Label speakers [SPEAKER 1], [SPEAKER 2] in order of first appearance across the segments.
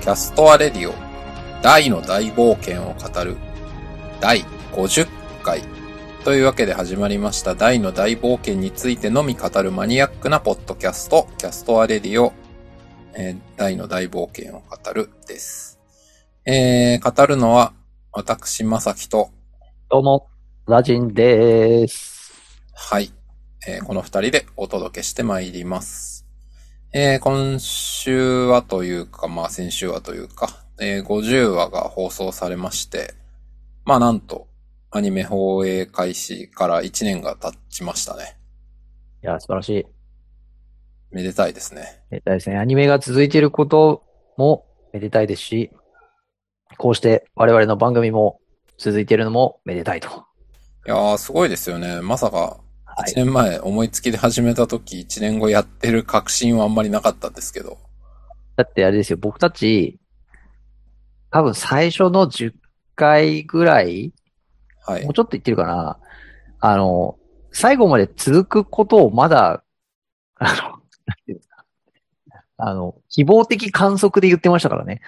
[SPEAKER 1] キャストアレディオ大の大冒険を語る第50回というわけで始まりました大の大冒険についてのみ語るマニアックなポッドキャストキャストアレディオ、えー大の大冒険を語るです。えー、語るのは私まさきと
[SPEAKER 2] どうも、ラジンでーす。
[SPEAKER 1] はい。えーこの二人でお届けしてまいります。えー今週はというか、まあ先週はというか、えー50話が放送されまして、まあなんと、アニメ放映開始から1年が経ちましたね。
[SPEAKER 2] いや、素晴らしい。
[SPEAKER 1] めでたいですね。
[SPEAKER 2] めでたいですね。アニメが続いていることもめでたいですし、こうして我々の番組も続いているのもめでたいと。
[SPEAKER 1] いやー、すごいですよね。まさか、
[SPEAKER 2] は
[SPEAKER 1] 1
[SPEAKER 2] い。
[SPEAKER 1] 年前思いつきで始めた時、1年後やってる確信はあんまりなかったんですけど。
[SPEAKER 2] だってあれですよ、僕たち、多分最初の10回ぐらい、
[SPEAKER 1] はい
[SPEAKER 2] もう。ちょっと言ってるかな。あの、最後まで続くことをまだ、 あの、なんていうんですか。あの、希望的観測で言ってましたからね。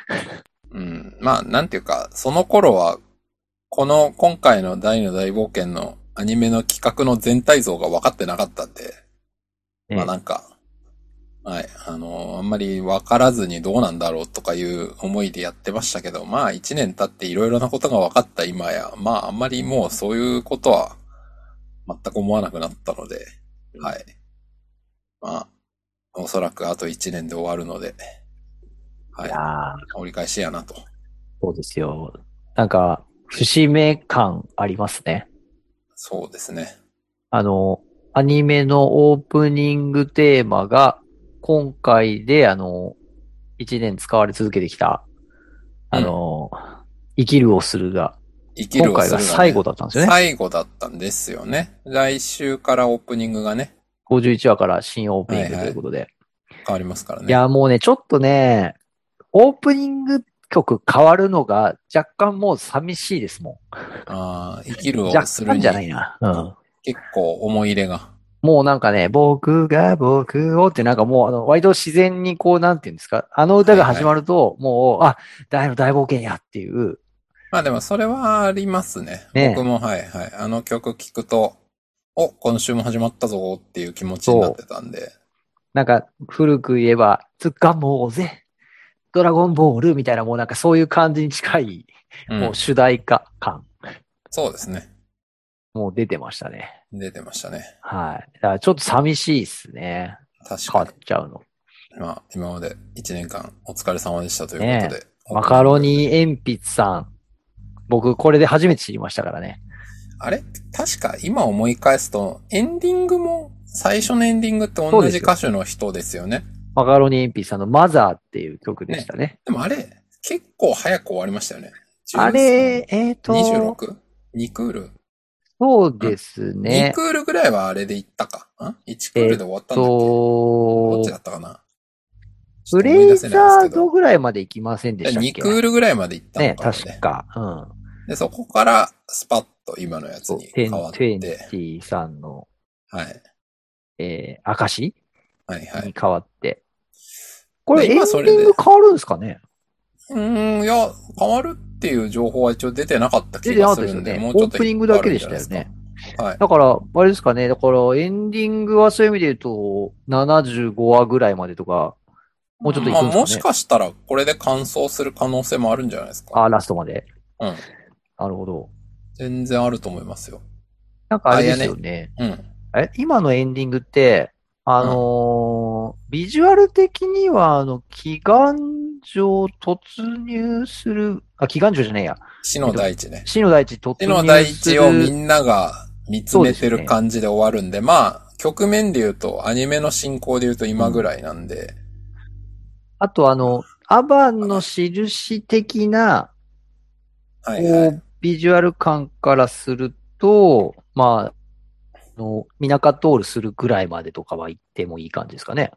[SPEAKER 1] うん。まあ、なんていうか、その頃は、この今回の大の大冒険のアニメの企画の全体像が分かってなかったんで、まあ
[SPEAKER 2] ええ
[SPEAKER 1] なんか、はい、あのーあんまり分からずにどうなんだろうとかいう思いでやってましたけど、まあ一年経っていろいろなことが分かった今や、まああんまりもうそういうことは全く思わなくなったので、はい。まあ、おそらくあと一年で終わるので、はい
[SPEAKER 2] いや。ー
[SPEAKER 1] 折り返しやなと。
[SPEAKER 2] そうですよ。なんか、節目感ありますね。
[SPEAKER 1] そうですね。
[SPEAKER 2] あの、アニメのオープニングテーマが、今回で、あの、一年使われ続けてきた、あの、生きるをするが、
[SPEAKER 1] 生きる
[SPEAKER 2] 今
[SPEAKER 1] をす
[SPEAKER 2] 回
[SPEAKER 1] るが
[SPEAKER 2] が
[SPEAKER 1] ね
[SPEAKER 2] 最後だったんですよね。
[SPEAKER 1] 最後だったんですよね。来週からオープニングがね、
[SPEAKER 2] 51話から新オープニング
[SPEAKER 1] はいはい
[SPEAKER 2] ということで。
[SPEAKER 1] 変わりますからね。
[SPEAKER 2] いや、もうね、ちょっとね、オープニング曲変わるのが若干もう寂しいですも
[SPEAKER 1] ああ、生きる
[SPEAKER 2] ん。
[SPEAKER 1] を
[SPEAKER 2] 若
[SPEAKER 1] する
[SPEAKER 2] 干
[SPEAKER 1] に
[SPEAKER 2] じゃないな。うん。
[SPEAKER 1] 結構思い入れが。
[SPEAKER 2] もうなんかね、僕が僕をってなんかもう、あの、割と自然にこう、なんていうんですか、あの歌が始まると、もう、あ、大の大冒険やっていう、
[SPEAKER 1] まあでもそれはありますね。
[SPEAKER 2] ねえ
[SPEAKER 1] 僕もはいはい。あの曲聴くと、お、今週も始まったぞっていう気持ちになってたんで。
[SPEAKER 2] なんか古く言えば、つかもうぜ、ドラゴンボールみたいな、もうなんかそういう感じに近い、
[SPEAKER 1] うん
[SPEAKER 2] もう主題歌感、
[SPEAKER 1] そうですね。
[SPEAKER 2] もう出てましたね。
[SPEAKER 1] 出てましたね。
[SPEAKER 2] はい。だからちょっと寂しいですね。
[SPEAKER 1] 確
[SPEAKER 2] 変
[SPEAKER 1] か
[SPEAKER 2] わっちゃうの。
[SPEAKER 1] に。まあ、今まで1年間お疲れ様でしたということで。
[SPEAKER 2] マカロニ鉛筆さん。僕、これで初めて知りましたからね。
[SPEAKER 1] あれ確か今思い返すと、エンディングも、最初のエンディングって
[SPEAKER 2] そう
[SPEAKER 1] 同
[SPEAKER 2] です
[SPEAKER 1] じ
[SPEAKER 2] よ
[SPEAKER 1] 歌手の人ですよね。
[SPEAKER 2] マカロニ鉛筆さんのマザーっていう曲でしたね
[SPEAKER 1] でもあれ、結構早く終わりましたよね。
[SPEAKER 2] あれ、えっ、と、
[SPEAKER 1] 26?2 クール
[SPEAKER 2] そうですね
[SPEAKER 1] ?2。クールぐらいはあれで行ったか。ん ?1 クールで終わったんだっけ、ど
[SPEAKER 2] と
[SPEAKER 1] っちだ、ったかな
[SPEAKER 2] ブレイザード
[SPEAKER 1] ド
[SPEAKER 2] ぐらいまで行きませんでしたっけ
[SPEAKER 1] 2クールぐらいまで行ったの
[SPEAKER 2] ね、
[SPEAKER 1] かもね
[SPEAKER 2] 確か。うん。
[SPEAKER 1] で、そこからスパッと今のやつ
[SPEAKER 2] そう、
[SPEAKER 1] に変わって、
[SPEAKER 2] 1020さんの、
[SPEAKER 1] はい。
[SPEAKER 2] えー、証
[SPEAKER 1] はいはい
[SPEAKER 2] に。変わって。これ、
[SPEAKER 1] で
[SPEAKER 2] エンデ
[SPEAKER 1] 今それで
[SPEAKER 2] ィング変わるんですかね
[SPEAKER 1] うーん、いや、変わるっていう情報は一応出てなかった
[SPEAKER 2] 出
[SPEAKER 1] 気
[SPEAKER 2] てなか
[SPEAKER 1] がす
[SPEAKER 2] ったで
[SPEAKER 1] る
[SPEAKER 2] すよ
[SPEAKER 1] んで、
[SPEAKER 2] ね。
[SPEAKER 1] も
[SPEAKER 2] オ
[SPEAKER 1] うちょっ
[SPEAKER 2] ー
[SPEAKER 1] と
[SPEAKER 2] プニングだけでしたよね。
[SPEAKER 1] 引っ張るんじゃないですか。
[SPEAKER 2] だから、あれですかね。だから、エンディングはそういう意味で言うと、75話ぐらいまでとか、もうちょっと
[SPEAKER 1] はい。
[SPEAKER 2] 行くん
[SPEAKER 1] まあ、
[SPEAKER 2] ですかね。
[SPEAKER 1] もしかしたら、これで完走する可能性もあるんじゃないですか。
[SPEAKER 2] あ、ラストまで。
[SPEAKER 1] うん。
[SPEAKER 2] なるほど。
[SPEAKER 1] 全然あると思いますよ。
[SPEAKER 2] なんかあれですよね。
[SPEAKER 1] うん。
[SPEAKER 2] え、今のエンディングって、あのービジュアル的には、あの、祈願城突入する、あ、祈願城じゃねえや。
[SPEAKER 1] 死の大地ね。
[SPEAKER 2] 死の大地突
[SPEAKER 1] 死
[SPEAKER 2] 入
[SPEAKER 1] の大
[SPEAKER 2] す
[SPEAKER 1] 地
[SPEAKER 2] る。
[SPEAKER 1] をみんなが見つめて
[SPEAKER 2] そうです
[SPEAKER 1] る
[SPEAKER 2] ね
[SPEAKER 1] 感じで終わるんで、まあ、局面で言うと、アニメの進行で言うと今ぐらいなんで、
[SPEAKER 2] あと、あの、アバンの印的な、
[SPEAKER 1] はいはい。
[SPEAKER 2] こう、ビジュアル感からすると、まあ、あの、ミナカトールするぐらいまでとかは言ってもいい感じですかね。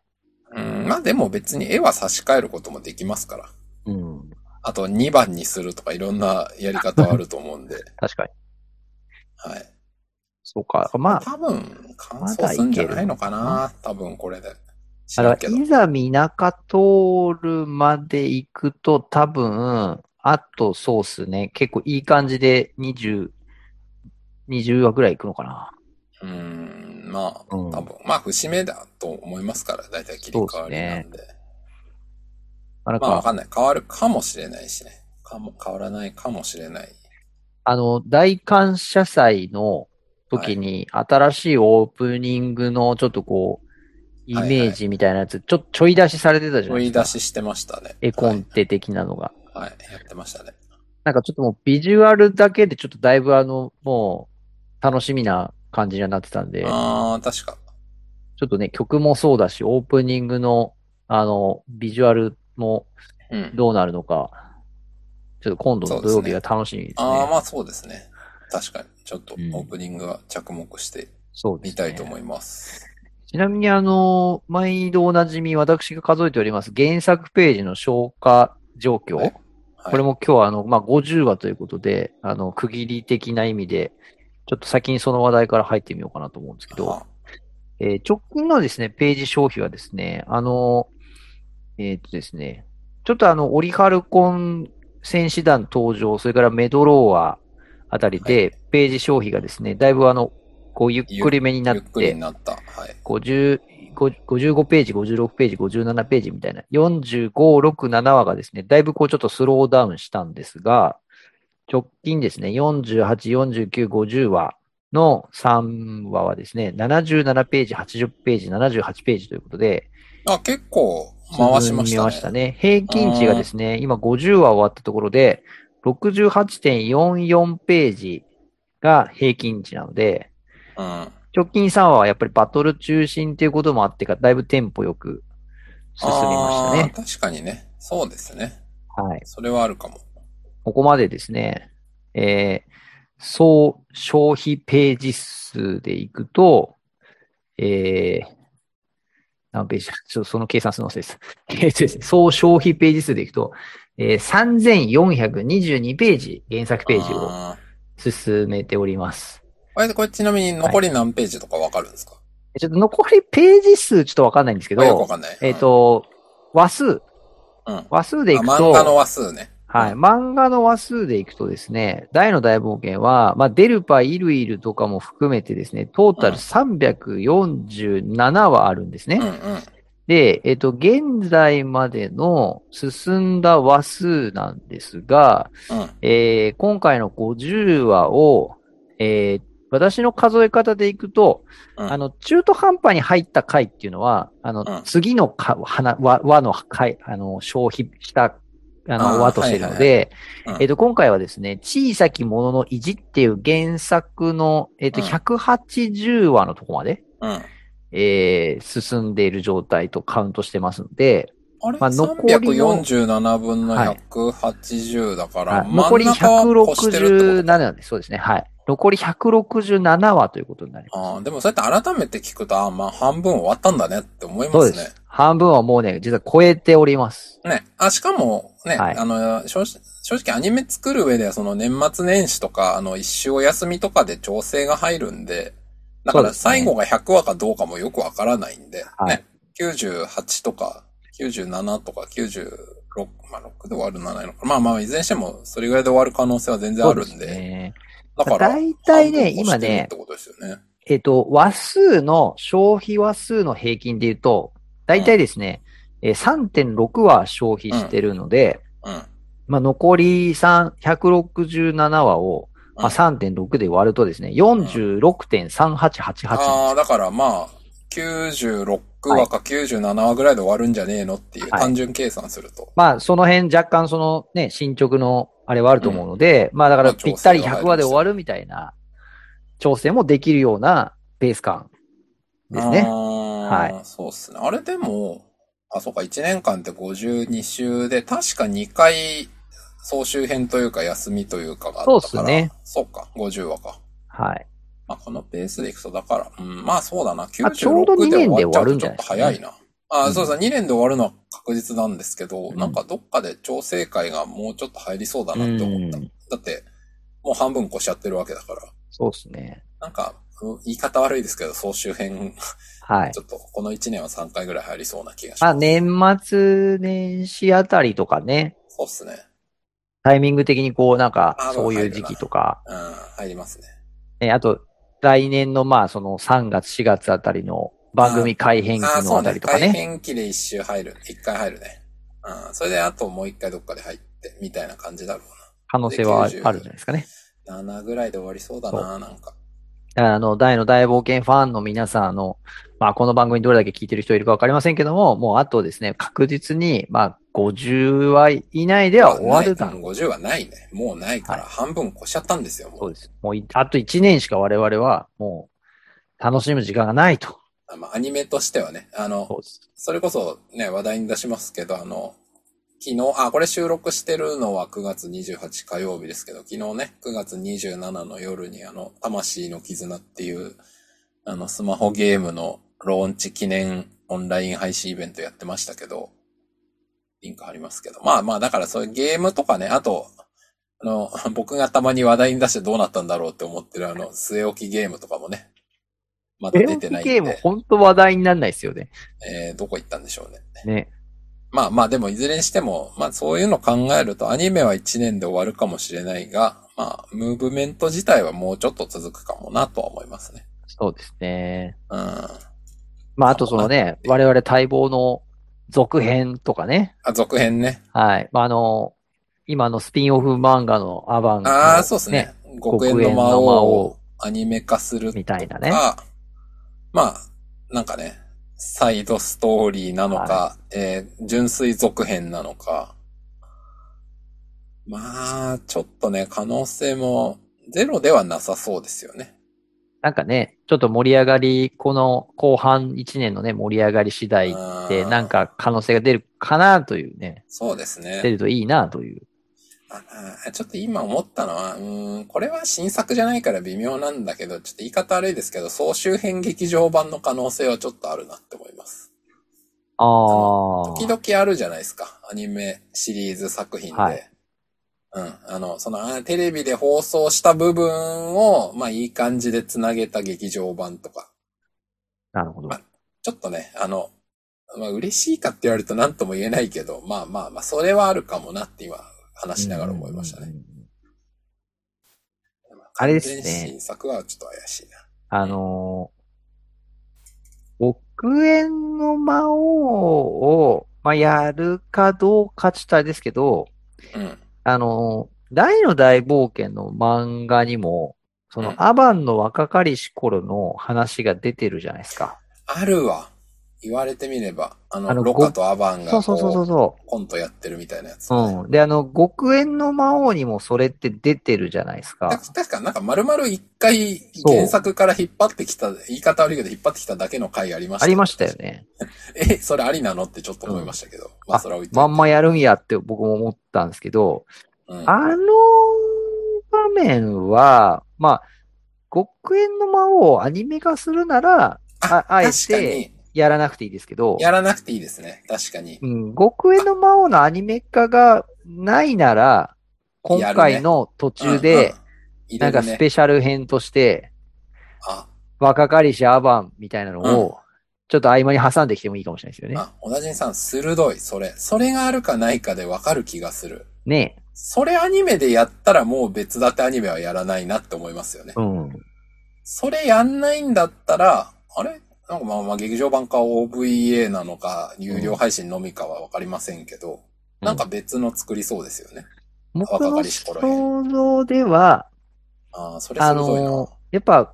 [SPEAKER 1] うん、まあでも別に絵は差し替えることもできますから。
[SPEAKER 2] うん。
[SPEAKER 1] あと2番にするとかいろんなやり方はあると思うんで、
[SPEAKER 2] 確かに。
[SPEAKER 1] はい。
[SPEAKER 2] そうか。まあ、
[SPEAKER 1] 多分、乾燥すんじゃないのかな多分これで。知
[SPEAKER 2] あ
[SPEAKER 1] ら
[SPEAKER 2] の
[SPEAKER 1] んけど。
[SPEAKER 2] いざみ中通るまで行くと多分、あとそうっすね。結構いい感じで20、20話ぐらい行くのかな。
[SPEAKER 1] うーん、まあ、
[SPEAKER 2] うん
[SPEAKER 1] 多分、まあ、節目だと思いますから、だいたい切り替わりなんで。
[SPEAKER 2] あなん
[SPEAKER 1] まあ、わ
[SPEAKER 2] か、
[SPEAKER 1] かんない。変わるかもしれないしね。かも、変わらないかもしれない。
[SPEAKER 2] あの、大感謝祭の時に新しいオープニングのちょっとこう、イ
[SPEAKER 1] はいはい
[SPEAKER 2] メージみたいなやつ、ちょ、ちょい出しされてたじゃな
[SPEAKER 1] 追
[SPEAKER 2] い
[SPEAKER 1] い
[SPEAKER 2] ですか。
[SPEAKER 1] 出ししてましたね。
[SPEAKER 2] 絵コンテ的なのが。
[SPEAKER 1] はい。はい、やってましたね。
[SPEAKER 2] なんかちょっともうビジュアルだけでちょっとだいぶあの、もう楽しみな感じにはなってたんで、
[SPEAKER 1] ああ、確か。
[SPEAKER 2] ちょっとね、曲もそうだし、オープニングのあの、ビジュアルも
[SPEAKER 1] うん。
[SPEAKER 2] どうなるのか、ちょっと今度の土曜日が楽しみですね。
[SPEAKER 1] ああ、まあそうですね。確かに。ちょっとオ
[SPEAKER 2] うん
[SPEAKER 1] ープニングは着目して
[SPEAKER 2] そうで
[SPEAKER 1] み
[SPEAKER 2] すね
[SPEAKER 1] たいと思います。
[SPEAKER 2] ちなみにあの、毎度おなじみ私が数えております原作ページの消化状況。
[SPEAKER 1] はいはい
[SPEAKER 2] これも今日はあの、まあ、50話ということで、あの、区切り的な意味で、ちょっと先にその話題から入ってみようかなと思うんですけど、
[SPEAKER 1] あ
[SPEAKER 2] えー直近のですね、ページ消費はですね、あの、えーっとですね、ちょっとあの、オリハルコン選手団登場、それからメドローアあたりで、ページ消費がですね、だいぶあの、こう、ゆっくりめになっ
[SPEAKER 1] ゆっくり
[SPEAKER 2] て
[SPEAKER 1] に、なった。はい。
[SPEAKER 2] 50 55ページ、56ページ、57ページみたいな、45、6、7話がですね、だいぶこうちょっとスローダウンしたんですが、直近ですね、48、49、50話の3話はですね、77ページ、80ページ、78ページということで、
[SPEAKER 1] あ、結構回しましたね。
[SPEAKER 2] 進みましたね。平均値がですね、今50話終わったところで、68.44ページが平均値なので、
[SPEAKER 1] うん。
[SPEAKER 2] 直近3話はやっぱりバトル中心っていうこともあってか、だいぶテンポよく進みましたね。
[SPEAKER 1] あー確かにね。そうですね。
[SPEAKER 2] はい。
[SPEAKER 1] それはあるかも。
[SPEAKER 2] ここまでですね、えー、総消費ページ数でいくと、えー、何ページだちょっとその計算するの忘れてた。 えーとですね総消費ページ数でいくと、えー、3422ページ、原作ページを
[SPEAKER 1] あ
[SPEAKER 2] 進めております。
[SPEAKER 1] ーあれ、これちなみに残り何ページとかわかるんですか、
[SPEAKER 2] ちょっと残りページ数ちょっとわかんないんですけ
[SPEAKER 1] あよくわ
[SPEAKER 2] ど、
[SPEAKER 1] かんない。
[SPEAKER 2] えっ、と、話数、
[SPEAKER 1] うん、うん。あ、
[SPEAKER 2] 話数でいくと、
[SPEAKER 1] 漫画の話数ね。
[SPEAKER 2] はい、漫画の話数でいくとですね、大の大冒険は、まあ、デルパ、イルイルとかも含めてですね、トータル347話あるんですね。
[SPEAKER 1] うんうん。
[SPEAKER 2] で、えっと、現在までの進んだ話数なんですが、
[SPEAKER 1] うん。
[SPEAKER 2] えー今回の50話を、えー私の数え方でいくと、
[SPEAKER 1] うん
[SPEAKER 2] あの、中途半端に入った回っていうのは、あの、
[SPEAKER 1] うん
[SPEAKER 2] 次のか、はな、和和の回、あの、消費した、あ
[SPEAKER 1] あー
[SPEAKER 2] の、和としてるの
[SPEAKER 1] はい
[SPEAKER 2] で
[SPEAKER 1] はいはい、うん
[SPEAKER 2] えっと、今回はですね、小さきものの意地っていう原作の、えっと、
[SPEAKER 1] うん
[SPEAKER 2] 180話のとこまで、
[SPEAKER 1] うん。
[SPEAKER 2] えー進んでいる状態とカウントしてますので、
[SPEAKER 1] あれ、
[SPEAKER 2] まあ残りの
[SPEAKER 1] 347分の180だから、
[SPEAKER 2] はい
[SPEAKER 1] 残
[SPEAKER 2] 残
[SPEAKER 1] り
[SPEAKER 2] り
[SPEAKER 1] 160越してるってこと
[SPEAKER 2] 167なんです。そうですね。はい。残り167話ということになります。
[SPEAKER 1] ああ、でもそうやって改めて聞くと、ああ、まあ半分終わったんだねって思いま
[SPEAKER 2] そう
[SPEAKER 1] す
[SPEAKER 2] で
[SPEAKER 1] ね。
[SPEAKER 2] す。半分はもうね、実は超えております。
[SPEAKER 1] ね。あ、しかもね、
[SPEAKER 2] はい
[SPEAKER 1] あの、正直正直アニメ作る上ではその年末年始とか、あの一周お休みとかで調整が入るんで、だか
[SPEAKER 2] そう
[SPEAKER 1] ら
[SPEAKER 2] ですね
[SPEAKER 1] 最後が100話かどうかもよくわからないんで、
[SPEAKER 2] はい
[SPEAKER 1] ね。98とか、97とか96、まあ6で終わるんじゃないのか。まあまあ、いずれにしてもそれぐらいで終わる可能性は全然あるん
[SPEAKER 2] そう
[SPEAKER 1] で。
[SPEAKER 2] ですね。
[SPEAKER 1] だから、
[SPEAKER 2] 大体ね、
[SPEAKER 1] 半分越
[SPEAKER 2] 今
[SPEAKER 1] してるっ
[SPEAKER 2] ね
[SPEAKER 1] て、ことですよね。
[SPEAKER 2] えっと、話数の、消費話数の平均で言うと、大体ですね、えー3.6話消費してるので、
[SPEAKER 1] うん。
[SPEAKER 2] まあ、残り3 167話を、まあ、3.6で割るとですね、46.3888。
[SPEAKER 1] ああ、だからまあ、96話か97話ぐらいで終わるんじゃねえのっていう、
[SPEAKER 2] はい
[SPEAKER 1] 単純計算すると。
[SPEAKER 2] まあ、その辺若干そのね、進捗のあれはあると思うので、まあだからぴったり100話で終わるみたいな調整もできるようなベース感ですね。
[SPEAKER 1] はい。そうっすね。あれでも、あ、そうか、1年間って52週で、確か2回、総集編というか、休みというかがあったから。
[SPEAKER 2] そうっすね。
[SPEAKER 1] そうか、50話か。
[SPEAKER 2] はい。
[SPEAKER 1] まあ、このペースでいくと、だから、うん、まあそうだな、
[SPEAKER 2] あちょうど
[SPEAKER 1] 96で
[SPEAKER 2] 2
[SPEAKER 1] 終
[SPEAKER 2] 年で
[SPEAKER 1] わっ
[SPEAKER 2] 終
[SPEAKER 1] ちゃう
[SPEAKER 2] わ
[SPEAKER 1] と
[SPEAKER 2] るん
[SPEAKER 1] ち
[SPEAKER 2] じ
[SPEAKER 1] ょ
[SPEAKER 2] ゃ
[SPEAKER 1] っと
[SPEAKER 2] ないですか
[SPEAKER 1] 早いな。あ
[SPEAKER 2] う
[SPEAKER 1] あ、
[SPEAKER 2] ん
[SPEAKER 1] そうそう、2年で終わるのは確実なんですけど、
[SPEAKER 2] うん
[SPEAKER 1] なんかどっかで調整会がもうちょっと入りそうだなって思った。
[SPEAKER 2] うん
[SPEAKER 1] だって、もう半分越しちゃってるわけだから。
[SPEAKER 2] そうですね。
[SPEAKER 1] なんか、うん言い方悪いですけど、総集編、
[SPEAKER 2] はい
[SPEAKER 1] ち。ょっとこの1年は3回ぐらい入りそうな気がし
[SPEAKER 2] まあ、
[SPEAKER 1] ます。
[SPEAKER 2] 年末年始あたりとかね、
[SPEAKER 1] そうっすね。
[SPEAKER 2] タイミング的にこう、なんか
[SPEAKER 1] あ、
[SPEAKER 2] そういう時期とか、
[SPEAKER 1] うん、入りますね。
[SPEAKER 2] ね、あと、来年のまあ、その3月、4月あたりの番組改編期
[SPEAKER 1] ああ、
[SPEAKER 2] の
[SPEAKER 1] そ
[SPEAKER 2] あ
[SPEAKER 1] う
[SPEAKER 2] た
[SPEAKER 1] ね。
[SPEAKER 2] りとか
[SPEAKER 1] 改
[SPEAKER 2] ね。
[SPEAKER 1] 変期で一周入る。一回入るね。うん。それであともう一回どっかで入って、みたいな感じだろ
[SPEAKER 2] 可能性はある
[SPEAKER 1] 90
[SPEAKER 2] あるんじゃないですかね。
[SPEAKER 1] うな。7ぐらいで終わりそうだな、なんか。
[SPEAKER 2] だからあの、大の大冒険ファンの皆さん、あの、まあ、この番組どれだけ聞いてる人いるかわかりませんけども、もうあとですね、確実に、まあ、50話以内では終わるだ
[SPEAKER 1] だ
[SPEAKER 2] ろう。
[SPEAKER 1] 50はないね。もうないから、
[SPEAKER 2] は
[SPEAKER 1] 半分越しちゃったんですよ、もう
[SPEAKER 2] そうです。もうい、あと1年しか我々は、もう、楽しむ時間がないと。
[SPEAKER 1] あまあ、アニメとしてはね、あの、
[SPEAKER 2] そうです。
[SPEAKER 1] それこそね、話題に出しますけど、あの、昨日、あ、これ収録してるのは9月28火曜日ですけど、昨日ね、9月27の夜にあの、魂の絆っていう、あの、スマホゲームのローンチ記念オンライン配信イベントやってましたけど、リンク貼りますけど。まあまあ、だからそういうゲームとかね、あと、あの、 僕がたまに話題に出してどうなったんだろうって思ってるあの、据え置きゲームとかもね、まだ
[SPEAKER 2] エ
[SPEAKER 1] 出
[SPEAKER 2] ロ
[SPEAKER 1] てないん
[SPEAKER 2] ゲーム
[SPEAKER 1] で、
[SPEAKER 2] 本当話題にならないですよね。
[SPEAKER 1] えー、どこ行ったんでしょうね。
[SPEAKER 2] ね。
[SPEAKER 1] まあまあでもいずれにしても、まあそういうの考えるとアニメは1年で終わるかもしれないが、まあムーブメント自体はもうちょっと続くかもなとは思いますね。
[SPEAKER 2] そうですね。
[SPEAKER 1] うん。
[SPEAKER 2] まあ、あとそのね、我々待望の続編とかね。
[SPEAKER 1] あ、続編ね。
[SPEAKER 2] はい。まあ、あの、今のスピンオフ漫画のアバンの
[SPEAKER 1] ああ、そうですね。極縁の魔王
[SPEAKER 2] 極縁の魔
[SPEAKER 1] を
[SPEAKER 2] 王
[SPEAKER 1] アニメ化すると
[SPEAKER 2] み
[SPEAKER 1] か、
[SPEAKER 2] たいなね。
[SPEAKER 1] まあ、なんかね、サイドストーリーなのか、えー純粋続編なのか。まあ、ちょっとね、可能性もゼロではなさそうですよね。
[SPEAKER 2] なんかね、ちょっと盛り上がり、この後半1年のね、盛り上がり次第で、
[SPEAKER 1] うん
[SPEAKER 2] なんか可能性が出るかなというね、
[SPEAKER 1] そうですね。
[SPEAKER 2] 出るといいなという。
[SPEAKER 1] ああちょっと今思ったのは、うーん、これは新作じゃないから微妙なんだけど、ちょっと言い方悪いですけど、総集編劇場版の可能性はちょっとあるなって思います。
[SPEAKER 2] ああ。
[SPEAKER 1] 時々あるじゃないですか、アニメシリーズ作品で。
[SPEAKER 2] はい
[SPEAKER 1] うん、あの、その、あテレビで放送した部分を、まあ、いい感じで繋げた劇場版とか。
[SPEAKER 2] なるほど。
[SPEAKER 1] ちょっとね、あの、まあ、嬉しいかって言われると何とも言えないけど、まあまあまあ、それはあるかもなって今、話しながら思いましたね。
[SPEAKER 2] うん。あれですね
[SPEAKER 1] 完全新作はちょっと怪しいな。
[SPEAKER 2] あのー、極縁の魔王を、まあ、やるかどうかちたいですけど、
[SPEAKER 1] うん。
[SPEAKER 2] あの、大の大冒険の漫画にも、そ
[SPEAKER 1] うん
[SPEAKER 2] のアバンの若かりし頃の話が出てるじゃないですか。
[SPEAKER 1] あるわ。言われてみれば、あの、
[SPEAKER 2] あの
[SPEAKER 1] ロカとアバンが
[SPEAKER 2] そうそうそうそうそ
[SPEAKER 1] こうコントやってるみたいなやつ、
[SPEAKER 2] う。うん。で、あの、極縁の魔王にもそれって出てるじゃないです
[SPEAKER 1] た
[SPEAKER 2] か。
[SPEAKER 1] 確かなんか丸々一回
[SPEAKER 2] そう
[SPEAKER 1] 原作から引っ張ってきた、言い方悪いけど引っ張ってきただけの回ありました。
[SPEAKER 2] ありましたよ。ね。
[SPEAKER 1] え、それありなのってちょっと思いましたけど。まあそれは置いといて
[SPEAKER 2] まんまやるんやって僕も思ったんですけど、
[SPEAKER 1] うん、
[SPEAKER 2] あの場面は、まあ、極縁の魔王をアニメ化するなら、ああえ
[SPEAKER 1] 確か
[SPEAKER 2] て
[SPEAKER 1] に、
[SPEAKER 2] やらなくていいですけど、
[SPEAKER 1] やらなくていいですね。確かに。
[SPEAKER 2] うん、極縁の魔王のアニメ化がないなら、今回の途中
[SPEAKER 1] うんうん
[SPEAKER 2] で、、
[SPEAKER 1] 入
[SPEAKER 2] な
[SPEAKER 1] れ
[SPEAKER 2] んか
[SPEAKER 1] る
[SPEAKER 2] ス
[SPEAKER 1] ね。
[SPEAKER 2] ペシャル編として、
[SPEAKER 1] あ、
[SPEAKER 2] 若かりしアバンみたいなの
[SPEAKER 1] うん
[SPEAKER 2] を、ちょっと合間に挟んできてもいいかもしれないですよね。
[SPEAKER 1] あ、小田人さん、鋭い。それ。それがあるかないかでわかる気がする。
[SPEAKER 2] ね
[SPEAKER 1] それアニメでやったらもう別立てアニメはやらないなって思いますよね。
[SPEAKER 2] うん。
[SPEAKER 1] それやんないんだったら、あれなんかまあまあ劇場版か OVA なのか、有料配信のみかはわかりませんけど、なんか別の作りそうですよね。
[SPEAKER 2] 僕
[SPEAKER 1] 若か
[SPEAKER 2] の
[SPEAKER 1] りし頃編
[SPEAKER 2] 想像では、
[SPEAKER 1] ああ、それ
[SPEAKER 2] あ
[SPEAKER 1] 鋭いな。
[SPEAKER 2] の、やっぱ、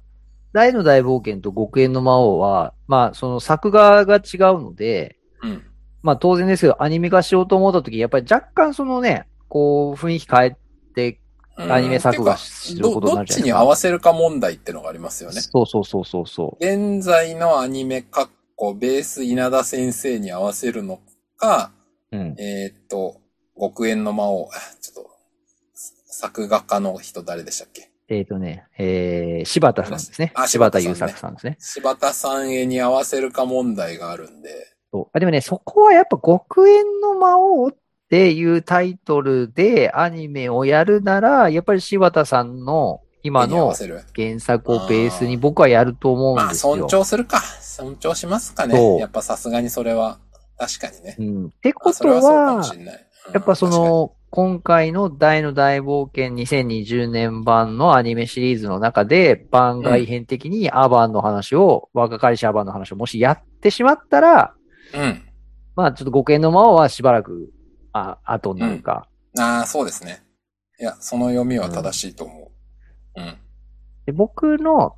[SPEAKER 2] 大の大冒険と極縁の魔王は、まあ、その作画が違うので、
[SPEAKER 1] うん。
[SPEAKER 2] まあ当然ですけど、アニメ化しようと思った時、やっぱり若干そのね、こう、雰囲気変えて、
[SPEAKER 1] うん
[SPEAKER 2] アニメ作画する
[SPEAKER 1] ど
[SPEAKER 2] ことに
[SPEAKER 1] ど
[SPEAKER 2] な
[SPEAKER 1] っ
[SPEAKER 2] るじゃ
[SPEAKER 1] ち
[SPEAKER 2] ない
[SPEAKER 1] に
[SPEAKER 2] ですか
[SPEAKER 1] 合わせるか問題ってのがありますよね。
[SPEAKER 2] そうそうそうそうそう。
[SPEAKER 1] 現在のアニメかっこベース稲田先生に合わせるのか、
[SPEAKER 2] うん。
[SPEAKER 1] えーっと、極縁の魔王、あ ちょっと、作画家の人誰でしたっけ
[SPEAKER 2] えっ、とね、えー、柴田さんですね。
[SPEAKER 1] あ
[SPEAKER 2] 柴田
[SPEAKER 1] 柴
[SPEAKER 2] 優
[SPEAKER 1] 田さんね
[SPEAKER 2] 作さんですね。
[SPEAKER 1] 柴田さん絵に合わせるか問題があるんで、
[SPEAKER 2] そうあでもね、そこはやっぱ極縁の魔王っていうタイトルでアニメをやるなら、やっぱり柴田さんの今
[SPEAKER 1] 手に合
[SPEAKER 2] の
[SPEAKER 1] わせる
[SPEAKER 2] 原作をベースに僕はやると思うん
[SPEAKER 1] まあ、
[SPEAKER 2] ですよ。
[SPEAKER 1] 尊重するか。尊重しますか
[SPEAKER 2] そう
[SPEAKER 1] ね。やっぱさすがにそれは、確かにね。
[SPEAKER 2] うん。っ
[SPEAKER 1] ま
[SPEAKER 2] てこ
[SPEAKER 1] あそ
[SPEAKER 2] と
[SPEAKER 1] れはそうか
[SPEAKER 2] は
[SPEAKER 1] も、しんない。うん
[SPEAKER 2] やっぱそ、の、今回の大の大冒険2020年版のアニメシリーズの中で番外編的にアバンの話を、若かりしアバンの話をもしやってしまったら、
[SPEAKER 1] 確かに
[SPEAKER 2] まあちょっと五剣の魔王はしばらく、あ、後になるか。
[SPEAKER 1] うん。ああ、そうですね。いや、その読みは正しいと思う。うん。
[SPEAKER 2] で僕の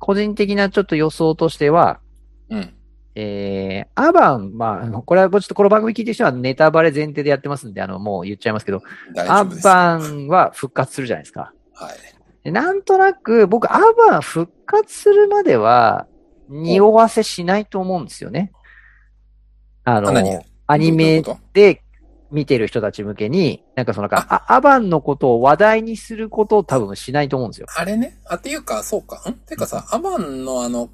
[SPEAKER 2] 個人的なちょっと予想としては、
[SPEAKER 1] うん。
[SPEAKER 2] えー、アバン、まああの、これはちょっとこの番組聞いてる人はネタバレ前提でやってますんで、あの、もう言っちゃいますけど、
[SPEAKER 1] 大丈
[SPEAKER 2] ア
[SPEAKER 1] 夫です。は
[SPEAKER 2] バンは復活するじゃないですか。
[SPEAKER 1] い。
[SPEAKER 2] でなんとなく、僕、アバン復活するまでは、匂わせしないと思うんですよね。あ
[SPEAKER 1] あ何
[SPEAKER 2] の、アニメ
[SPEAKER 1] どういうこ
[SPEAKER 2] で見てる人たち向けに、なんかそのなんか、あアバンのことを話題にすることを多分しないと思うんですよ。
[SPEAKER 1] とあれね。あ、っていうか、そうか。んてかさ、アバンのあの、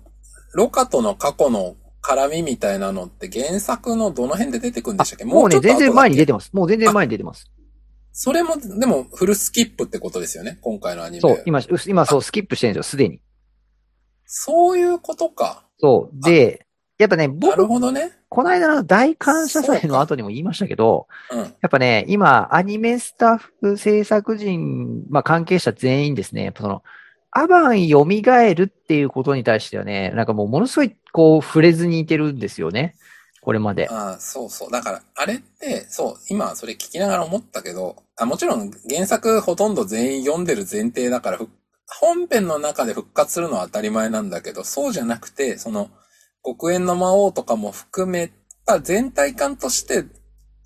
[SPEAKER 1] ロカとの過去の絡みみたいなのって原作のどの辺で出てくるんでしたっけ
[SPEAKER 2] あもうね、全然前に出
[SPEAKER 1] て
[SPEAKER 2] てます。もう全然前に出てます。
[SPEAKER 1] それも、でも、フルスキップってことですよね。今回のアニメ。
[SPEAKER 2] そう、今、う今そう、スキップしてるんですよ、すでに。
[SPEAKER 1] そういうことか。
[SPEAKER 2] そう。で、やっぱね、
[SPEAKER 1] なる
[SPEAKER 2] 僕、
[SPEAKER 1] ほどね。
[SPEAKER 2] この間の大感謝祭の後にも言いましたけど、
[SPEAKER 1] うん。
[SPEAKER 2] やっぱね、今、アニメスタッフ、制作人、まあ、関係者全員ですね、やっぱその、アバン蘇るっていうことに対してはね、なんかもうものすごい、こう、触れずにいてるんですよね。これまで。
[SPEAKER 1] ああ、そうそう。だから、あれって、そう、今それ聞きながら思ったけど、あもちろん原作ほとんど全員読んでる前提だから、ふ本編の中で復活するのは当たり前なんだけど、そうじゃなくて、その、極縁の魔王とかも含めた全体感として、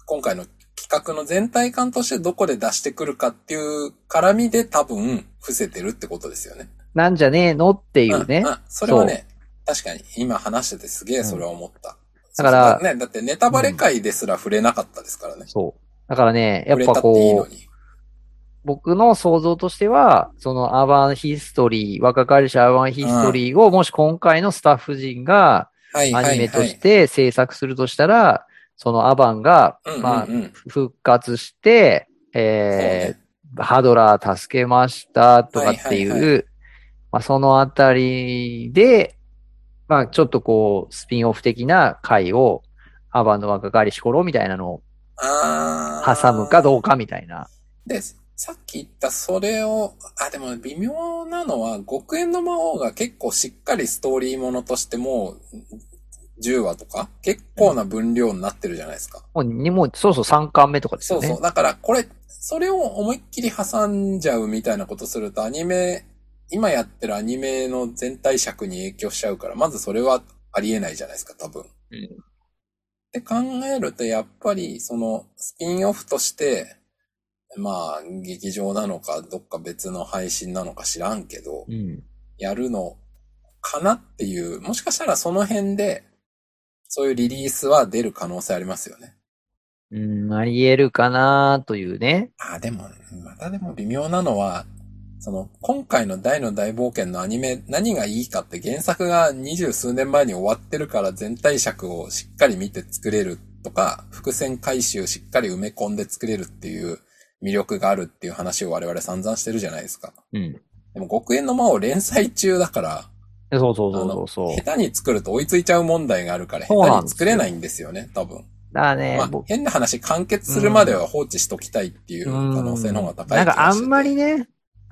[SPEAKER 1] 今回の企画の全体感としてどこで出してくるかっていう絡みで多分伏せてるってことですよね。
[SPEAKER 2] なんじゃねえのっていうね
[SPEAKER 1] ん。んそれはね、確かに今話しててすげえそれは思った。
[SPEAKER 2] だから
[SPEAKER 1] そうそうね、だってネタバレ会ですら触れなかったですからね。
[SPEAKER 2] そう。だからね、や
[SPEAKER 1] 触
[SPEAKER 2] っ
[SPEAKER 1] れた
[SPEAKER 2] ぱ
[SPEAKER 1] っていいの
[SPEAKER 2] こう、
[SPEAKER 1] に。
[SPEAKER 2] 僕の想像としては、そのアバンヒストリー、若かりしアバンヒストリーを、もし今回のスタッフ陣が
[SPEAKER 1] はいは
[SPEAKER 2] ア
[SPEAKER 1] いは
[SPEAKER 2] ニメ
[SPEAKER 1] い。
[SPEAKER 2] として制作するとしたら、そのアバンが
[SPEAKER 1] うんうんう、ん
[SPEAKER 2] まあ、復活して、えーハドラー助けましたとかっていう、
[SPEAKER 1] はいは
[SPEAKER 2] まあ、そのあたりで、まあ、ちょっとこう、スピンオフ的な回を、アバンの若かりし頃みたいなのを
[SPEAKER 1] あー
[SPEAKER 2] 挟むかどうかみたいな。
[SPEAKER 1] で、さっき言ったそれを、あ、でも微妙なのは、極縁の魔王が結構しっかりストーリーものとしてもう、10話とか結構な分量になってるじゃないですか。
[SPEAKER 2] もう、にもうそうそう3巻目とかです
[SPEAKER 1] そ
[SPEAKER 2] よ
[SPEAKER 1] う
[SPEAKER 2] ね。
[SPEAKER 1] そう。だから、これ、それを思いっきり挟んじゃうみたいなことすると、アニメ、今やってるアニメの全体尺に影響しちゃうから、まずそれはありえないじゃないですか、多分。
[SPEAKER 2] うん
[SPEAKER 1] って考えると、やっぱり、その、スピンオフとして、まあ、劇場なのか、どっか別の配信なのか知らんけど、
[SPEAKER 2] うん。
[SPEAKER 1] やるのかなっていう、もしかしたらその辺で、そういうリリースは出る可能性ありますよね。
[SPEAKER 2] うん、あり得るかなというね。
[SPEAKER 1] あ、でも、またでも微妙なのは、その、今回の大の大冒険のアニメ、何がいいかって原作が二十数年前に終わってるから全体尺をしっかり見て作れるとか、伏線回収しっかり埋め込んで作れるっていう魅力があるっていう話を我々散々してるじゃないですか。
[SPEAKER 2] うん。
[SPEAKER 1] でも、極縁の魔王連載中だから、
[SPEAKER 2] そうそうそうそうそう。
[SPEAKER 1] 下手に作ると追いついちゃう問題があるから、
[SPEAKER 2] そう
[SPEAKER 1] 下手
[SPEAKER 2] なん
[SPEAKER 1] に
[SPEAKER 2] ですよ
[SPEAKER 1] 作れないんですよね、多分。
[SPEAKER 2] だからね、
[SPEAKER 1] まあ
[SPEAKER 2] 僕、
[SPEAKER 1] 変な話、完結するまでは放置しときたいっていう可能性の方が高い気がしてて
[SPEAKER 2] なんかあんまりね、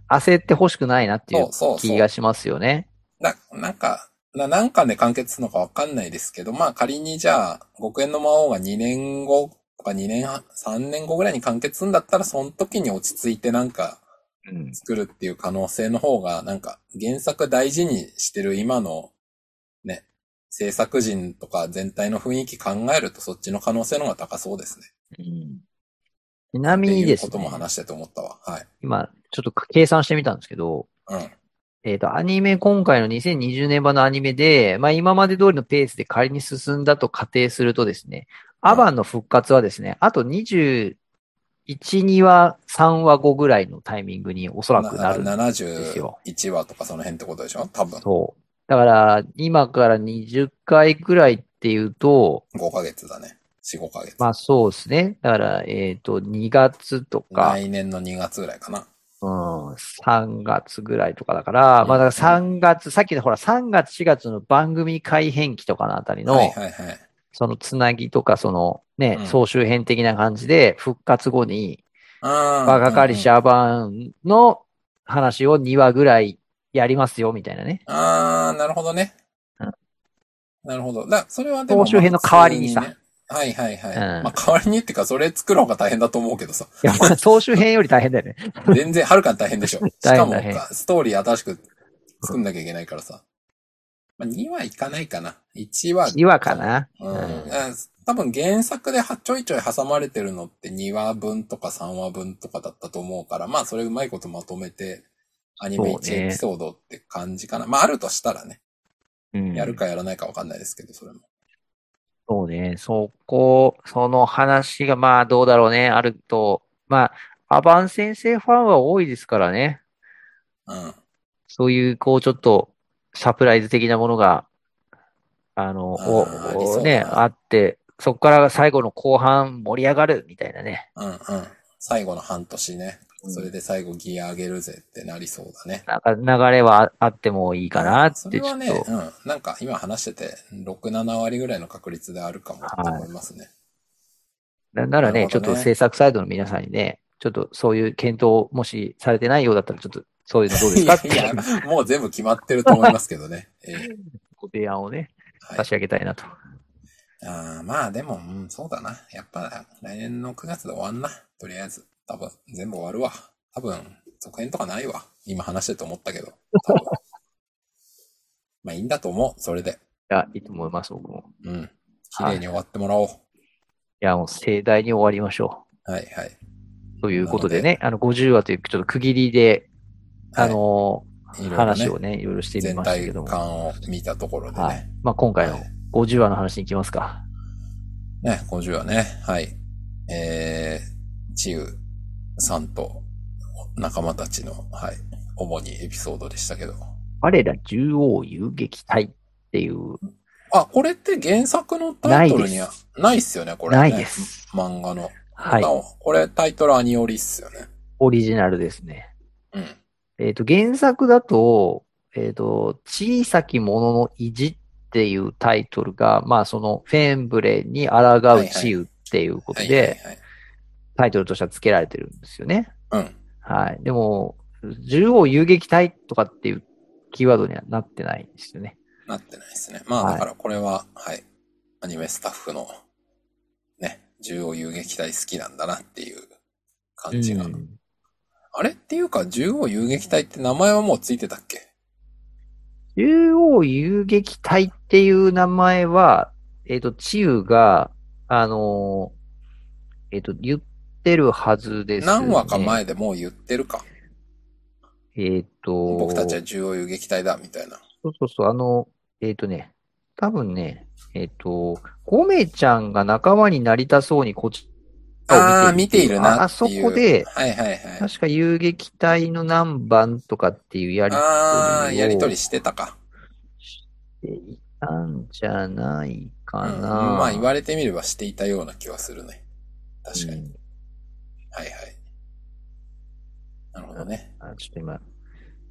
[SPEAKER 2] 焦ってほしくないなっていう
[SPEAKER 1] そうそうそう
[SPEAKER 2] 気がしますよね。
[SPEAKER 1] な、なんか、な、何巻で完結するのかわかんないですけど、まあ仮にじゃあ、極縁の魔王が2年後とか2年半、3年後ぐらいに完結するんだったら、その時に落ち着いてなんか
[SPEAKER 2] うん。
[SPEAKER 1] 作るっていう可能性の方が、なんか原作大事にしてる今の、ね、制作陣とか全体の雰囲気考えるとそっちの可能性の方が高そうですね。
[SPEAKER 2] ちなみにです
[SPEAKER 1] っていうこ
[SPEAKER 2] ね
[SPEAKER 1] とも、話してて思ったわ。はい。
[SPEAKER 2] 今、ちょっと計算してみたんですけど、
[SPEAKER 1] うん。
[SPEAKER 2] えっ、と、アニメ、今回の2020年版のアニメで、まあ今まで通りのペースで仮に進んだと仮定するとですね、アバンの復活はですね、あと21、2話、3話後ぐらいのタイミングにおそらくなる。ですよ
[SPEAKER 1] 71話とかその辺ってことでしょ多分。
[SPEAKER 2] そう。だから、今から20回くらいっていうと、
[SPEAKER 1] 5ヶ月だね。4、5ヶ月。
[SPEAKER 2] まあそうですね。だから、えっ、と、2月とか、
[SPEAKER 1] 来年の2月ぐらいかな。
[SPEAKER 2] うん、3月ぐらいとかだから、まあだから3月、さっきのほら3月4月の番組改編期とかのあたりの、
[SPEAKER 1] はいはいはい。
[SPEAKER 2] そのつなぎとかそのね、
[SPEAKER 1] うん
[SPEAKER 2] 総集編的な感じで復活後に、
[SPEAKER 1] あ
[SPEAKER 2] バカカリシ
[SPEAKER 1] ゃ
[SPEAKER 2] ャバンの話を2話ぐらいやりますよ、みたいなね。
[SPEAKER 1] あー、なるほどね
[SPEAKER 2] うん。
[SPEAKER 1] なるほど。だそれはでも。
[SPEAKER 2] 総集編の代わりにさ
[SPEAKER 1] まあ。普通ねはいはいはい。
[SPEAKER 2] うん
[SPEAKER 1] まあ代わりにっていうか、それ作る方が大変だと思うけどさ。
[SPEAKER 2] いや、 まあ総集編より大変だよね。
[SPEAKER 1] 全然、はるかに大変でしょ。し
[SPEAKER 2] 大
[SPEAKER 1] か
[SPEAKER 2] 変
[SPEAKER 1] も
[SPEAKER 2] 大変、
[SPEAKER 1] ストーリー新しく作んなきゃいけないからさ。まあ、2はいかないかな。1は。
[SPEAKER 2] 2話かな。
[SPEAKER 1] うん。
[SPEAKER 2] うん
[SPEAKER 1] 多分原作ではちょいちょい挟まれてるのって2話分とか3話分とかだったと思うから、まあそれうまいことまとめて、アニメ
[SPEAKER 2] そうね
[SPEAKER 1] 1エピソードって感じかな。まああるとしたらね、
[SPEAKER 2] うん
[SPEAKER 1] やるかやらないかわかんないですけど、それも。
[SPEAKER 2] そうね、そこ、その話がまあどうだろうね、あると。まあ、アバン先生ファンは多いですからね。
[SPEAKER 1] うん。
[SPEAKER 2] そういう、こう、ちょっと、サプライズ的なものが、あの、
[SPEAKER 1] あー
[SPEAKER 2] を
[SPEAKER 1] ありそうだな
[SPEAKER 2] ね、あって、そこから最後の後半盛り上がるみたいなね。
[SPEAKER 1] うんうん。最後の半年ね。
[SPEAKER 2] うん
[SPEAKER 1] それで最後ギア上げるぜってなりそうだね。
[SPEAKER 2] なんか流れはああってもいいかなって、
[SPEAKER 1] そ
[SPEAKER 2] ち
[SPEAKER 1] れ
[SPEAKER 2] ょ
[SPEAKER 1] は
[SPEAKER 2] っ
[SPEAKER 1] ね、
[SPEAKER 2] と。
[SPEAKER 1] うん。なんか今話してて、6、7割ぐらいの確率であるかもと思いますね。
[SPEAKER 2] なんならね、
[SPEAKER 1] なる
[SPEAKER 2] ちょ
[SPEAKER 1] ほ
[SPEAKER 2] っ
[SPEAKER 1] どね
[SPEAKER 2] と制作サイドの皆さんにね、ちょっとそういう検討をもしされてないようだったら、ちょっとそういうのどう
[SPEAKER 1] い
[SPEAKER 2] ですか
[SPEAKER 1] や
[SPEAKER 2] っ て
[SPEAKER 1] いや、もう全部決まってると思いますけどね。ええ
[SPEAKER 2] ご提案をね、
[SPEAKER 1] はい
[SPEAKER 2] 差し上げたいなと。
[SPEAKER 1] あーまあでも、うん、そうだな。やっぱ来年の9月で終わんな。とりあえず。多分、全部終わるわ。多分、続編とかないわ。今話してて思ったけど。多分 まあいいんだと思う。それで。
[SPEAKER 2] いや、いいと思います、僕も。
[SPEAKER 1] うん。綺麗に終わってもらおう。
[SPEAKER 2] いや、もう盛大に終わりましょ
[SPEAKER 1] はいはい。
[SPEAKER 2] う。ということでね、あの、50話というちょっと区切りで、あの
[SPEAKER 1] はい、いろいろね
[SPEAKER 2] 話をね、いろいろしてみ
[SPEAKER 1] 全
[SPEAKER 2] ましたけ
[SPEAKER 1] 体
[SPEAKER 2] ども。
[SPEAKER 1] 感を見たところでね。
[SPEAKER 2] はい。まあ、今回
[SPEAKER 1] は
[SPEAKER 2] の
[SPEAKER 1] い
[SPEAKER 2] 50話の話に行きますか。
[SPEAKER 1] ね、50はね、はい。えー、チウさんと仲間たちの、はい、主にエピソードでしたけど。
[SPEAKER 2] 我ら縦横遊撃隊っていう、
[SPEAKER 1] あ、これって原作のタイトルにはないっすよね、これ、ね。
[SPEAKER 2] ないで。す。
[SPEAKER 1] 漫画の。
[SPEAKER 2] はい
[SPEAKER 1] な。おこれタイトルアニオリっすよね。
[SPEAKER 2] オリジナルですね。
[SPEAKER 1] うん。
[SPEAKER 2] えっ、と、原作だと、えっ、と、小さきものの意地っていうタイトルが、まあ、その、フェンブレンに抗う治癒っていうこと
[SPEAKER 1] はいはい
[SPEAKER 2] で、
[SPEAKER 1] はい。
[SPEAKER 2] タイトルとしては付けられてるんですよね。
[SPEAKER 1] うん。
[SPEAKER 2] はい。でも、縦横遊撃隊とかっていうキーワードにはなってないんですよね。
[SPEAKER 1] なってないですね。まあ、
[SPEAKER 2] はい
[SPEAKER 1] だからこれは、はい。アニメスタッフの、ね、中央遊撃隊好きなんだなっていう感じが。
[SPEAKER 2] うん
[SPEAKER 1] あれっていうか、中央遊撃隊って名前はもうついてたっけ
[SPEAKER 2] 中央遊撃隊っていう名前は、えっ、と、チウが、あのーえっ、と、言ってるはずです、ね。
[SPEAKER 1] 何話か前でもう言ってるか。
[SPEAKER 2] えっ、と、
[SPEAKER 1] 僕たちは中央遊撃隊だ、みたいな。
[SPEAKER 2] そうそうそう、あの、えっ、とね、多分ね、えっ、と、ゴメちゃんが仲間になりたそうにこっち
[SPEAKER 1] ああ、見ているな
[SPEAKER 2] あ
[SPEAKER 1] っていう。
[SPEAKER 2] あそこで
[SPEAKER 1] はいはいはい。
[SPEAKER 2] 確か遊撃隊の何番とかっていうやり
[SPEAKER 1] ああ、やりとり
[SPEAKER 2] し
[SPEAKER 1] してたか。
[SPEAKER 2] ていたんじゃないか
[SPEAKER 1] う
[SPEAKER 2] な。
[SPEAKER 1] ん、まあ言われてみればしていたような気はするね。確かに。
[SPEAKER 2] うん
[SPEAKER 1] はいはい。なるほどね。
[SPEAKER 2] あちょっと今、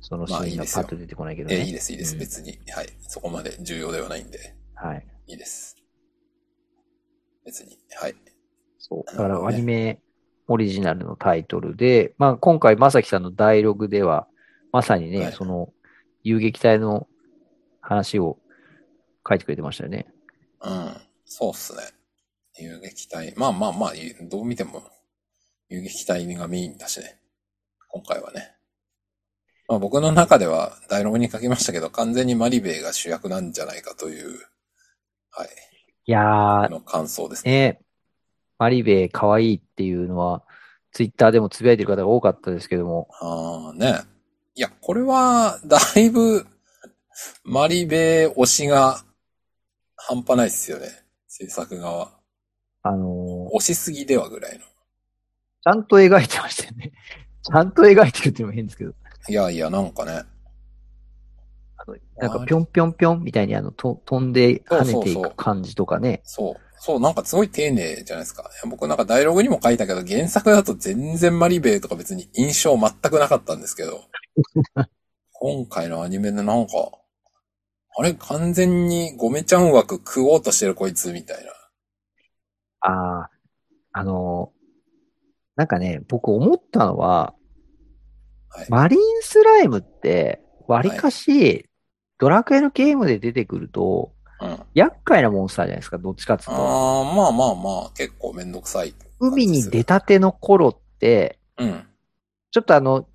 [SPEAKER 2] そのシ
[SPEAKER 1] まあい
[SPEAKER 2] ー
[SPEAKER 1] い
[SPEAKER 2] ン
[SPEAKER 1] で
[SPEAKER 2] が
[SPEAKER 1] す
[SPEAKER 2] パ
[SPEAKER 1] よ
[SPEAKER 2] ッと出てこないけど
[SPEAKER 1] えーいい
[SPEAKER 2] ね。
[SPEAKER 1] ですいいです。
[SPEAKER 2] うん
[SPEAKER 1] 別に。はい。そこまで重要ではないんで、
[SPEAKER 2] はい。
[SPEAKER 1] いいです。別に。はい。
[SPEAKER 2] そう。だ
[SPEAKER 1] な
[SPEAKER 2] か
[SPEAKER 1] るほど
[SPEAKER 2] ら
[SPEAKER 1] ね
[SPEAKER 2] アニメオリジナルのタイトルで、まあ今回、まさきさんのダイログでは、まさに
[SPEAKER 1] は
[SPEAKER 2] ね
[SPEAKER 1] い、
[SPEAKER 2] その遊撃隊の話を書いてくれてましたよね。
[SPEAKER 1] うん。そうっすね。遊撃隊。まあまあまあ、ゆどう見ても、遊撃隊がメインだしね。今回はね。まあ僕の中では、ダイログに書きましたけど、完全にマリベイが主役なんじゃないかという、はい。
[SPEAKER 2] いや
[SPEAKER 1] の感想です
[SPEAKER 2] ー、
[SPEAKER 1] ね。
[SPEAKER 2] ね、マリベ可愛いっていうのは、ツイッターでもつぶやいてる方が多かったですけども、
[SPEAKER 1] ああね。いや、これは、だいぶ、マリベ推しが、半端ないっすよね。制作側。
[SPEAKER 2] あのー
[SPEAKER 1] 推しすぎではぐらいの。
[SPEAKER 2] ちゃんと描いてました よね。ちゃんと描いてるっていうのも変ですけど。
[SPEAKER 1] いやいや、なんかね。
[SPEAKER 2] なんかぴょんぴょんぴょんみたいにあの、と飛んで跳ねてい
[SPEAKER 1] そうそうそう
[SPEAKER 2] く感じとかね。
[SPEAKER 1] そう。そう、なんかすごい丁寧じゃないですか。いや僕なんかダイログにも書いたけど、原作だと全然マリベーとか別に印象全くなかったんですけ ど。今回のアニメでなんか、あれ完全にゴメちゃん枠食おうとしてるこいつみたいな。
[SPEAKER 2] ああ、あのーなんかね、僕思ったのは、
[SPEAKER 1] はい
[SPEAKER 2] マリンスライムって、割かし、ドラクエのゲームで出てくると、
[SPEAKER 1] うん。あ
[SPEAKER 2] 厄介なモンスターじゃないですか、どっちかっていうと。
[SPEAKER 1] あー、まあまあまあ、結構めんどくさい。
[SPEAKER 2] 海に出たての頃って、
[SPEAKER 1] うん。
[SPEAKER 2] ちょっとあの、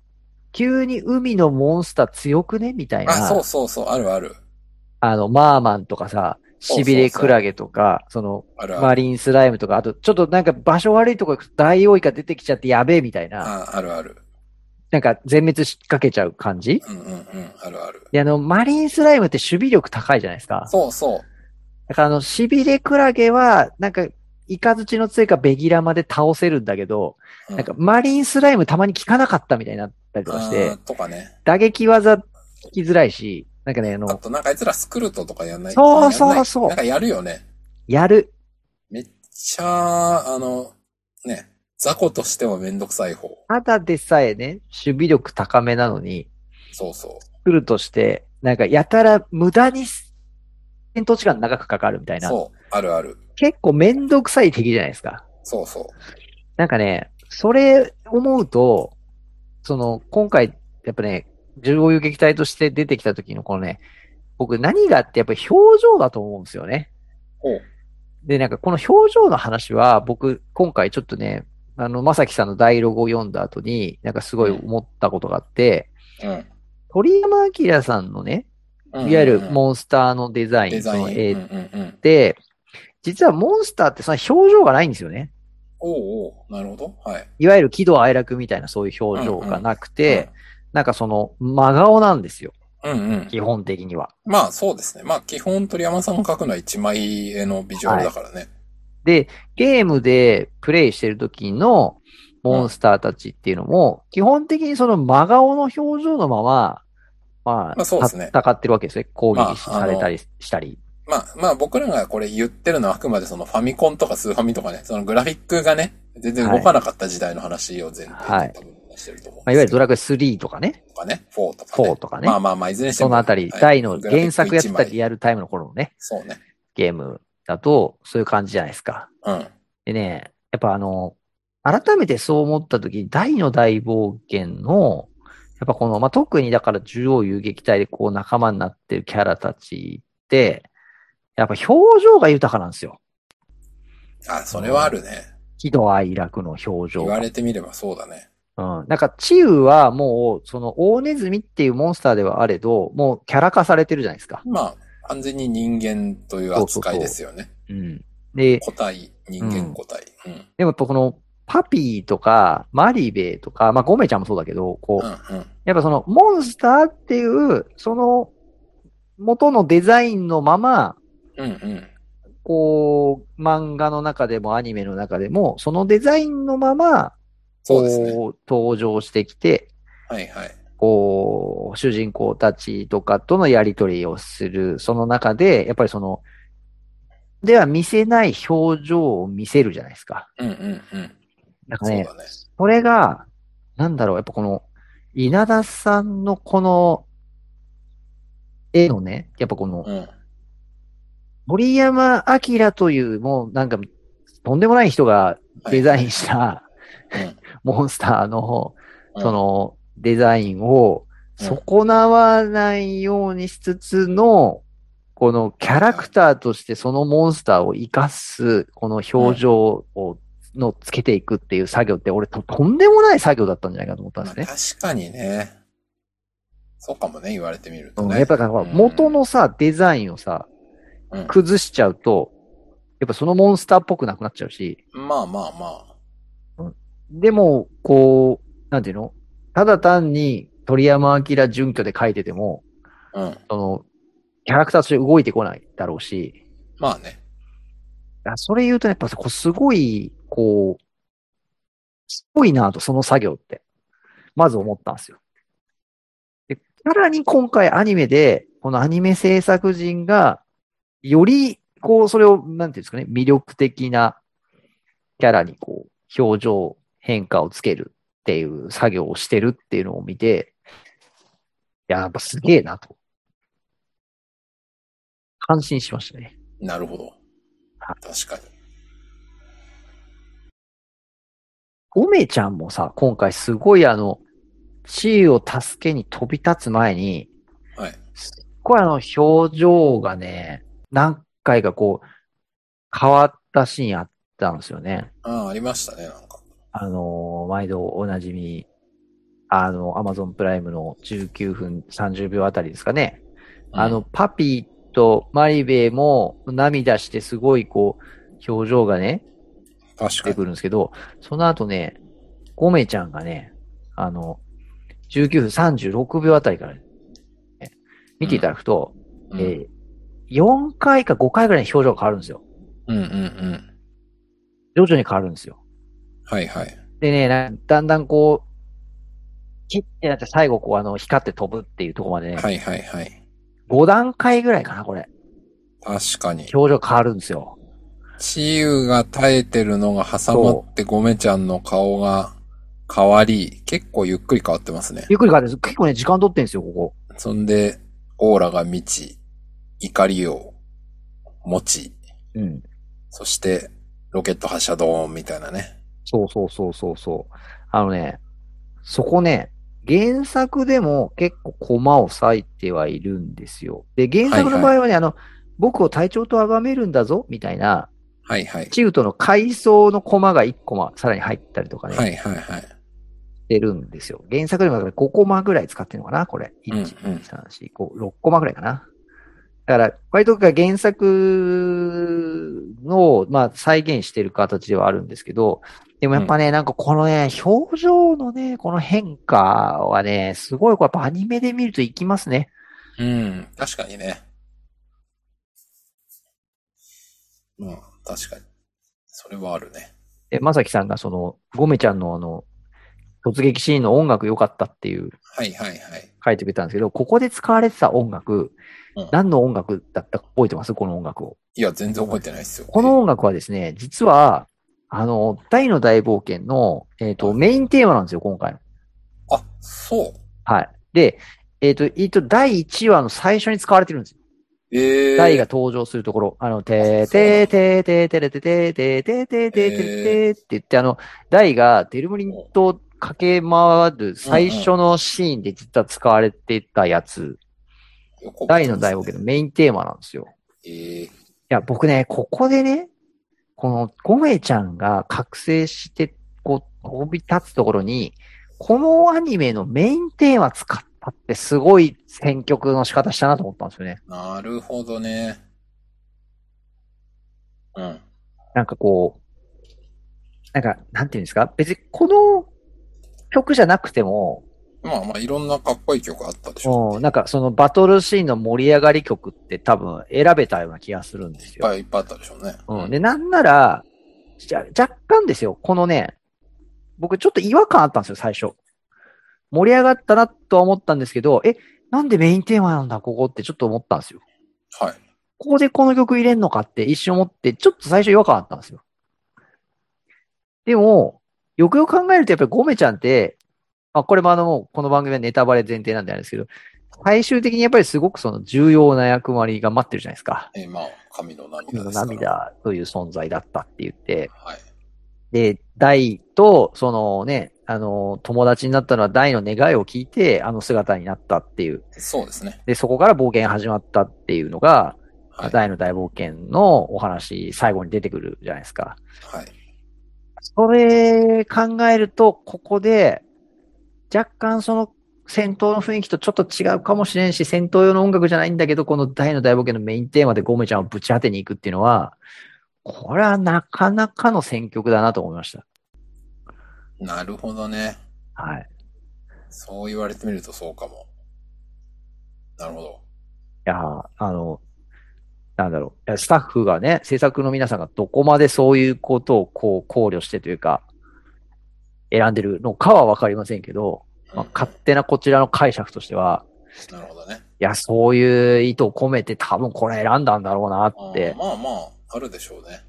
[SPEAKER 2] 急に海のモンスター強くねみたいな。
[SPEAKER 1] あ、そうそうそう、あるある。
[SPEAKER 2] あの、マーマンとかさ、
[SPEAKER 1] そうそうそう
[SPEAKER 2] しびれクラゲとか、その、
[SPEAKER 1] あるある。
[SPEAKER 2] マリンスライムとか、あと、ちょっとなんか場所悪いとこ行くとダイオウイカ出てきちゃってやべえみたいな、
[SPEAKER 1] ああるある。
[SPEAKER 2] なんか全滅しかけちゃう感じ
[SPEAKER 1] うんうんうん、あるある。
[SPEAKER 2] で、あの、マリンスライムって守備力高いじゃないですか。
[SPEAKER 1] そうそう。
[SPEAKER 2] だからあの、しびれクラゲは、なんか、イカズチの杖かベギラまで倒せるんだけど、
[SPEAKER 1] うん
[SPEAKER 2] なんか、マリンスライムたまに効かなかったみたいになったりとかし
[SPEAKER 1] あー
[SPEAKER 2] て、
[SPEAKER 1] とかね。
[SPEAKER 2] 打撃技効きづらいし、なんかね、あ
[SPEAKER 1] あ
[SPEAKER 2] の、
[SPEAKER 1] となんかあいつらスクルトとかやんない
[SPEAKER 2] そうそう
[SPEAKER 1] やんない
[SPEAKER 2] そう
[SPEAKER 1] なんかやるよね。
[SPEAKER 2] やる。
[SPEAKER 1] めっちゃ、あの、ね、雑魚としてはめんどくさい方。
[SPEAKER 2] ただでさえね、守備力高めなのに、
[SPEAKER 1] そうそ。
[SPEAKER 2] 来るとして、なんかやたら無駄に戦闘時間長くかかるみたいうな。
[SPEAKER 1] そう。あるある。
[SPEAKER 2] 結構めんどくさい敵じゃないですか。
[SPEAKER 1] そうそう。
[SPEAKER 2] なんかね、それ思うと、その、今回、やっぱね、重要遊撃隊として出てきた時のこのね、僕何があってやっぱ表情だと思うんですよね。
[SPEAKER 1] ほう。
[SPEAKER 2] で、なんかこの表情の話は僕今回ちょっとね、あの、まさきさんのダイログを読んだ後に、なんかすごい思ったことがあって、
[SPEAKER 1] うん。
[SPEAKER 2] 鳥山明さんのね、
[SPEAKER 1] うんうんうん
[SPEAKER 2] いわゆるモンスターのデザイ
[SPEAKER 1] デ
[SPEAKER 2] ン
[SPEAKER 1] ザイン。
[SPEAKER 2] の
[SPEAKER 1] うん
[SPEAKER 2] 絵
[SPEAKER 1] うんうん。
[SPEAKER 2] で、実はモンスターってその表情がないんですよね。
[SPEAKER 1] おうおうなるほど。はい。
[SPEAKER 2] いわゆる喜怒哀楽みたいなそういう表情がなくて、なんかその真顔なんですよ。
[SPEAKER 1] うん、うんうん。
[SPEAKER 2] 基本的には。
[SPEAKER 1] まあそうですね。まあ基本鳥山さんが描くのは一枚絵のビジュアルだからね。
[SPEAKER 2] で、ゲームでプレイしてる時のモンスターたちっていうのも、基本的にその真顔の表情のまま、ま
[SPEAKER 1] ま
[SPEAKER 2] あ、
[SPEAKER 1] あそうですね
[SPEAKER 2] 戦ってるわけですね。攻撃し
[SPEAKER 1] まああ
[SPEAKER 2] さ
[SPEAKER 1] の
[SPEAKER 2] れたりしたり。
[SPEAKER 1] まあまあ僕らがこれ言ってるのはあくまでそのファミコンとかスーファミとかね、そのグラフィックがね、全然動かなかった時代の話を前提に多分してると思うん
[SPEAKER 2] まあ、いわゆる
[SPEAKER 1] ド
[SPEAKER 2] ドラクエ3とかね、
[SPEAKER 1] とかね、4とかね。
[SPEAKER 2] 4とかね
[SPEAKER 1] ま。あまあまあ、いずれにして
[SPEAKER 2] そ
[SPEAKER 1] も。
[SPEAKER 2] のあたり、
[SPEAKER 1] はい
[SPEAKER 2] 大の原作やっ。
[SPEAKER 1] グ
[SPEAKER 2] て
[SPEAKER 1] ラ
[SPEAKER 2] た
[SPEAKER 1] フィック一
[SPEAKER 2] リ
[SPEAKER 1] 枚
[SPEAKER 2] アルタイムの頃のね、
[SPEAKER 1] そうね。
[SPEAKER 2] ゲームだと、そういう感じじゃないですか。
[SPEAKER 1] うん。
[SPEAKER 2] でね、やっぱあの、改めてそう思ったとき、大の大冒険の、やっぱこの、まあ、特にだから中央遊撃隊でこう仲間になってるキャラたちって、やっぱ表情が豊かなんですよ。
[SPEAKER 1] あ、それはあるね。
[SPEAKER 2] 喜怒哀楽の表情
[SPEAKER 1] 言
[SPEAKER 2] が
[SPEAKER 1] われてみればそうだね。
[SPEAKER 2] うん。なんか、チウはもう、その、大ネズミっていうモンスターではあれど、もうキャラ化されてるじゃないですか。
[SPEAKER 1] まあ、完全に人間という扱いですよね。
[SPEAKER 2] うん。で、
[SPEAKER 1] 個体、人間個体。うん。うん
[SPEAKER 2] でもやっぱこの、パピーとか、マリベとか、まあ、ゴメちゃんもそうだけど、こう、
[SPEAKER 1] うん。
[SPEAKER 2] やっぱそのモンスターっていう、その元のデザインのまま、
[SPEAKER 1] うんうん。
[SPEAKER 2] こう、漫画の中でもアニメの中でも、そのデザインのまま、
[SPEAKER 1] そうですね。
[SPEAKER 2] こう、登場してきて、
[SPEAKER 1] はいはい。
[SPEAKER 2] こう、主人公たちとかとのやりとりをする、その中で、やっぱりその、では見せない表情を見せるじゃないですか。
[SPEAKER 1] うんうんうん。
[SPEAKER 2] なんか
[SPEAKER 1] そう
[SPEAKER 2] ね、
[SPEAKER 1] だね。
[SPEAKER 2] それが、なんだろう、やっぱこの、稲田さんのこの、絵のね、やっぱこの、
[SPEAKER 1] うん。
[SPEAKER 2] 森山明という、もうなんか、とんでもない人がデザインした
[SPEAKER 1] うん、
[SPEAKER 2] モンスターの、
[SPEAKER 1] うん
[SPEAKER 2] その、デザインを
[SPEAKER 1] うん
[SPEAKER 2] 損なわないようにしつつの、このキャラクターとしてそのモンスターを活かす、この表情を、のつけていくっていう作業って、俺ととんでもない作業だったんじゃないかと思ったん
[SPEAKER 1] ま
[SPEAKER 2] で
[SPEAKER 1] あ
[SPEAKER 2] すね。
[SPEAKER 1] 確かにね。そうかもね、言われてみると
[SPEAKER 2] うん
[SPEAKER 1] ね。
[SPEAKER 2] やっぱだから元のさ、デザインをさ、
[SPEAKER 1] うん
[SPEAKER 2] 崩しちゃうと、やっぱそのモンスターっぽくなくなっちゃうし、
[SPEAKER 1] まあまあま
[SPEAKER 2] でも、こう、なんていうのただ単に鳥山明準拠で書いてても、
[SPEAKER 1] あ。うん。
[SPEAKER 2] その、キャラクターとして動いてこないだろうし、
[SPEAKER 1] まあね。
[SPEAKER 2] あそれ言うとやっぱこうすごい、こう、すごいなと、その作業って。まず思ったんですよ。で、さらに今回アニメで、このアニメ制作人が、より、こう、それを、なんていうんですかね、魅力的なキャラに、こう、表情変化をつけるっていう作業をしてるっていうのを見て、いややっぱすげえなと。感心しましたね。
[SPEAKER 1] なるほど。
[SPEAKER 2] は
[SPEAKER 1] 確かに。
[SPEAKER 2] ゴメちゃんもさ、今回すごいあの、地位を助けに飛び立つ前に、
[SPEAKER 1] はい。
[SPEAKER 2] これあの表情がね、何回かこう、変わったシーンあったんですよね。
[SPEAKER 1] ああ、ありましたね、なんか。
[SPEAKER 2] あのー毎度おなじみ、あの、アマゾンプライムの19分30秒あたりですかね。あの、パピーとマリベーも涙してすごいこう、表情がね、
[SPEAKER 1] 確
[SPEAKER 2] 出てくるんですけど、その後ね、ゴメちゃんがね、あの、19分36秒あたりからね、見ていただくと、
[SPEAKER 1] うん
[SPEAKER 2] えー、4回か5回ぐらいに表情が変わるんですよ。
[SPEAKER 1] うんうんうん。
[SPEAKER 2] 徐々に変わるんですよ。
[SPEAKER 1] はいはい。
[SPEAKER 2] でね、なだんだんこう、切ってなって最後こうあの光って飛ぶっていうところまでね、
[SPEAKER 1] はいはいはい。
[SPEAKER 2] 5段階ぐらいかな、これ。
[SPEAKER 1] 確かに。
[SPEAKER 2] 表情変わるんですよ。
[SPEAKER 1] チーウが耐えてるのが挟まってゴメちゃんの顔が変わり、結構ゆっくり変わってますね。
[SPEAKER 2] ゆっくり変わるんです。結構ね、時間取ってんですよ、ここ。
[SPEAKER 1] そんで、オーラが満ち、怒りを持ち、
[SPEAKER 2] うん。
[SPEAKER 1] そして、ロケット発射ドーンみたいなね。
[SPEAKER 2] そうそうそうそうそう。あのね、そこね、原作でも結構コマを割いてはいるんですよ。で、原作の場合はね、あの、僕を隊長と崇めるんだぞ、みたいな、
[SPEAKER 1] はいはい。
[SPEAKER 2] チウとの階層のコマが1コマさらに入ったりとかね、
[SPEAKER 1] はいはいはい。
[SPEAKER 2] してるんですよ。原作でもだから5コマぐらい使ってるのかなこれ。1、
[SPEAKER 1] うんうん
[SPEAKER 2] 2、3、4、5、6コマぐらいかな。だから、割と原作の、まあ、再現してる形ではあるんですけど、でもやっぱね、なんかこのね、表情のね、この変化はね、すごい、こうやっぱアニメで見るといきますね。
[SPEAKER 1] うん、確かにね。まあ、確かに。それはあるね。
[SPEAKER 2] で、まさきさんがその、ゴメちゃんのあの、突撃シーンの音楽良かったっていう
[SPEAKER 1] はいはいはい。
[SPEAKER 2] 書いてくれたんですけど、ここで使われてた音楽、
[SPEAKER 1] うん
[SPEAKER 2] 何の音楽だったか覚えてますこの音楽を。
[SPEAKER 1] いや、全然覚えてないですよ。
[SPEAKER 2] この音楽はですね、実は、あの、大の大冒険の、えっ、と、メインテーマなんですよ、今回の。
[SPEAKER 1] あ、そう。
[SPEAKER 2] はい。で、えっ、と、えっ、と、第1話の最初に使われてるんですよ。
[SPEAKER 1] ええー。
[SPEAKER 2] 大が登場するところ、あの、てーてーてーてーてーてーてーてーてーてーてーてーてーって言って、あの、大がデルムリンと駆け回る最初のシーンで実は使われてたやつ、
[SPEAKER 1] よく覚え
[SPEAKER 2] 大
[SPEAKER 1] て
[SPEAKER 2] の
[SPEAKER 1] ますね
[SPEAKER 2] 大冒険のメインテーマなんですよ。
[SPEAKER 1] ええー。
[SPEAKER 2] いや、僕ね、ここでね、このゴメちゃんが覚醒して、こう、飛び立つところに、このアニメのメインテーマ使ったってすごい選曲の仕方したなと思ったんですよね。
[SPEAKER 1] なるほどね。うん。
[SPEAKER 2] なんかこう、なんか、なんていうんですか別にこの曲じゃなくても、
[SPEAKER 1] まあまあ、いろんなかっこいい曲あったでしょ。
[SPEAKER 2] うん、なんかそのバトルシーンの盛り上がり曲って多分選べたような気がするんです
[SPEAKER 1] いっ
[SPEAKER 2] よ。
[SPEAKER 1] ぱいいっぱいあったでしょうね。
[SPEAKER 2] うん。で、なんなら、じゃ、若干ですよ。このね、僕ちょっと違和感あったんですよ、最初。盛り上がったなとは思ったんですけど、え、なんでメインテーマなんだ、ここってちょっと思ったんですよ。
[SPEAKER 1] はい。
[SPEAKER 2] ここでこの曲入れんのかって一瞬思って、ちょっと最初違和感あったんですよ。でも、よくよく考えるとやっぱりゴメちゃんって、まあこれもあのもうこの番組はネタバレ前提なんであれですけど、最終的にやっぱりすごくその重要な役割が待ってるじゃないですか。
[SPEAKER 1] えー、まあ、神の涙
[SPEAKER 2] 海
[SPEAKER 1] で
[SPEAKER 2] の
[SPEAKER 1] すから。
[SPEAKER 2] 涙という存在だったって言って、
[SPEAKER 1] はい。
[SPEAKER 2] で、大と、そのね、あの、友達になったのは大の願いを聞いて、あの姿になったっていう。
[SPEAKER 1] そうですね。
[SPEAKER 2] で、そこから冒険始まったっていうのが、
[SPEAKER 1] はい。
[SPEAKER 2] 大の大冒険のお話、最後に出てくるじゃないですか。
[SPEAKER 1] はい。
[SPEAKER 2] それ考えると、ここで、若干その戦闘の雰囲気とちょっと違うかもしれんし、戦闘用の音楽じゃないんだけど、この大の大冒険のメインテーマでゴメちゃんをぶち当てに行くっていうのは、これはなかなかの選曲だなと思いました。
[SPEAKER 1] なるほどね。
[SPEAKER 2] はい。
[SPEAKER 1] そう言われてみるとそうかも。なるほど。
[SPEAKER 2] いやー、あの、なんだろういや、スタッフがね、制作の皆さんがどこまでそういうことをこう考慮してというか、選んでるのかはわかりませんけど、まあ
[SPEAKER 1] うん
[SPEAKER 2] 勝手なこちらの解釈としては、
[SPEAKER 1] なるほどね。
[SPEAKER 2] や、そういう意図を込めて多分これ選んだんだろうなって、
[SPEAKER 1] まあまあ、あるでしょうね。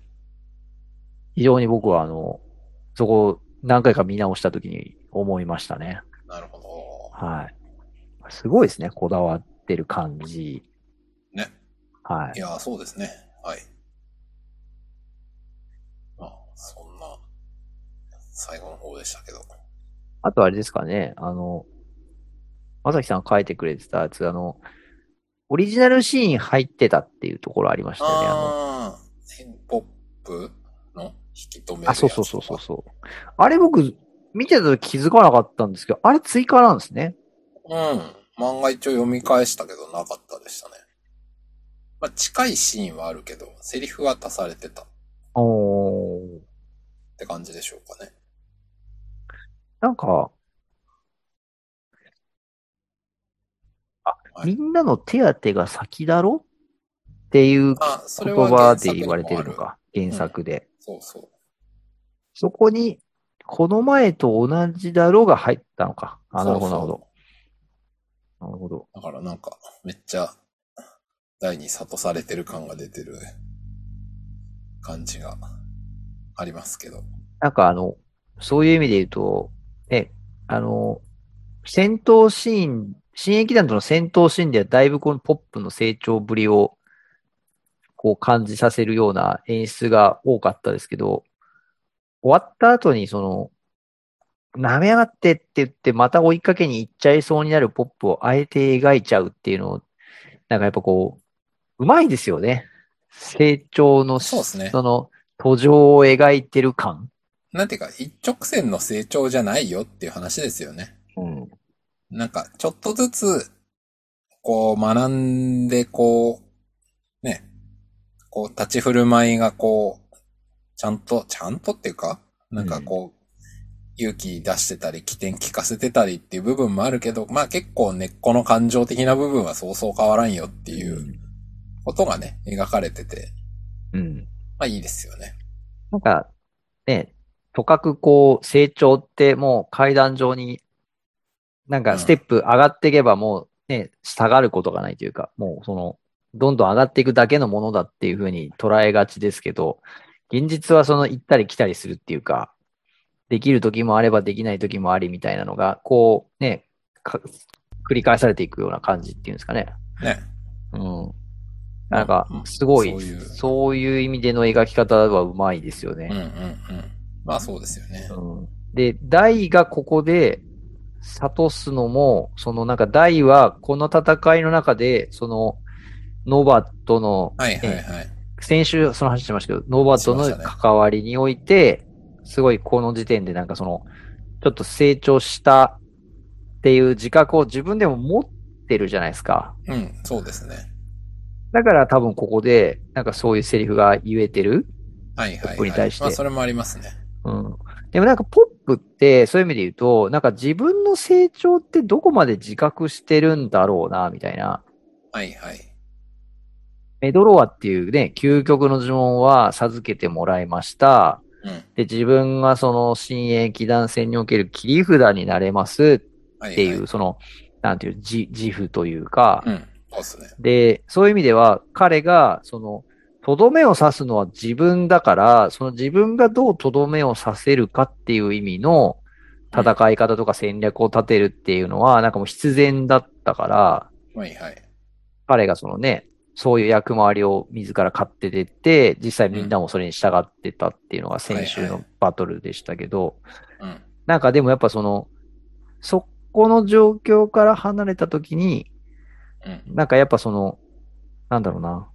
[SPEAKER 2] 非常に僕はあの、そこを何回か見直した時に思いましたね。
[SPEAKER 1] なるほ
[SPEAKER 2] はい。すごいですね、こだわってる感じ。
[SPEAKER 1] ど。ね。
[SPEAKER 2] はい
[SPEAKER 1] い。やー、そうですね。はい。まあ、そんな、最後の方でしたけど。
[SPEAKER 2] あとあれですかね、あの、まさきさんが書いてくれてたやつ、あの、オリジナルシーン入ってたっていうところありましたよね。あの
[SPEAKER 1] あー、ヒップホップの引き止める
[SPEAKER 2] あ、
[SPEAKER 1] やつと
[SPEAKER 2] そう
[SPEAKER 1] か
[SPEAKER 2] そうそうそうそう。あれ僕、見てたと気づかなかったんですけど、あれ追加なんですね。
[SPEAKER 1] うん。漫画一応読み返したけどなかったでしたね。まあ、近いシーンはあるけど、セリフは足されてたっ
[SPEAKER 2] おー。
[SPEAKER 1] て感じでしょうかね。
[SPEAKER 2] なんか、あ、
[SPEAKER 1] はい
[SPEAKER 2] みんなの手当てが先だろっていう
[SPEAKER 1] あ、それ
[SPEAKER 2] 言
[SPEAKER 1] は
[SPEAKER 2] 葉
[SPEAKER 1] 原
[SPEAKER 2] で
[SPEAKER 1] 作に
[SPEAKER 2] 言
[SPEAKER 1] も
[SPEAKER 2] わ
[SPEAKER 1] あ
[SPEAKER 2] れ
[SPEAKER 1] る
[SPEAKER 2] てるの。か、原作で。
[SPEAKER 1] そうそう。
[SPEAKER 2] そこに、この前と同じだろうが入ったのか。あ、なるほど、な
[SPEAKER 1] そ
[SPEAKER 2] る
[SPEAKER 1] うそう
[SPEAKER 2] ほど。なるほど。
[SPEAKER 1] だからなんか、めっちゃ、台に諭されてる感が出てる感じがありますけど。
[SPEAKER 2] なんかあの、そういう意味で言うと、ね、あの、戦闘シーン、新駅団との戦闘シーンではだいぶこのポップの成長ぶりを、こう感じさせるような演出が多かったですけど、終わった後にその、舐めやがってって言って、また追いかけに行っちゃいそうになるポップをあえて描いちゃうっていうのを、なんかやっぱこう、うまいですよね。成長の、
[SPEAKER 1] そうですね
[SPEAKER 2] その、途上を描いてる感。
[SPEAKER 1] なんていうか、一直線の成長じゃないよっていう話ですよね。
[SPEAKER 2] うん。
[SPEAKER 1] なんか、ちょっとずつ、こう、学んで、こう、ね、こう、立ち振る舞いが、こう、ちゃんと、ちゃんとっていうか、なんかこう、勇気出してたり、起点聞かせてたりっていう部分もあるけど、まあ結構根っこの感情的な部分はそうそう変わらんよっていうことがね、描かれてて、
[SPEAKER 2] うん。
[SPEAKER 1] まあいいですよね。
[SPEAKER 2] なんか、ね、とかくこう、成長ってもう階段上に、な
[SPEAKER 1] う
[SPEAKER 2] ん
[SPEAKER 1] ん
[SPEAKER 2] かステップ上がっていけばもうね、下がることがないというか、もうその、どんどん上がっていくだけのものだっていうふうに捉えがちですけど、現実はその行ったり来たりするっていうか、できる時もあればできない時もありみたいなのが、こうね、か繰り返されていくような感じっていうんですかね。
[SPEAKER 1] ね。
[SPEAKER 2] うん。なんか
[SPEAKER 1] う、ん
[SPEAKER 2] すごい、
[SPEAKER 1] そういう
[SPEAKER 2] そういう意味での描き方はうまいですよ
[SPEAKER 1] うんうんう
[SPEAKER 2] ね。
[SPEAKER 1] ん。まあそうですよね。
[SPEAKER 2] うんで、大がここで、悟すのも、そのなんか大はこの戦いの中で、その、ノバとの、
[SPEAKER 1] はいはい
[SPEAKER 2] え
[SPEAKER 1] はい。
[SPEAKER 2] 先週その話しましたけど、ノバと
[SPEAKER 1] し
[SPEAKER 2] の
[SPEAKER 1] ましたね
[SPEAKER 2] 関わりにおいて、すごいこの時点でなんかその、ちょっと成長したっていう自覚を自分でも持ってるじゃないですか。
[SPEAKER 1] うん、そうですね。
[SPEAKER 2] だから多分ここで、なんかそういうセリフが言えてる。
[SPEAKER 1] はいはい、
[SPEAKER 2] 僕
[SPEAKER 1] はい。
[SPEAKER 2] に対して
[SPEAKER 1] まあそれもありますね。
[SPEAKER 2] うん。でもなんかポップって、そういう意味で言うと、なんか自分の成長ってどこまで自覚してるんだろうな、みたいな。
[SPEAKER 1] はいはい。
[SPEAKER 2] メドロワっていうね、究極の呪文は授けてもらいました。
[SPEAKER 1] うん。
[SPEAKER 2] で、自分がその新鋭気団戦における切り札になれます
[SPEAKER 1] はい、はい。
[SPEAKER 2] っていう、その、なんていう、自、自負というか、
[SPEAKER 1] うん。そうっすね。
[SPEAKER 2] で、そういう意味では、彼が、その、とどめを刺すのは自分だから、その自分がどうとどめを刺せるかっていう意味の戦い方とか戦略を立てるっていうのは、なんかもう必然だったから、
[SPEAKER 1] はいはい。
[SPEAKER 2] 彼がそのね、そういう役回りを自ら買って出て、実際みんなもそれに従ってたっていうのが先週
[SPEAKER 1] はいは
[SPEAKER 2] のバトルでしたけど、
[SPEAKER 1] うん。
[SPEAKER 2] なんかでもやっぱその、そこの状況から離れた時に、
[SPEAKER 1] うん。
[SPEAKER 2] なんかやっぱその、なんだろうな。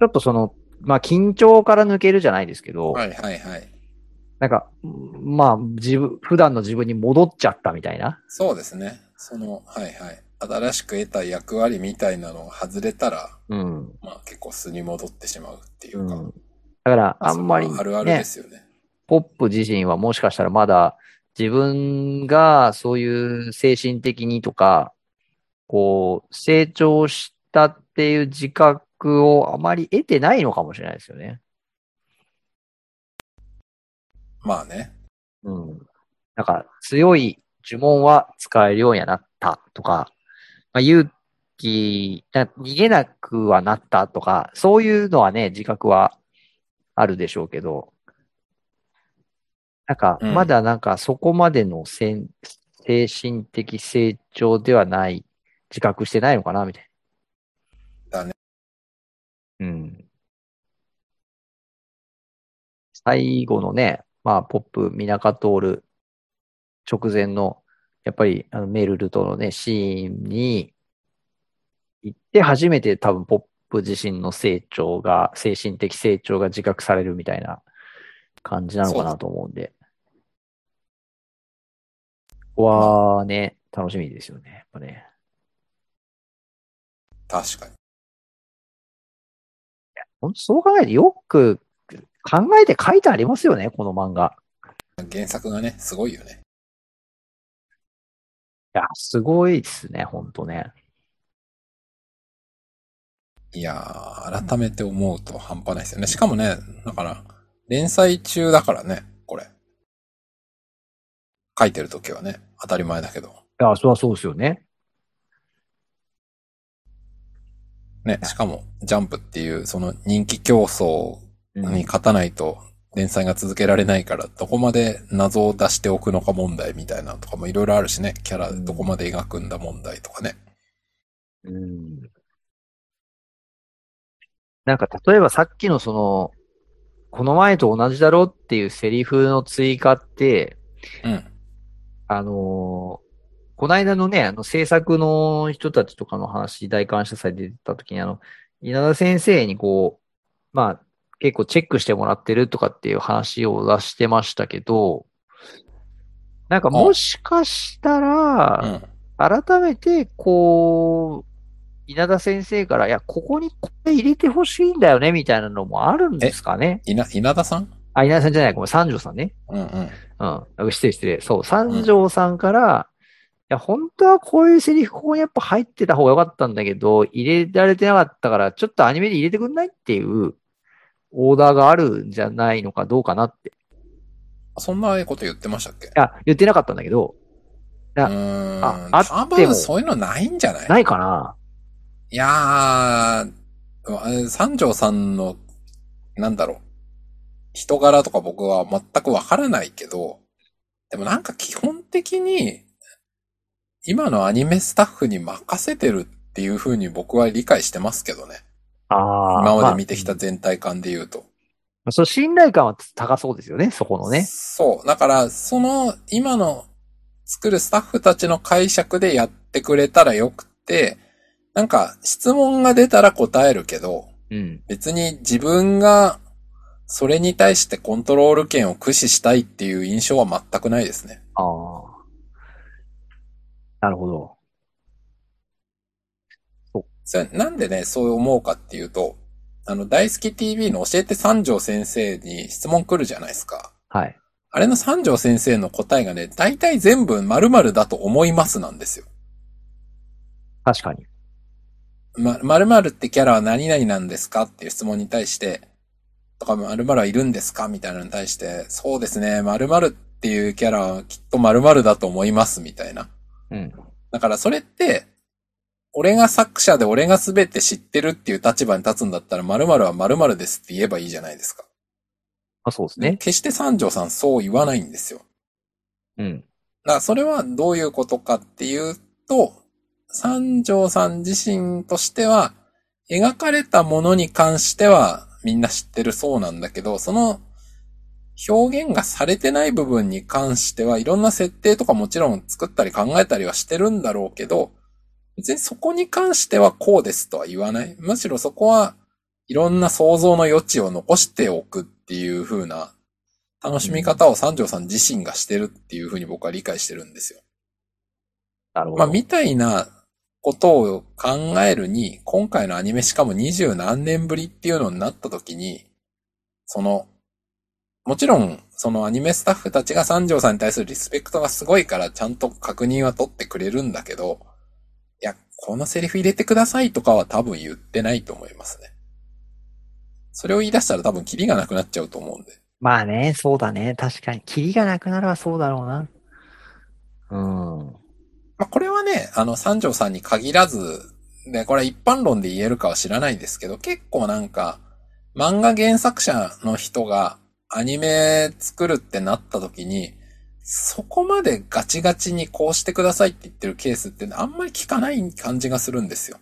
[SPEAKER 2] ちょっとその、まあ緊張から抜けるじゃないですけど、
[SPEAKER 1] はいはいはい。
[SPEAKER 2] なんか、うんまあ自分、普段の自分に戻っちゃったみたいな。
[SPEAKER 1] そうですね。その、はいはい。新しく得た役割みたいなのが外れたら、
[SPEAKER 2] うん。
[SPEAKER 1] まあ結構素に戻ってしまうっていううか。
[SPEAKER 2] ん。だから、あんまり、
[SPEAKER 1] そ
[SPEAKER 2] ね
[SPEAKER 1] れ、はあるあるですよね。
[SPEAKER 2] ポップ自身はもしかしたらまだ自分がそういう精神的にとか、こう、成長したっていう自覚をあまり得てないのかもしれないですよね。
[SPEAKER 1] まあね。
[SPEAKER 2] うん。なんか、強い呪文は使えるようになったとか、まあ、勇気、な逃げなくはなったとか、そういうのはね、自覚はあるでしょうけど、なんか、
[SPEAKER 1] うん
[SPEAKER 2] まだなんかそこまでのせん精神的成長ではない、自覚してないのかな、みたいな。
[SPEAKER 1] だね。
[SPEAKER 2] うん。最後のね、まあ、ポップ、ミナカトール直前の、やっぱりあのメルルとのね、シーンに行って初めて多分ポップ自身の成長が、精神的成長が自覚されるみたいな感じなのかなと思うんで。ここはね、楽しみですよね、やっぱね。
[SPEAKER 1] 確かに。
[SPEAKER 2] ほんとそう考えてよく考えて書いてありますよね、この漫画。
[SPEAKER 1] 原作がね、すごいよね。
[SPEAKER 2] いや、すごいですね、ほんとね。
[SPEAKER 1] いやー、改めて思うと半端ないですよね。しかもね、だから、連載中だからね、これ。書いてる時はね、当たり前だけど。
[SPEAKER 2] いや、それはそうですよね。
[SPEAKER 1] ね、しかも、ジャンプっていう、その人気競争
[SPEAKER 2] うん
[SPEAKER 1] に勝たないと、連載が続けられないから、どこまで謎を出しておくのか問題みたいなのとかもいろいろあるしね、キャラ
[SPEAKER 2] うん
[SPEAKER 1] どこまで描くんだ問題とかね。
[SPEAKER 2] うんなんか、例えばさっきのその、この前と同じだろっていうセリフの追加って、
[SPEAKER 1] うん。
[SPEAKER 2] あのーこないだのね、あの、制作の人たちとかの話、大感謝祭で出てた時に、あの、稲田先生にこう、まあ、結構チェックしてもらってるとかっていう話を出してましたけど、なんかもしかしたら、
[SPEAKER 1] うん。
[SPEAKER 2] 改めて、こう、稲田先生から、いや、ここにこれ入れてほしいんだよね、みたいなのもあるんですかね。
[SPEAKER 1] いな、稲田さん
[SPEAKER 2] あ、稲田さんじゃない、ごめん、三条さんね。
[SPEAKER 1] うんうん。
[SPEAKER 2] うん。失礼、失礼。そう、三条さんから、いや、本当はこういうセリフ、ここにやっぱ入ってた方が良かったんだけど、入れられてなかったから、ちょっとアニメで入れてくんないっていう、オーダーがあるんじゃないのかどうかなって。い
[SPEAKER 1] そんなこと言ってましたっけ
[SPEAKER 2] や、言ってなかったんだけど、
[SPEAKER 1] う
[SPEAKER 2] あ
[SPEAKER 1] ーん。
[SPEAKER 2] ああっても
[SPEAKER 1] 多分そういうのないんじゃない
[SPEAKER 2] ないかない
[SPEAKER 1] やー、三条さんの、なんだろう、人柄とか僕は全くわからないけど、でもなんか基本的に、今のアニメスタッフに任せてるっていう風に僕は理解してますけどね。
[SPEAKER 2] ああ。
[SPEAKER 1] 今まで見てき
[SPEAKER 2] ま
[SPEAKER 1] た全体感で言うと。
[SPEAKER 2] あそう、信頼感は高そうですよね、そこのね。
[SPEAKER 1] そう。だから、その、今の作るスタッフたちの解釈でやってくれたらよくて、なんか質問が出たら答えるけど、
[SPEAKER 2] うん。
[SPEAKER 1] 別に自分がそれに対してコントロール権を駆使したいっていう印象は全くないですね。
[SPEAKER 2] ああ。なるほど。
[SPEAKER 1] それなんでね、そう思うかっていうと、あの、大好き TV の教えて三条先生に質問来るじゃないですか。
[SPEAKER 2] はい。
[SPEAKER 1] あれの三条先生の答えがね、大体全部〇〇だと思いますなんですよ。
[SPEAKER 2] 確かに。
[SPEAKER 1] ま、〇〇ってキャラは何々なんですかっていう質問に対して、とか、〇〇はいるんですかみたいなのに対して、そうですね、〇〇っていうキャラはきっと〇〇だと思いますみたいな。
[SPEAKER 2] うん。
[SPEAKER 1] だからそれって、俺が作者で俺が全て知ってるっていう立場に立つんだったら、〇〇は〇〇ですって言えばいいじゃないですか。
[SPEAKER 2] あ、そうですね。
[SPEAKER 1] 決して三条さんそう言わないんですよ。
[SPEAKER 2] うん。
[SPEAKER 1] だからそれはどういうことかっていうと、三条さん自身としては、描かれたものに関してはみんな知ってるそうなんだけど、その表現がされてない部分に関してはいろんな設定とかもちろん作ったり考えたりはしてるんだろうけど、別にそこに関してはこうですとは言わない。むしろそこはいろんな想像の余地を残しておくっていう風な楽しみ方を三条さん自身がしてるっていう風に僕は理解してるんですよ。
[SPEAKER 2] なるほど。
[SPEAKER 1] まあ、みたいなことを考えるに、今回のアニメしかも二十何年ぶりっていうのになった時に、その、もちろん、そのアニメスタッフたちが三条さんに対するリスペクトがすごいから、ちゃんと確認は取ってくれるんだけど、いや、このセリフ入れてくださいとかは多分言ってないと思いますね。それを言い出したら多分キリがなくなっちゃうと思うんで。
[SPEAKER 2] まあね、そうだね。確かに。キリがなくなればそうだろうな。うん。
[SPEAKER 1] まあ、これはね、あの、三条さんに限らず、ね、これは一般論で言えるかは知らないですけど、結構なんか、漫画原作者の人がアニメ作るってなった時に、そこまでガチガチにこうしてくださいって言ってるケースってあんまり聞かない感じがするんですよ。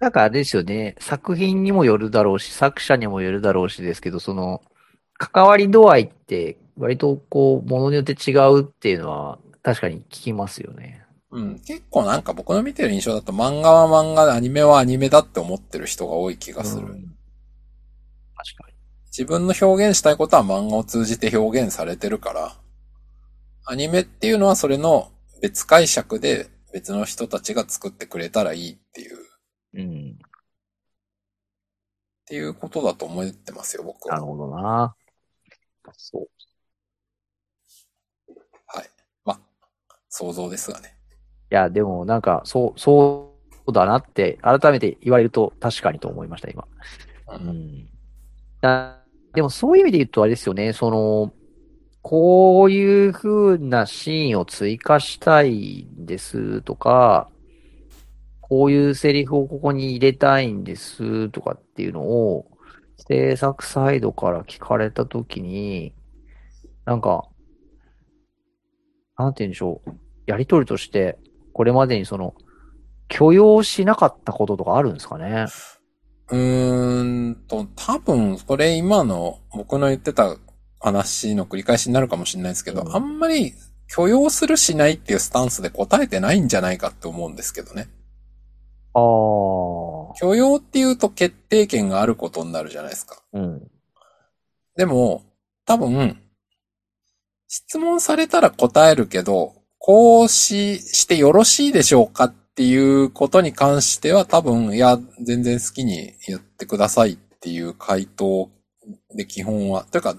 [SPEAKER 2] なんかあれですよね、作品にもよるだろうし、作者にもよるだろうしですけど、その、関わり度合いって、割とこう、ものによって違うっていうのは、確かに聞きますよね。
[SPEAKER 1] うん。結構なんか僕の見てる印象だと漫画は漫画でアニメはアニメだって思ってる人が多い気がする。
[SPEAKER 2] うん確かに。
[SPEAKER 1] 自分の表現したいことは漫画を通じて表現されてるから、アニメっていうのはそれの別解釈で別の人たちが作ってくれたらいいっていう、っ
[SPEAKER 2] うん。
[SPEAKER 1] ていうことだと思ってますよ、僕
[SPEAKER 2] なる
[SPEAKER 1] は。
[SPEAKER 2] ほどな。そう。
[SPEAKER 1] はい。まあ、想像ですがね。
[SPEAKER 2] いや、でもなんか、そう、そうだなって、改めて言われると確かにと思いました、今。
[SPEAKER 1] う。
[SPEAKER 2] うんん。だでもそういう意味で言うとあれですよね、その、こういう風なシーンを追加したいんですとか、こういうセリフをここに入れたいんですとかっていうのを、制作サイドから聞かれたときに、なんか、なんて言うんでしょう。やりとりとして、これまでにその、許容しなかったこととかあるんですかね。
[SPEAKER 1] うーんと、多分、これ今の僕の言ってた話の繰り返しになるかもしれないですけど、
[SPEAKER 2] うん
[SPEAKER 1] あんまり許容するしないっていうスタンスで答えてないんじゃないかって思うんですけどね。
[SPEAKER 2] ああ。
[SPEAKER 1] 許容っていうと決定権があることになるじゃないですか。
[SPEAKER 2] うん。
[SPEAKER 1] でも、多分、質問されたら答えるけど、こうし、してよろしいでしょうかっていうことに関しては多分、いや、全然好きにやってくださいっていう回答で基本は。というか、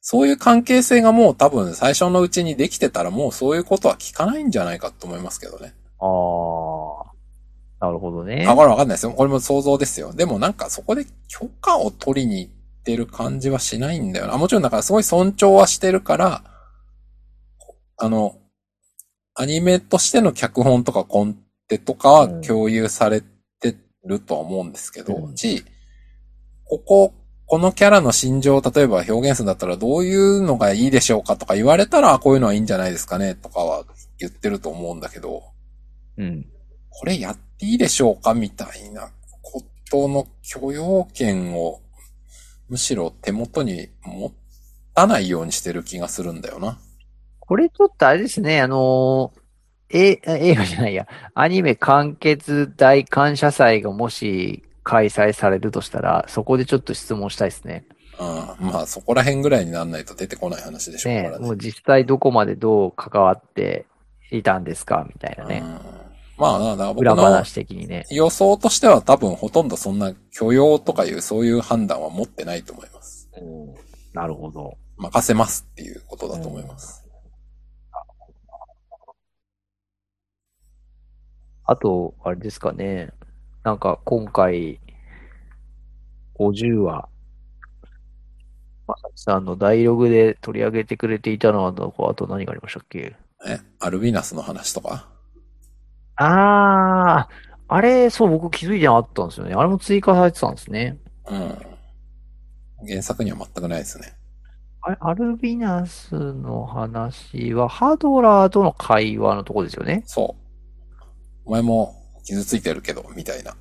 [SPEAKER 1] そういう関係性がもう多分最初のうちにできてたらもうそういうことは聞かないんじゃないかと思いますけどね。
[SPEAKER 2] ああ、なるほどね。
[SPEAKER 1] あ、これわかんないですよ。これも想像ですよ。でもなんかそこで許可を取りに行ってる感じはしないんだよな。もちろんだからすごい尊重はしてるから、あの、アニメとしての脚本とかコンテとかは
[SPEAKER 2] うん
[SPEAKER 1] 共有されてるとは思うんですけど、
[SPEAKER 2] うん
[SPEAKER 1] し、ここ、このキャラの心情を例えば表現するんだったらどういうのがいいでしょうかとか言われたら、あこういうのはいいんじゃないですかねとかは言ってると思うんだけど、
[SPEAKER 2] うん。
[SPEAKER 1] これやっていいでしょうかみたいなことの許容権をむしろ手元に持たないようにしてる気がするんだよな。
[SPEAKER 2] これちょっとあれですね、あのー、え、映画じゃないや、アニメ完結大感謝祭がもし開催されるとしたら、そこでちょっと質問したいですね。
[SPEAKER 1] うん。まあそこら辺ぐらいにならないと出てこない話でしょうか
[SPEAKER 2] ね
[SPEAKER 1] らね。
[SPEAKER 2] もう実際どこまでどう関わっていたんですかみたいな
[SPEAKER 1] う
[SPEAKER 2] ね。
[SPEAKER 1] んまあ、だから僕
[SPEAKER 2] 裏
[SPEAKER 1] の
[SPEAKER 2] 話的にね。
[SPEAKER 1] 予想としては多分ほとんどそんな許容とかいうそういう判断は持ってないと思います。
[SPEAKER 2] うんなるほど。
[SPEAKER 1] 任せますっていうことだと思います。
[SPEAKER 2] あと、あれですかね。なんか今回、50話、まさきさんのダイログで取り上げてくれていたのはどこ、あと何がありましたっけ
[SPEAKER 1] え、アルビナスの話とか
[SPEAKER 2] あー、あれ、そう、僕気づいてなかったんですよね。あれも追加されてたんですね。
[SPEAKER 1] うん。原作には全くないですね。
[SPEAKER 2] あれ、アルビナスの話は、ハドラーとの会話のとこですよね。
[SPEAKER 1] そう。お前も傷ついてるけど、みたいな。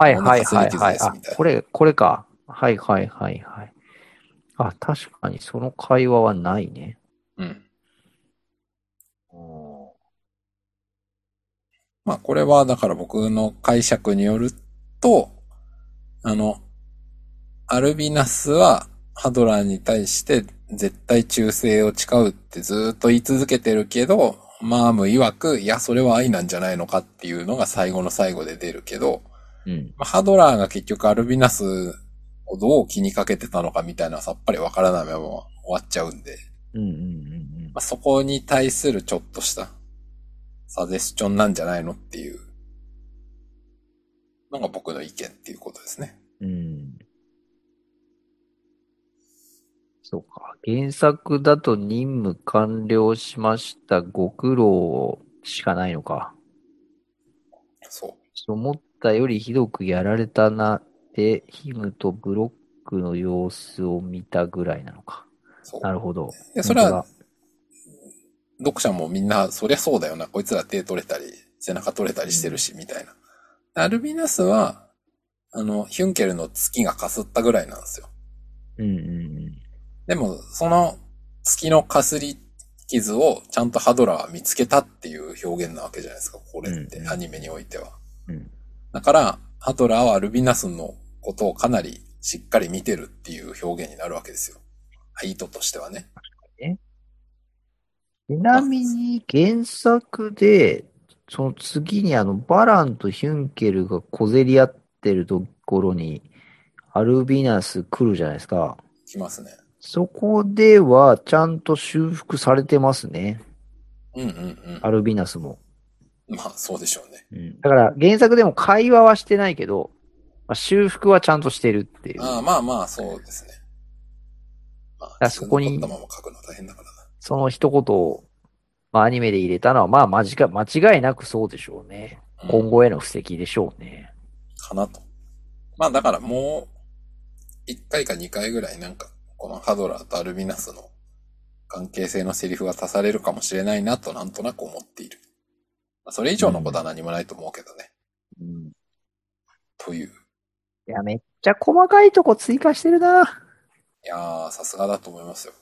[SPEAKER 2] はい
[SPEAKER 1] 真ん中
[SPEAKER 2] はいはい
[SPEAKER 1] すり傷
[SPEAKER 2] は
[SPEAKER 1] で
[SPEAKER 2] い。
[SPEAKER 1] す
[SPEAKER 2] あ
[SPEAKER 1] みたいな、
[SPEAKER 2] これ、これか。はいはいはいはい。あ、確かにその会話はないね。
[SPEAKER 1] うん。
[SPEAKER 2] うん
[SPEAKER 1] まあこれはだから僕の解釈によると、あの、アルビナスはハドラーに対して絶対忠誠を誓うってずーっと言い続けてるけど、マーム曰く、いや、それは愛なんじゃないのかっていうのが最後の最後で出るけど、
[SPEAKER 2] うん。
[SPEAKER 1] まあハドラーが結局アルビナスをどう気にかけてたのかみたいなのはさっぱりわからないまま終わっちゃうんで。
[SPEAKER 2] うんうんうんうん
[SPEAKER 1] まあ、そこに対するちょっとしたサジェスチョンなんじゃないのっていうのが僕の意見っていうことですね。
[SPEAKER 2] うん。そうか。原作だと任務完了しました。ご苦労しかないのか。
[SPEAKER 1] そう。
[SPEAKER 2] 思ったよりひどくやられたなって、ヒムとブロックの様子を見たぐらいなのか。
[SPEAKER 1] そう。
[SPEAKER 2] なるほど。
[SPEAKER 1] いや、それ
[SPEAKER 2] 本
[SPEAKER 1] は、読者もみんな、そりゃそうだよな、こいつら手取れたり、背中取れたりしてるし、みたいな。アルビナスは、あの、ヒュンケルの月がかすったぐらいなんですよ。
[SPEAKER 2] 当だうんうんうん。
[SPEAKER 1] でも、その月のかすり傷をちゃんとハドラーは見つけたっていう表現なわけじゃないですか、これって、
[SPEAKER 2] うん
[SPEAKER 1] アニメにおいては。
[SPEAKER 2] うん
[SPEAKER 1] だから、ハドラーはアルビナスのことをかなりしっかり見てるっていう表現になるわけですよ。意図としてはね。
[SPEAKER 2] ちなみに原作で、その次にあのバランとヒュンケルが小競り合ってるところにアルビナス来るじゃないですか。
[SPEAKER 1] きますね。
[SPEAKER 2] そこではちゃんと修復されてますね。
[SPEAKER 1] うんうんうん。
[SPEAKER 2] アルビナスも。
[SPEAKER 1] まあ、そうでしょうね。
[SPEAKER 2] だから原作でも会話はしてないけど、まあ、修復はちゃんとしてるっていう。
[SPEAKER 1] ああ、まあまあ、そうですね。まあ、
[SPEAKER 2] あそこに
[SPEAKER 1] 自分の凝ったまま書くのは大変だからな。
[SPEAKER 2] その一言を、まあアニメで入れたのは、まあ間違い間違いなくそうでしょうね。
[SPEAKER 1] うん
[SPEAKER 2] 今後への布石でしょうね。
[SPEAKER 1] かなと。まあ、だからもう、1回か2回ぐらいなんか、このハドラーとアルビナスの関係性のセリフが足されるかもしれないなとなんとなく思っている。まあ、それ以上のことは何もないと思うけどね。
[SPEAKER 2] うん
[SPEAKER 1] という。い
[SPEAKER 2] いや、めっちゃ細かいとこ追加してるな。
[SPEAKER 1] やー、さすがだと思いますよ。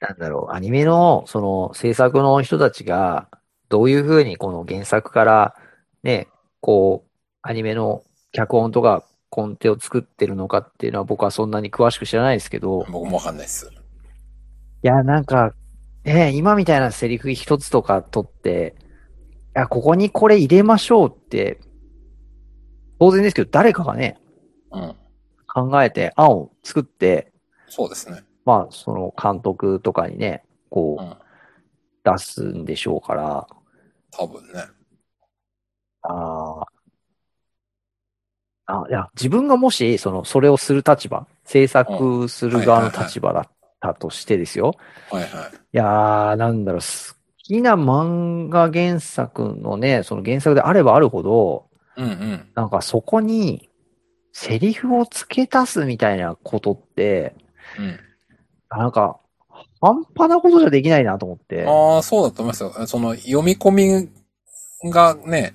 [SPEAKER 2] なんだろう、アニメの、その、制作の人たちが、どういうふうにこの原作から、ね、こう、アニメの脚本とか、コンテを作ってるのかっていうのは僕はそんなに詳しく知らないですけど、
[SPEAKER 1] 僕もわかんないっす。
[SPEAKER 2] いや、なんか、ね、今みたいなセリフ一つとか取って、いや、ここにこれ入れましょうって、当然ですけど、誰かがね、
[SPEAKER 1] うん。
[SPEAKER 2] 考えて案を作って、
[SPEAKER 1] そうですね。
[SPEAKER 2] まあ、その監督とかにね、こ
[SPEAKER 1] う
[SPEAKER 2] う、
[SPEAKER 1] ん。
[SPEAKER 2] 出すんでしょうから、
[SPEAKER 1] 多分ね。
[SPEAKER 2] ああ、あ、いや、自分がもし、その、それをする立場、制作する側の立場だったとしてですよ。
[SPEAKER 1] はいはい。
[SPEAKER 2] いやー、なんだろう、好きな漫画原作のね、その原作であればあるほど、
[SPEAKER 1] うんうん。
[SPEAKER 2] なんかそこに、セリフを付け足すみたいなことって、
[SPEAKER 1] うん。
[SPEAKER 2] なんか、半端なことじゃできないなと思って。
[SPEAKER 1] ああ、そうだと思いますよ。その、読み込みがね、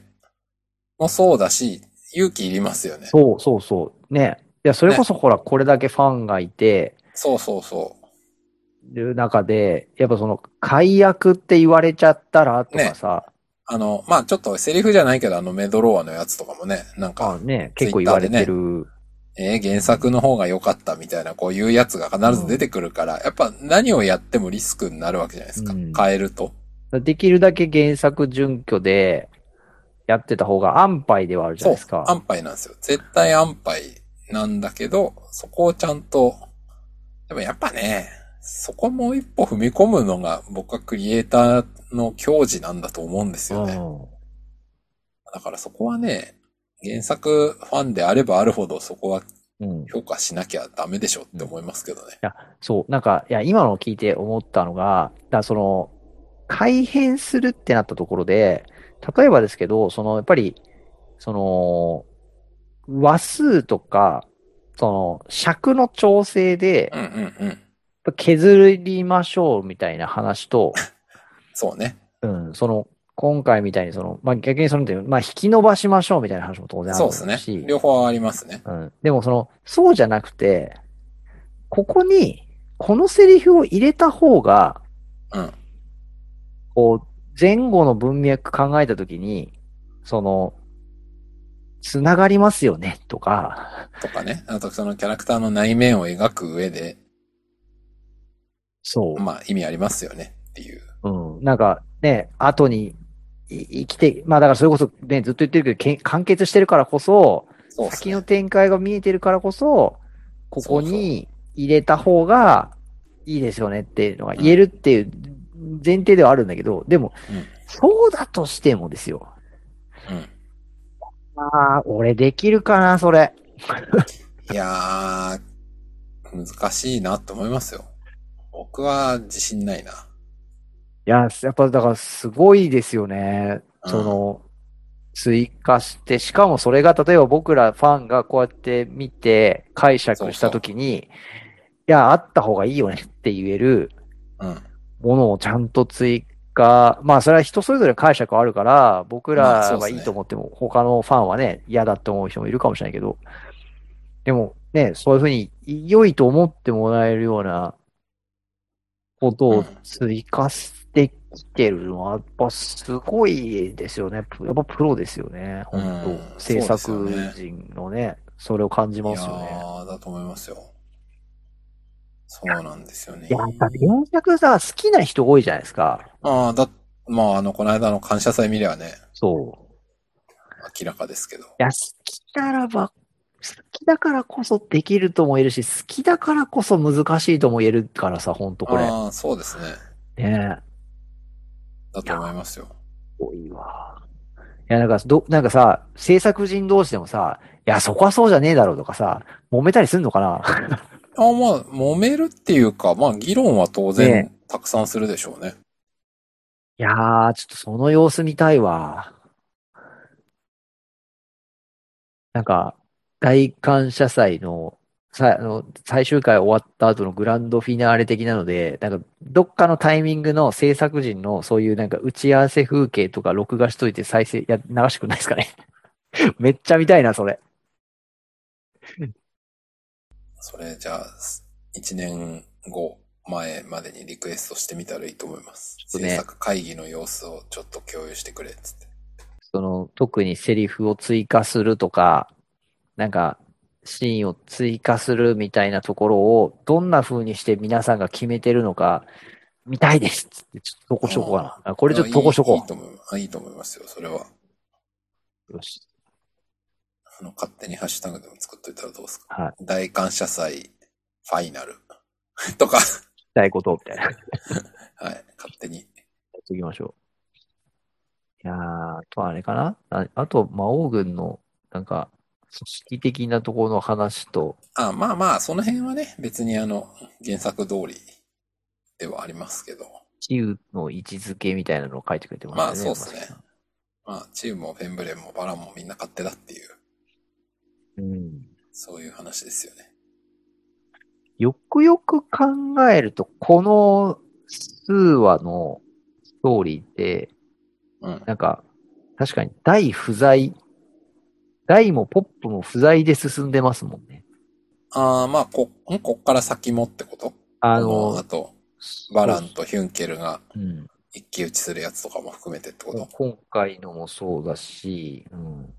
[SPEAKER 1] もそうだし、勇気いりますよね。そう
[SPEAKER 2] そうそうそう。ね。いや、それこそほら、これだけファンがいて、
[SPEAKER 1] そうそう
[SPEAKER 2] る中で、やっぱその、解約って言われちゃったらとかさ、
[SPEAKER 1] あの、まあちょっとセリフじゃないけど、あのメドローアのやつとかもね、なん
[SPEAKER 2] まあ
[SPEAKER 1] か、
[SPEAKER 2] ね、結構言われて
[SPEAKER 1] え
[SPEAKER 2] る。
[SPEAKER 1] ー原作の方が良かったみたいな、こういうやつが必ず出てくるから、やっぱ何をやってもリスクになるわけじゃないですか。
[SPEAKER 2] うん
[SPEAKER 1] 変えると。
[SPEAKER 2] できるだけ原作準拠でやってた方が安牌ではあるじゃな
[SPEAKER 1] そ
[SPEAKER 2] いうですか。、
[SPEAKER 1] 安牌なんですよ。絶対安牌なんだけど、そこをちゃんと、でもやっぱね、そこも一歩踏み込むのが僕はクリエイターの矜持なんだと思うんですよね。だからそこはね、原作ファンであればあるほどそこは
[SPEAKER 2] うん。うん。
[SPEAKER 1] 評価しなきゃダメでしょって思いますけどね。
[SPEAKER 2] そう。なんか、いや、今のを聞いて思ったのが、だからその、改変するってなったところで、例えばですけど、その、やっぱり、その、話数とか、その、尺の調整で、
[SPEAKER 1] うんうんうん。
[SPEAKER 2] やっぱ削りましょうみたいな話と、
[SPEAKER 1] そうね。
[SPEAKER 2] うん、その、今回みたいにその、まあ、逆にその、まあ、引き伸ばしましょうみたいな話も当然あ
[SPEAKER 1] そう
[SPEAKER 2] るだろ
[SPEAKER 1] ですね
[SPEAKER 2] し。
[SPEAKER 1] 両方ありますね。
[SPEAKER 2] うん。でもその、そうじゃなくて、ここに、このセリフを入れた方が、
[SPEAKER 1] うん。
[SPEAKER 2] こう、前後の文脈考えたときに、その、つながりますよね、とか、
[SPEAKER 1] とかね。あとそのキャラクターの内面を描く上で、
[SPEAKER 2] そ
[SPEAKER 1] まあ意味ありますよねっていう。
[SPEAKER 2] う。うん。なんか、ね、後に、い生きて、まあだからそれこそね、ずっと言ってるけどけん、完結してるからこそ、
[SPEAKER 1] そうです
[SPEAKER 2] 先
[SPEAKER 1] ね。
[SPEAKER 2] の展開が見えてるからこそ、ここに入れた方がいいですよねっていうのが言えるっていう前提ではあるんだけど、でも
[SPEAKER 1] うん、
[SPEAKER 2] そうだとしてもですよ。
[SPEAKER 1] うん。
[SPEAKER 2] ああ、俺できるかな、それ。
[SPEAKER 1] いやー、難しいなって思いますよ。僕は自信ないな。
[SPEAKER 2] いや、やっぱだからすごいですよね。その、追加して、しかもそれが例えば僕らファンがこうやって見て解釈したときに、いや、あった方がいいよねって言える
[SPEAKER 1] うん。うん。
[SPEAKER 2] ものをちゃんと追加、まあそれは人それぞれ解釈あるから、僕
[SPEAKER 1] まあそ
[SPEAKER 2] ら
[SPEAKER 1] うっす
[SPEAKER 2] は
[SPEAKER 1] ね
[SPEAKER 2] いいと思っても、他のファンはね、嫌だって思う人もいるかもしれないけど、でもね、そういうふうに良いと思ってもらえるようなこと
[SPEAKER 1] うん
[SPEAKER 2] を追加してきてるのは、やっぱすごいですよね。プやっぱプロですよね、本当、
[SPEAKER 1] うん
[SPEAKER 2] 制
[SPEAKER 1] そう
[SPEAKER 2] 作
[SPEAKER 1] ですよね
[SPEAKER 2] 人のね、それを感じますよ
[SPEAKER 1] いや
[SPEAKER 2] ね。
[SPEAKER 1] ーだと思いますよ。そうなんですよね。
[SPEAKER 2] いや、やっぱ原作さ、好きな人多いじゃないですか。
[SPEAKER 1] ああ、だ、まあ、あの、この間の感謝祭見ればね、
[SPEAKER 2] そう。
[SPEAKER 1] 明らかですけど。
[SPEAKER 2] いや、好きならば、好きだからこそできるとも言えるし、好きだからこそ難しいとも言えるからさ、ほんとこれ。
[SPEAKER 1] ああ、そうですね。
[SPEAKER 2] ねえ、
[SPEAKER 1] だと思いますよ。
[SPEAKER 2] 多いわ。いや、なんか、ど、なんかさ、制作人同士でもさ、いや、そこはそうじゃねえだろうとかさ、揉めたりすんのかな
[SPEAKER 1] ああ、まあ、揉めるっていうか、まあ、議論は当然
[SPEAKER 2] ね、
[SPEAKER 1] たくさんするでしょうね。
[SPEAKER 2] いやー、ちょっとその様子見たいわ。なんか、大感謝祭の、さ、あの、最終回終わった後のグランドフィナーレ的なので、なんか、どっかのタイミングの制作人のそういうなんか打ち合わせ風景とか録画しといて再生、いや、流してくんないですかね。 めっちゃ見たいな、それ。
[SPEAKER 1] それ、じゃあ、1年後前までにリクエストしてみたらいいと思います。
[SPEAKER 2] ょっとね
[SPEAKER 1] 制作会議の様子をちょっと共有してくれ、つって。
[SPEAKER 2] その、特にセリフを追加するとか、なんか、シーンを追加するみたいなところを、どんな風にして皆さんが決めてるのか、見たいですっつって、ちょっと投稿しとこうかな。あこ
[SPEAKER 1] こ
[SPEAKER 2] れちょっと投稿しと
[SPEAKER 1] いい
[SPEAKER 2] こ
[SPEAKER 1] と思いますあいいと思いますよ、それは。
[SPEAKER 2] う。よし。
[SPEAKER 1] あの、勝手にハッシュタグでも作っといたらどうですか。
[SPEAKER 2] はい。
[SPEAKER 1] 大感謝祭、ファイナル。 とか、
[SPEAKER 2] 聞きたいことみたいな。やっ
[SPEAKER 1] はい、勝手に。
[SPEAKER 2] ていきましょう。いやー、あとはあれかなああと、魔王軍の、なんか、組織的なところの話と、
[SPEAKER 1] あ、まあまあ、その辺はね、別にあの、原作通りではありますけど。
[SPEAKER 2] 治癒の位置づけみたいなのを書いてくれてまし
[SPEAKER 1] ま
[SPEAKER 2] たね。
[SPEAKER 1] あそうっすね
[SPEAKER 2] まさき
[SPEAKER 1] まあ、チームもフェンブレンもバランもみんな勝手だっていう、
[SPEAKER 2] さんうん。
[SPEAKER 1] そういう話ですよね。
[SPEAKER 2] よくよく考えると、この数話のストーリーって、
[SPEAKER 1] うん。
[SPEAKER 2] なんか、確かに大不在、大もポップも不在で進んでますもんね。
[SPEAKER 1] ああ、まあ、こ、んこっから先もってこと
[SPEAKER 2] あ
[SPEAKER 1] あ
[SPEAKER 2] の、
[SPEAKER 1] と、バランとヒュンケルが
[SPEAKER 2] うん、
[SPEAKER 1] 一騎打ちするやつとかも含めてってこと
[SPEAKER 2] 今回のもそうだし、うん、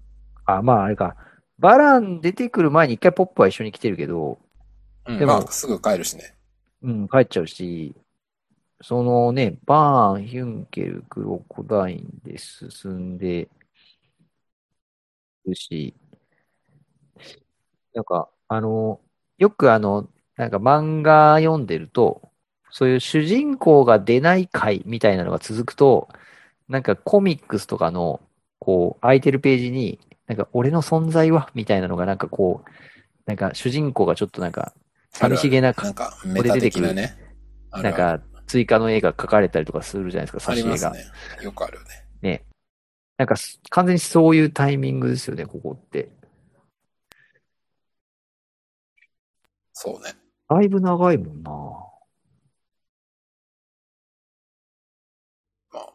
[SPEAKER 2] あ、まああれか、バラン出てくる前に一回ポップは一緒に来てるけど、
[SPEAKER 1] うん、
[SPEAKER 2] でも
[SPEAKER 1] まあ、すぐ帰るしね。
[SPEAKER 2] うん、帰っちゃうし、そのね、バーン、ヒュンケル、クロコダインで進んでるし、なんか、あの、よくあの、なんか漫画読んでると、そういう主人公が出ない回みたいなのが続くと、なんかコミックスとかの、こう、空いてるページに、なんか俺の存在は、みたいなのがなんかこう、なんか主人公がちょっとなんか、寂しげな
[SPEAKER 1] なんか、メタ的なね。あ
[SPEAKER 2] な
[SPEAKER 1] る
[SPEAKER 2] ん
[SPEAKER 1] ある
[SPEAKER 2] か、追加の絵が描かれたりとかするじゃないですか、
[SPEAKER 1] あ
[SPEAKER 2] 挿
[SPEAKER 1] り
[SPEAKER 2] し絵
[SPEAKER 1] ます
[SPEAKER 2] が。
[SPEAKER 1] ね。よくあるね。
[SPEAKER 2] なんか、す完全にそういうタイミングですよね、ここって。
[SPEAKER 1] そうね。
[SPEAKER 2] だいぶ長いもんな
[SPEAKER 1] まあ。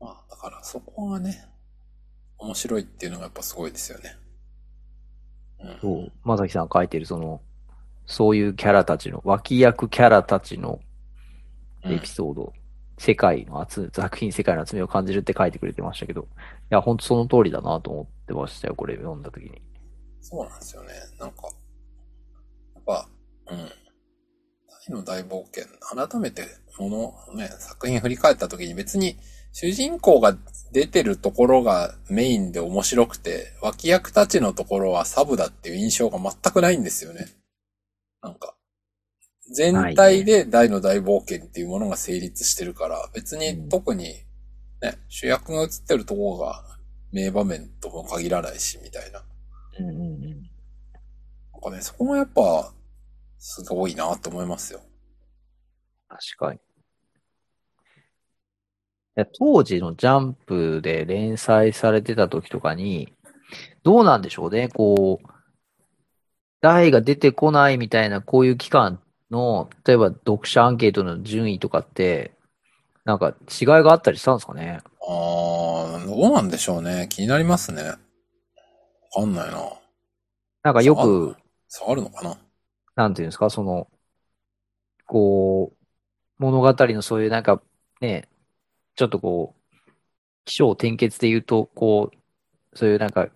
[SPEAKER 1] まあ、だからそこがね、面白いっていうのがやっぱすごいですよね。うん。
[SPEAKER 2] そう。まさきさんが描いてる、その、そういうキャラたちの、脇役キャラたちの
[SPEAKER 1] うん
[SPEAKER 2] エピソード、世界の厚、作品世界の厚みを感じるって書いてくれてましたけど、いや、ほんとその通りだなと思ってましたよ、これ読んだ時に。
[SPEAKER 1] そうなんですよね。なんか、やっぱ、うん。大の大冒険、改めて、もの、ね、作品振り返った時に別に、主人公が出てるところがメインで面白くて、脇役たちのところはサブだっていう印象が全くないんですよね。なんか、全体で大の大冒険っていうものが成立してるから、別に特に、ね、主役が映ってるところが名場面とも限らないし、みたいな。
[SPEAKER 2] うんうんうん。
[SPEAKER 1] なんかね、そこもやっぱ、すごいなと思いますよ。
[SPEAKER 2] 確かに。いや当時のジャンプで連載されてた時とかに、どうなんでしょうね、こう、題が出てこないみたいな、こういう期間の、例えば読者アンケートの順位とかって、なんか違いがあったりしたんですかね。
[SPEAKER 1] あー、どうなんでしょうね。気になりますね。わかんないな。
[SPEAKER 2] なんかよく、
[SPEAKER 1] 差あるのかな
[SPEAKER 2] なんていうんですか、その、こう、物語のそういうなんかね、ちょっとこう、起承転結で言うと、こう、そういうなんか、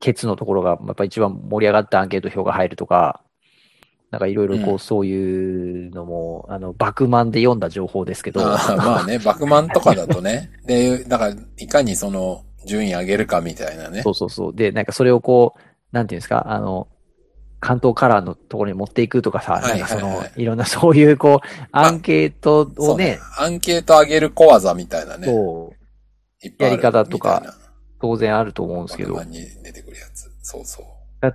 [SPEAKER 2] ケツのところが、やっぱ一番盛り上がったアンケート票が入るとか、なんかいろいろこ
[SPEAKER 1] う
[SPEAKER 2] う、そういうのも、あの、バクマンで読んだ情報ですけど、
[SPEAKER 1] あーまあね、バクマンとかだと ね。で、だから、いかにその、順位上げるかみたいなね
[SPEAKER 2] そ。うそうそう。で、なんかそれをこう、なんていうんですか、あの、関東カラーのところに持っていくとかさ、
[SPEAKER 1] はいはいはい
[SPEAKER 2] なんかその、いろんなそういうこう、アンケート
[SPEAKER 1] そ
[SPEAKER 2] を
[SPEAKER 1] う
[SPEAKER 2] ね、
[SPEAKER 1] アンケート上げる小技みたいなね。
[SPEAKER 2] そう、
[SPEAKER 1] いっぱいある
[SPEAKER 2] やり方とか
[SPEAKER 1] みたいな
[SPEAKER 2] 当然あると思うんですけど、
[SPEAKER 1] バクマンに出てくるやつ。そうそう。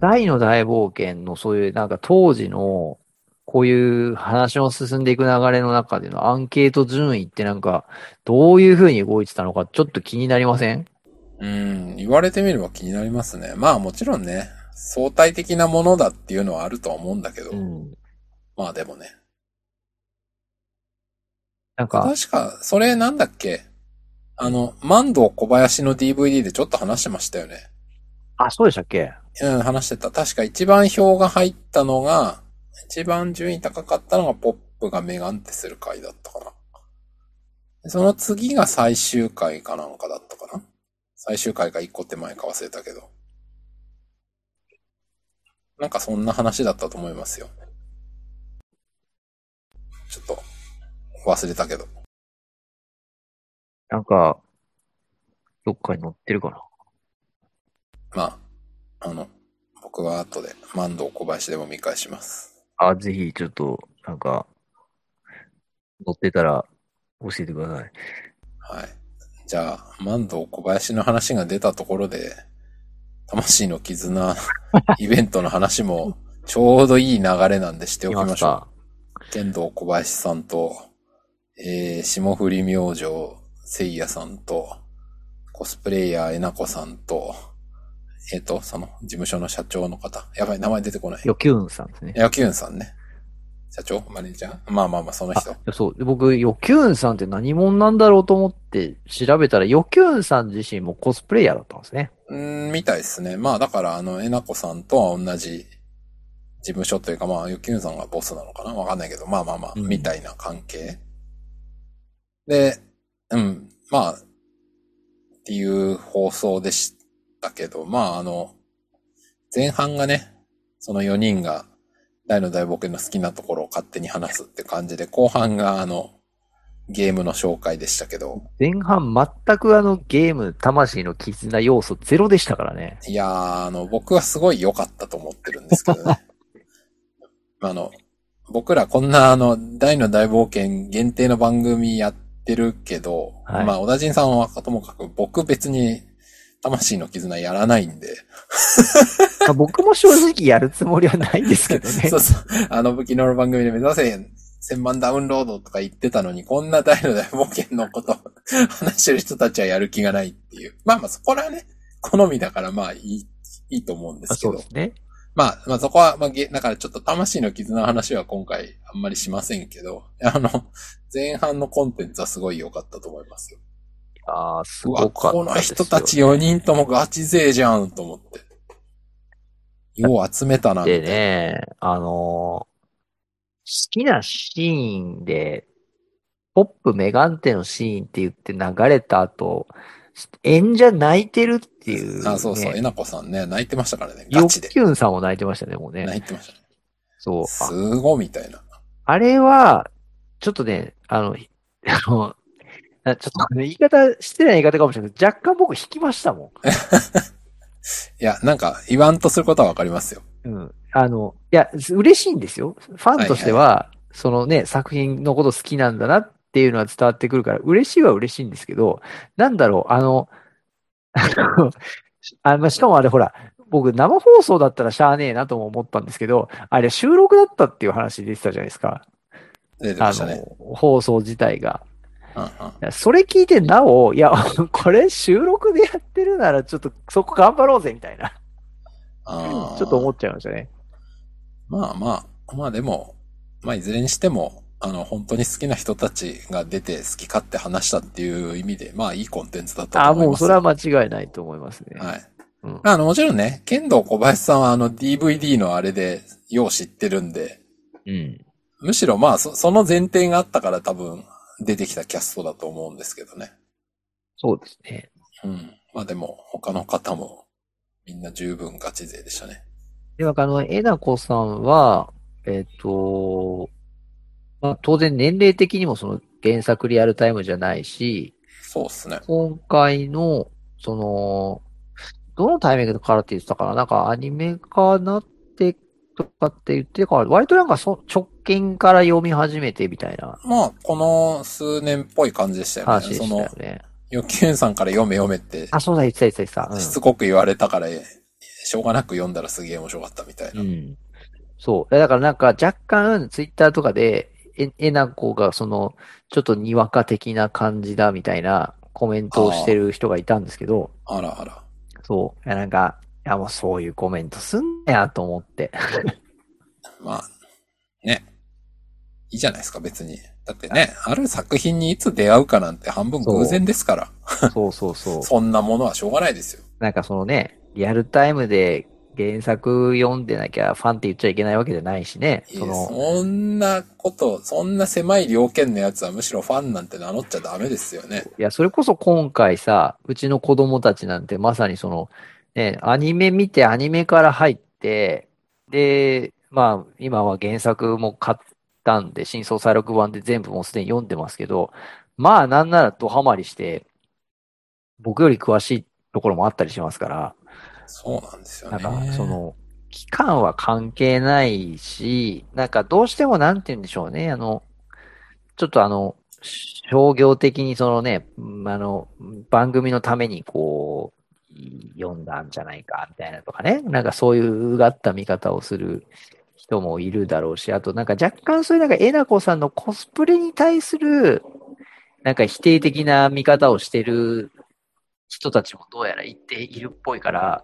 [SPEAKER 2] 大の大冒険のそういうなんか当時のこういう話の進んでいく流れの中でのアンケート順位ってなんかどういう風に動いてたのかちょっと気になりません
[SPEAKER 1] うん、言われてみれば気になりますね。まあもちろんね、相対的なものだっていうのはあるとは思うんだけど、
[SPEAKER 2] うん。
[SPEAKER 1] まあでもね。
[SPEAKER 2] なんか、
[SPEAKER 1] 確か、それなんだっけあの、万堂小林の DVD でちょっと話してましたよね。
[SPEAKER 2] あ、そうでしたっけ
[SPEAKER 1] うん、話してた。確か一番票が入ったのが、一番順位高かったのがポップがメガンテする回だったかな。でその次が最終回かなんかだったかな。最終回か一個手前か忘れたけど。なんかそんな話だったと思いますよ。ちょっと、忘れたけど。
[SPEAKER 2] なんか、どっかに載ってるかな
[SPEAKER 1] まあ、あの、僕は後で、万堂小林でも見返します。
[SPEAKER 2] あ、ぜひ、ちょっと、なんか、乗ってたら教えてください。
[SPEAKER 1] はい。じゃあ、万堂小林の話が出たところで、魂の 絆イベントの話も、ちょうどいい流れなんでしておきましょ
[SPEAKER 2] か。
[SPEAKER 1] う。剣道小林さんと、えー、霜降り明星、せいやさんと、コスプレイヤー、えなこさんと、えっ、と、その、事務所の社長の方。やばい、名前出てこない。
[SPEAKER 2] よきゅんさんですね。
[SPEAKER 1] 野球さんね。社長マネージャーまあまあまあ、その人。
[SPEAKER 2] そう。で僕、よきゅんさんって何者なんだろうと思って調べたら、よきゅんさん自身もコスプレイヤーだったんですね。
[SPEAKER 1] うーん、みたいですね。まあだから、あの、えなこさんとは同じ事務所というか、まあ、ゆきゅんさんがボスなのかなわかんないけど、まあまあまあ、
[SPEAKER 2] うん
[SPEAKER 1] みたいな関係。で、うん、まあ、っていう放送でしたけど、まああの、前半がね、その4人が大の大冒険の好きなところを勝手に話すって感じで、後半があの、ゲームの紹介でしたけど、
[SPEAKER 2] 前半全くあのゲーム、魂の絆要素ゼロでしたからね。
[SPEAKER 1] いやー、あの、僕はすごい良かったと思ってるんですけど ね。あの、僕らこんなあの、大の大冒険限定の番組やってるけど、
[SPEAKER 2] はい
[SPEAKER 1] まあ、小田人さんはともかく、僕別に、魂の絆やらないんで、
[SPEAKER 2] まあ、僕も正直やるつもりはないんですけど ね
[SPEAKER 1] そう。そう、あの、昨日の番組で目指せ、1000万ダウンロードとか言ってたのに、こんな大の大冒険のこと、話してる人たちはやる気がないっていう。まあまあ、そこらはね、好みだから、まあ、いい、いいと思うんですけ
[SPEAKER 2] そ
[SPEAKER 1] ど
[SPEAKER 2] うで。すね。
[SPEAKER 1] まあ、まあそこは、まあ、げだからちょっと魂の絆の話は今回あんまりしませんけど、あの、前半のコンテンツはすごい良かったと思いますよ。
[SPEAKER 2] ああ、す
[SPEAKER 1] う
[SPEAKER 2] ご
[SPEAKER 1] わ、
[SPEAKER 2] か
[SPEAKER 1] こ
[SPEAKER 2] っ
[SPEAKER 1] の
[SPEAKER 2] たですよ
[SPEAKER 1] 人たち4人ともガチ勢じゃんと思って。よう集めたな、みたい
[SPEAKER 2] で
[SPEAKER 1] な。
[SPEAKER 2] ね、あのー好きなシーンで、ポップメガンテのシーンって言って流れた後、演者泣いてるっていう、ね。
[SPEAKER 1] あ、そうそう、えなこさんね、泣いてましたからね、ガ
[SPEAKER 2] よ
[SPEAKER 1] チで
[SPEAKER 2] っ。きゅんさんも泣いてましたね、もうね。
[SPEAKER 1] 泣いてましたね。
[SPEAKER 2] そう。あ
[SPEAKER 1] すごいみたいな。
[SPEAKER 2] あれは、ちょっとね、あの、 あの、あちょっとね言い方、してない言い方かもしれないけど、若干僕引きましたも
[SPEAKER 1] いや、なんか、言わんとすることはわかりますよ。
[SPEAKER 2] ん。うん。あの、いや、嬉しいんですよ。ファンとしては、そのね、作品のこと好きなんだなっていうのは伝わってくるから、嬉しいは嬉しいん ですけど、なんだろう、あの、あの、あまあしかもあれほら、僕生放送だったらしゃあねえなとも思ったんですけど、あれ収録だったっていう話出てたじゃないですか。
[SPEAKER 1] 出て
[SPEAKER 2] あ
[SPEAKER 1] ましたね。
[SPEAKER 2] の、放送自体が。
[SPEAKER 1] うんうん
[SPEAKER 2] それ聞いてなお、いや、 これ収録でやってるならちょっとそこ頑張ろうぜみたいな、
[SPEAKER 1] あー
[SPEAKER 2] ちょっと思っちゃいましたね。
[SPEAKER 1] まあまあ、まあでも、まあいずれにしても、あの、本当に好きな人たちが出て好き勝手話したっていう意味で、まあいいコンテンツだった
[SPEAKER 2] あ
[SPEAKER 1] と
[SPEAKER 2] あ、
[SPEAKER 1] 思い
[SPEAKER 2] も
[SPEAKER 1] ま
[SPEAKER 2] う
[SPEAKER 1] す。
[SPEAKER 2] それは間違いないと思いますね。
[SPEAKER 1] はい。
[SPEAKER 2] うん
[SPEAKER 1] あの、もちろんね、剣道小林さんはあの DVD のあれで、よう知ってるんで、
[SPEAKER 2] うん。
[SPEAKER 1] むしろまあそ、その前提があったから多分、出てきたキャストだと思うんですけどね。
[SPEAKER 2] そうですね。
[SPEAKER 1] うん。まあでも、他の方も、みんな十分ガチ勢でしたね。
[SPEAKER 2] では、あの、えなこさんは、えっ、と、まあ、当然年齢的にもその原作リアルタイムじゃないし、
[SPEAKER 1] そうっすね。
[SPEAKER 2] 今回の、その、どのタイミングからって言ってたかななんかアニメ化なってとかって言ってから、割となんかそ直近から読み始めてみたいな
[SPEAKER 1] まあ、この数年っぽい感じでしたよ
[SPEAKER 2] 話
[SPEAKER 1] ね。
[SPEAKER 2] で
[SPEAKER 1] そ
[SPEAKER 2] した
[SPEAKER 1] の
[SPEAKER 2] よ、ね。
[SPEAKER 1] よきゅんさんから読め読めって、
[SPEAKER 2] あ、そうだ、言ってた、言ってた、言っ
[SPEAKER 1] してつこく言われたから、しょうがなく読んだらすげえ面白かったみたい
[SPEAKER 2] た。
[SPEAKER 1] な。
[SPEAKER 2] うん。うんそう。だからなんか若干ツイッターとかで、え、えなこがその、ちょっとにわか的な感じだみたいなコメントをしてる人がいたんですけど、
[SPEAKER 1] あらあら。
[SPEAKER 2] そう。いやなんか、いやもうそういうコメントすんなやと思 って。
[SPEAKER 1] まあ、ね。いいじゃないですか、別に。だってね、ある作品にいつ出会うかなんて半分偶然ですから。
[SPEAKER 2] そうそうそう
[SPEAKER 1] そ。んなものはしょうがないですよ。
[SPEAKER 2] なんかそのね、リアルタイムで原作読んでなきゃファンって言っちゃいけないわけじゃないしね。
[SPEAKER 1] いい
[SPEAKER 2] そ
[SPEAKER 1] です
[SPEAKER 2] の、
[SPEAKER 1] そんなこと、そんな狭い条件のやつはむしろファンなんて名乗っちゃダメですよね。
[SPEAKER 2] いや、それこそ今回さ、うちの子供たちなんてまさにその、ね、アニメ見てアニメから入って、で、まあ、今は原作も買ったんで、新装再録版で全部もうすでに読んでますけど、まあ、なんならドハマりして、僕より詳しいところもあったりしますから、
[SPEAKER 1] そうなんですよ
[SPEAKER 2] な
[SPEAKER 1] ね。
[SPEAKER 2] んか、その、期間は関係ないし、なんかどうしてもなんて言うんでしょうね、あの、ちょっとあの、商業的にそのね、うんあの、番組のためにこう、読んだんじゃないか、みたいなとかね、なんかそういううがった見方をする人もいるだろうし、あとなんか若干そういうなんかえなこさんのコスプレに対する、なんか否定的な見方をしてる人たちもどうやらいているっぽいから、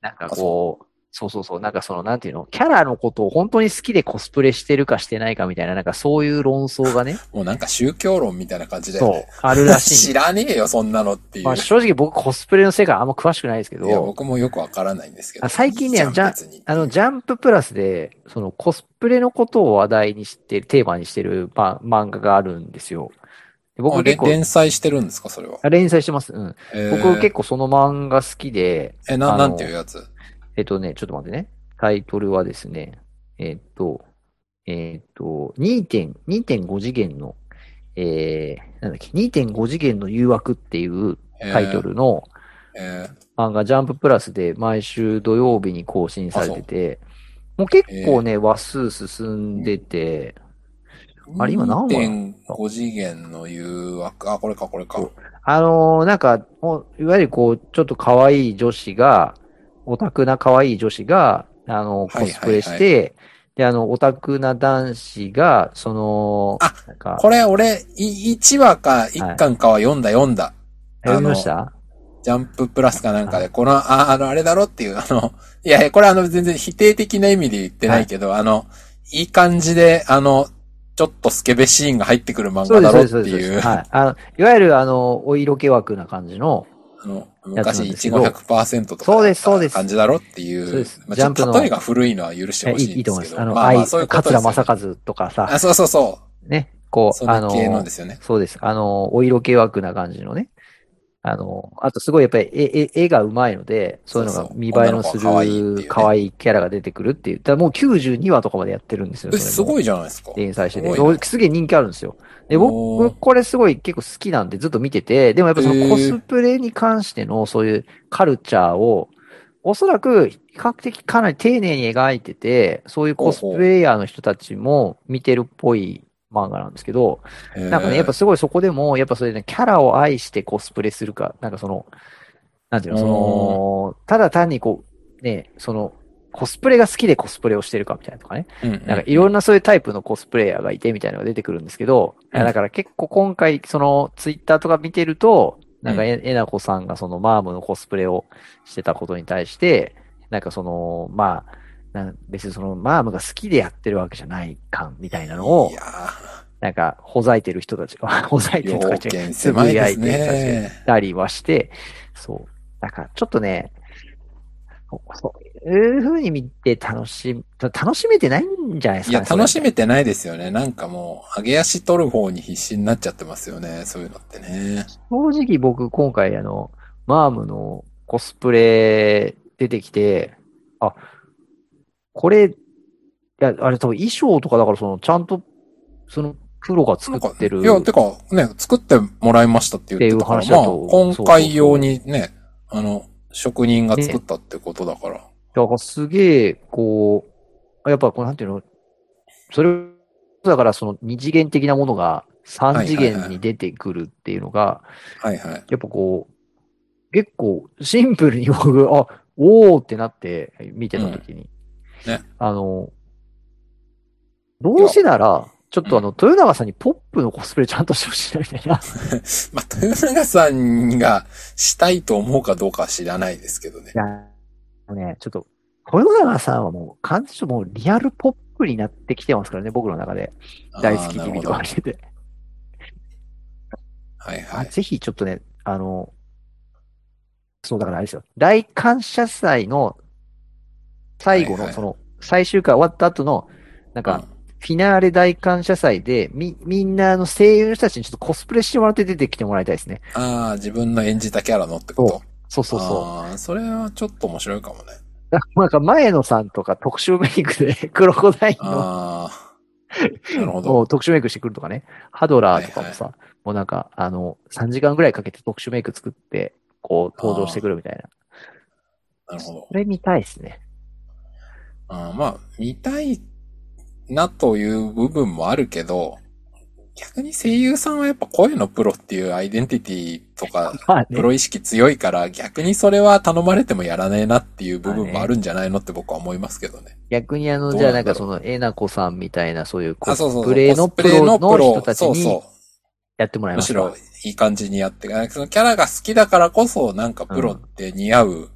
[SPEAKER 2] なんかこう、そうそうそう、なんかその、なんていうの、キャラのことを本当に好きでコスプレしてるかしてないかみたいな、なんかそういう論争がね、
[SPEAKER 1] もうなんか宗教論みたいな感じだよ
[SPEAKER 2] そう
[SPEAKER 1] ね。、
[SPEAKER 2] あるらしい
[SPEAKER 1] 知
[SPEAKER 2] んで
[SPEAKER 1] らねえよ、そんなのってい
[SPEAKER 2] す。
[SPEAKER 1] う。
[SPEAKER 2] まあ正直僕コスプレの世界あんま詳しくないですけ
[SPEAKER 1] いや、
[SPEAKER 2] ど、
[SPEAKER 1] 僕もよくわからないんですけど。
[SPEAKER 2] あ最近ね
[SPEAKER 1] いいじゃん
[SPEAKER 2] じゃ
[SPEAKER 1] 別に
[SPEAKER 2] あの、ジャンププラスで、そのコスプレのことを話題にして、テーマにしてる、ま、漫画があるんですよ。で僕
[SPEAKER 1] あれ
[SPEAKER 2] 結構、
[SPEAKER 1] 連載してるんですか、それは。
[SPEAKER 2] あ連載してます。うん。僕結構その漫画好きで、
[SPEAKER 1] えー、え
[SPEAKER 2] あ
[SPEAKER 1] な、
[SPEAKER 2] の
[SPEAKER 1] なんていうやつ
[SPEAKER 2] えっとね、ちょっと待ってね。タイトルはですね、えっと、えっと、2.2.5次元の、えー、なんだっけ、2.5次元の誘惑っていうタイト。ルの
[SPEAKER 1] えーえー
[SPEAKER 2] 漫画、ジャンププラスで毎週土曜日に更新されてて、もう結構ね、話数進んでて、あれ今何話
[SPEAKER 1] ?2.5 次元の誘惑。あ、これか、これか。
[SPEAKER 2] そうあのーなんか、おいわゆるこう、ちょっと可愛い女子が、オタクな可愛い女子が、あのー
[SPEAKER 1] はいはいは
[SPEAKER 2] コ
[SPEAKER 1] い
[SPEAKER 2] スプレして、で、あの、オタクな男子が、その、
[SPEAKER 1] あ
[SPEAKER 2] なんか、
[SPEAKER 1] これ、俺、い1話か1巻かは読んだ、読んだ。
[SPEAKER 2] 読みました
[SPEAKER 1] ジャンププラスかなんかで、この、あ、あの、あれだろっていう、あの、いやいや、これあの、全然否定的な意味で言ってないけど、あの、いい感じで、あの、ちょっとスケベシーンが入ってくる漫
[SPEAKER 2] そ
[SPEAKER 1] 画
[SPEAKER 2] うで
[SPEAKER 1] だ
[SPEAKER 2] す、
[SPEAKER 1] ろ
[SPEAKER 2] そう
[SPEAKER 1] っ
[SPEAKER 2] です、
[SPEAKER 1] て
[SPEAKER 2] そうです。
[SPEAKER 1] いう、
[SPEAKER 2] はい。あの、いわゆる、あの、お色気枠な感じの、
[SPEAKER 1] あの、
[SPEAKER 2] や
[SPEAKER 1] 昔、
[SPEAKER 2] つなん
[SPEAKER 1] い
[SPEAKER 2] ですけ
[SPEAKER 1] ち
[SPEAKER 2] ど
[SPEAKER 1] ご100%とか。
[SPEAKER 2] そうですそうです
[SPEAKER 1] 感じだろってい
[SPEAKER 2] そうで
[SPEAKER 1] う
[SPEAKER 2] す。
[SPEAKER 1] まあ、
[SPEAKER 2] ジ
[SPEAKER 1] ち
[SPEAKER 2] ャ
[SPEAKER 1] ょ
[SPEAKER 2] ン
[SPEAKER 1] っ
[SPEAKER 2] プの
[SPEAKER 1] と例えが古いのは許して
[SPEAKER 2] え
[SPEAKER 1] ほし
[SPEAKER 2] い
[SPEAKER 1] い
[SPEAKER 2] い
[SPEAKER 1] ん
[SPEAKER 2] い
[SPEAKER 1] です
[SPEAKER 2] と思い
[SPEAKER 1] け
[SPEAKER 2] ます。
[SPEAKER 1] ど。
[SPEAKER 2] あの、
[SPEAKER 1] まあまあ、
[SPEAKER 2] 愛
[SPEAKER 1] そういうことで
[SPEAKER 2] 桂
[SPEAKER 1] すよね
[SPEAKER 2] 正和とかさ
[SPEAKER 1] あ、、そうそうそ
[SPEAKER 2] ね、こ
[SPEAKER 1] う。
[SPEAKER 2] う、
[SPEAKER 1] そ
[SPEAKER 2] あ
[SPEAKER 1] の
[SPEAKER 2] の
[SPEAKER 1] 系の
[SPEAKER 2] ー
[SPEAKER 1] で、すよね。
[SPEAKER 2] そうです。あの、お色気枠な感じのね。あの、あとすごいやっぱり絵絵絵が上手いので、そういうの
[SPEAKER 1] そう
[SPEAKER 2] が
[SPEAKER 1] そう
[SPEAKER 2] 見栄えのする
[SPEAKER 1] 女の子が可愛いっていうね
[SPEAKER 2] 可愛いキャラが出てくるっていう。だからもう92話とかまでやってるんですよ。
[SPEAKER 1] え、
[SPEAKER 2] それも
[SPEAKER 1] すごいじゃないですか。
[SPEAKER 2] 連載してて。
[SPEAKER 1] すごいな
[SPEAKER 2] おすげえ人気あるんですよ。で、
[SPEAKER 1] おー
[SPEAKER 2] 僕、これすごい結構好きなんでずっと見てて、でもやっぱそ
[SPEAKER 1] へ
[SPEAKER 2] の
[SPEAKER 1] ー
[SPEAKER 2] コスプレに関してのそういうカルチャーを、おそらく比較的かなり丁寧に描いてて、そういうコスプレイヤーの人たちも見てるっぽい漫画なんですけど、なんかね、やっぱすごいそこでも、やっぱそれね、キャラを愛してコスプレするか、なんかその、なんていうの、その、ただ単にこう、ね、その、コスプレが好きでコスプレをしてるかみたいなとかね。
[SPEAKER 1] うんう
[SPEAKER 2] なんかいろんなそういうタイプのコスプレイヤーがいてみたいなのが出てくるんですけど、
[SPEAKER 1] うん
[SPEAKER 2] だから結構今回、そのツイッターとか見てると、なんかえ、えなこさんがそのマームのコスプレをしてたことに対して、なんかその、まあ、なん別にそのマームが好きでやってるわけじゃない感みたいなのを
[SPEAKER 1] い、や
[SPEAKER 2] なんか、ほざいてる人たち が、ほざいて
[SPEAKER 1] ー、
[SPEAKER 2] るとか
[SPEAKER 1] 要
[SPEAKER 2] 言っ
[SPEAKER 1] 件
[SPEAKER 2] て、つ
[SPEAKER 1] 狭
[SPEAKER 2] ぶ
[SPEAKER 1] い
[SPEAKER 2] や
[SPEAKER 1] で
[SPEAKER 2] い
[SPEAKER 1] す
[SPEAKER 2] てる人たちが
[SPEAKER 1] ね。
[SPEAKER 2] たりはして、そう。なんか、ちょっとね、そうそういう風に見て楽しむ、楽しめてないんじゃないです
[SPEAKER 1] い
[SPEAKER 2] か
[SPEAKER 1] や、
[SPEAKER 2] ね。
[SPEAKER 1] 楽し
[SPEAKER 2] それ
[SPEAKER 1] めてないですよね。なんかもう、上げ足取る方に必死になっちゃってますよね。そういうのってね。
[SPEAKER 2] 正直僕、今回、あの、マームのコスプレ出てきて、あ、これ、いや、あれ多分衣装とかだから、その、ちゃんと、その、プロが作ってる。
[SPEAKER 1] いや、てか、ね、作ってもらいましたって言ってたから、
[SPEAKER 2] っていう
[SPEAKER 1] まあ、
[SPEAKER 2] 話だと
[SPEAKER 1] 今回用にね、あの、職人が作ったってことだから。
[SPEAKER 2] だからすげえ、こう、やっぱこうなんていうの、それ、だからその二次元的なものが
[SPEAKER 1] は
[SPEAKER 2] 三
[SPEAKER 1] い
[SPEAKER 2] 次
[SPEAKER 1] はいは
[SPEAKER 2] 元
[SPEAKER 1] い
[SPEAKER 2] に出てくるっていうのが、
[SPEAKER 1] はいはい。
[SPEAKER 2] やっぱこう、結構シンプルに僕、あ、おーってなって見てたときに、
[SPEAKER 1] うんね
[SPEAKER 2] あの、どうせなら、ちょっとあの、豊永さんにポップのコスプレちゃんとしてほしいな みたいな。
[SPEAKER 1] まあ、豊永さんがしたいと思うかどうかは知らないですけどね
[SPEAKER 2] い。や、もうね、ちょっと、豊永さんはもう完全にもうリアルポップになってきてますからね、僕の中で。大好き
[SPEAKER 1] あーなる
[SPEAKER 2] 君
[SPEAKER 1] ほ
[SPEAKER 2] と
[SPEAKER 1] ど
[SPEAKER 2] かしてて。
[SPEAKER 1] はい
[SPEAKER 2] あ
[SPEAKER 1] はい。
[SPEAKER 2] ぜひちょっとね、あの、そう、だからあれですよ。大感謝祭の最後
[SPEAKER 1] はいは
[SPEAKER 2] の、
[SPEAKER 1] い
[SPEAKER 2] その、最終回終わった後の、なん
[SPEAKER 1] う
[SPEAKER 2] か
[SPEAKER 1] ん、
[SPEAKER 2] フィナーレ大感謝祭で、み、みんなあの声優の人たちにちょっとコスプレしてもらって出てきてもらいたいですね。
[SPEAKER 1] ああ、自分の演じたキャラのってこと
[SPEAKER 2] そうそうそう。
[SPEAKER 1] ああ、それはちょっと面白いかもね。
[SPEAKER 2] なんか前野さんとか特殊メイクで クロコダインの
[SPEAKER 1] あ あ、なるほ
[SPEAKER 2] も
[SPEAKER 1] ど。
[SPEAKER 2] う特殊メイクしてくるとかね。ハドラーとかもさ、もうなんか、あの、3時間ぐらいかけて特殊メイク作って、こう、登場してくるみたいな。
[SPEAKER 1] なるほど
[SPEAKER 2] こ。れ見たいです ね。
[SPEAKER 1] あーまあ、見たいなという部分もあるけど、逆に声優さんはやっぱ声のプロっていうアイデンティティとか、
[SPEAKER 2] まあ
[SPEAKER 1] プ
[SPEAKER 2] ね。
[SPEAKER 1] ロ意識強いから、逆にそれは頼まれてもやらねえなっていう部分もあるんじゃないのって僕は思いますけどね。
[SPEAKER 2] 逆にあの、
[SPEAKER 1] どう
[SPEAKER 2] じ
[SPEAKER 1] な
[SPEAKER 2] ゃあ
[SPEAKER 1] んだろう
[SPEAKER 2] な
[SPEAKER 1] ん
[SPEAKER 2] かその、えなこさんみたいなそういうコ
[SPEAKER 1] あ、そうそう
[SPEAKER 2] ス
[SPEAKER 1] そう。
[SPEAKER 2] プレの
[SPEAKER 1] コ
[SPEAKER 2] プ
[SPEAKER 1] スプレ
[SPEAKER 2] ロの
[SPEAKER 1] のプロ
[SPEAKER 2] 人たち
[SPEAKER 1] そう
[SPEAKER 2] に
[SPEAKER 1] そう。
[SPEAKER 2] やってもらいま
[SPEAKER 1] む
[SPEAKER 2] し。
[SPEAKER 1] したろいい感じにやって、なんかそのキャラが好きだからこそ、なんかプロって似合う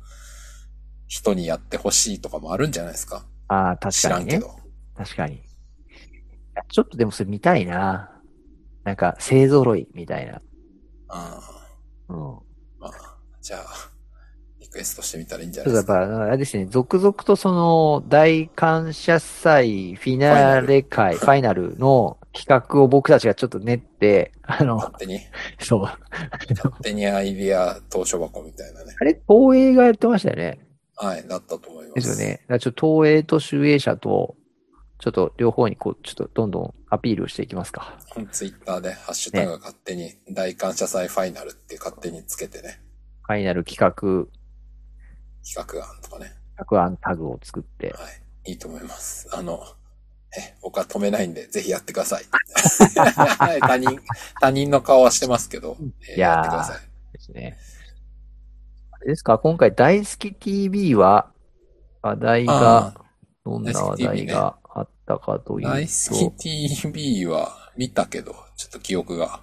[SPEAKER 1] 人にやってほしいとかもあるんじゃないですか。
[SPEAKER 2] ああ、確
[SPEAKER 1] 知
[SPEAKER 2] からに
[SPEAKER 1] んけ
[SPEAKER 2] ね。
[SPEAKER 1] ど。
[SPEAKER 2] 確かに。いやちょっとでもそれ見たいな。なんか、勢揃いみたいな。
[SPEAKER 1] あ
[SPEAKER 2] うん。
[SPEAKER 1] あまあ、じゃあ、リクエストしてみたらいいんじゃ
[SPEAKER 2] ち
[SPEAKER 1] な
[SPEAKER 2] ょ
[SPEAKER 1] いで
[SPEAKER 2] っ
[SPEAKER 1] す
[SPEAKER 2] と
[SPEAKER 1] か。
[SPEAKER 2] やっぱ、あれですね、続々とその、大感謝祭フィナーレ会、ファイナルの企画を僕たちがちょっと練って、あの、
[SPEAKER 1] 勝手に、
[SPEAKER 2] そう。
[SPEAKER 1] 勝手にアイディア投書箱みたいなね。
[SPEAKER 2] あれ、東映がやってましたよね。
[SPEAKER 1] はい、だったと思います。
[SPEAKER 2] ですよね。だからちょっと東映と集英社と、ちょっと両方にこう、ちょっとどんどんアピールしていきますか。
[SPEAKER 1] うん。ツイッターで、ハッシュタグが勝手に、大感謝祭ファイナルって勝手につけてね、
[SPEAKER 2] ファイナル企画、
[SPEAKER 1] 企画案とかね。
[SPEAKER 2] 企画案タグを作って。
[SPEAKER 1] はい。いいと思います。あの、え、僕は止めないんで、ぜひやってくださ い。他人、他人の顔はしてますけど、え
[SPEAKER 2] い
[SPEAKER 1] や
[SPEAKER 2] やー
[SPEAKER 1] ってください。
[SPEAKER 2] ですね。あれですか、今回大好き TV は、話題が、どんな話題があったかというと、
[SPEAKER 1] 大好き TV は見たけど、ちょっと記憶が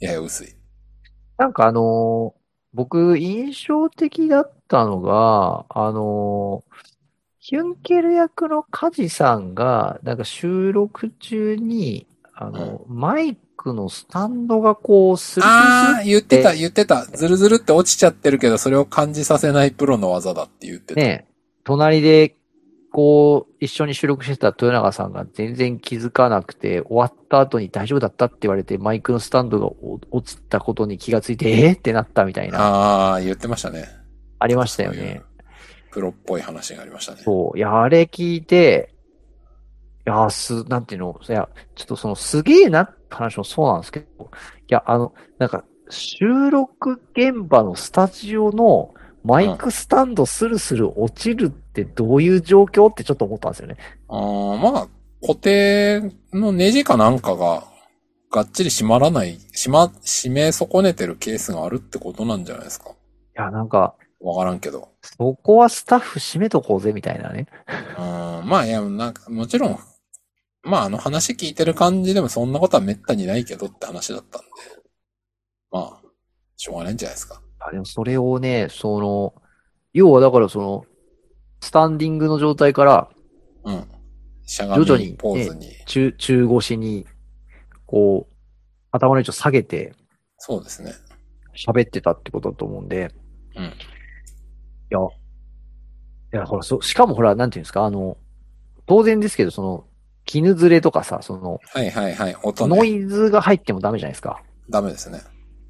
[SPEAKER 1] やや薄い。
[SPEAKER 2] なんかあのー僕印象的だったのが、あのーヒュンケル役のカジさんが、なんか収録中に、あの、マイクのスタンドがこう、スルスルス
[SPEAKER 1] あ
[SPEAKER 2] ル
[SPEAKER 1] あ、言ってた、言ってた。ズルズルって落ちちゃってるけど、それを感じさせないプロの技だって言ってた。
[SPEAKER 2] ね、隣で、こう、一緒に収録してた豊永さんが全然気づかなくて、終わった後に大丈夫だったって言われて、マイクのスタンドがお落ちたことに気がついて、えーってなったみたいな、
[SPEAKER 1] ああ、言ってましたね。
[SPEAKER 2] ありましたよ
[SPEAKER 1] そうい
[SPEAKER 2] ね
[SPEAKER 1] う。プロっぽい話がありましたね。
[SPEAKER 2] そう。いや、あれ聞いて、いや、す、なんていうの、いや、ちょっとその、すげえなって話もそうなんですけど、いや、あの、なんか、収録現場のスタジオのマイクスタンドスルスル落ちるってどういう状況ってちょっと思ったんですよね。
[SPEAKER 1] ああ、まあ、固定のネジかなんかが、がっちり締まらない、締ま、締め損ねてるケースがあるってことなんじゃないですか。
[SPEAKER 2] いや、なんか、
[SPEAKER 1] わからんけど。
[SPEAKER 2] そこはスタッフ閉めとこうぜ、みたいなね。
[SPEAKER 1] うん、まあいや、なんか、もちろん、まああの話聞いてる感じでもそんなことは滅多にないけどって話だったんで。まあ、しょうがないんじゃないですか。
[SPEAKER 2] あ、でもそれをね、その、要はだからその、スタンディングの状態から、
[SPEAKER 1] うん。しゃが
[SPEAKER 2] 々に
[SPEAKER 1] みポーズに。
[SPEAKER 2] 中、中腰に、こう、頭の位置を下げて
[SPEAKER 1] そうですね。
[SPEAKER 2] 喋ってたってことだと思うんで。
[SPEAKER 1] うん
[SPEAKER 2] いや、いや、ほら、そ、しかもほら、なんていうんですか、あの、当然ですけど、その、絹ずれとかさ、その、
[SPEAKER 1] はいはいはい。音
[SPEAKER 2] ノ
[SPEAKER 1] ね。
[SPEAKER 2] イズが入ってもダメじゃないですか。
[SPEAKER 1] ダメですね。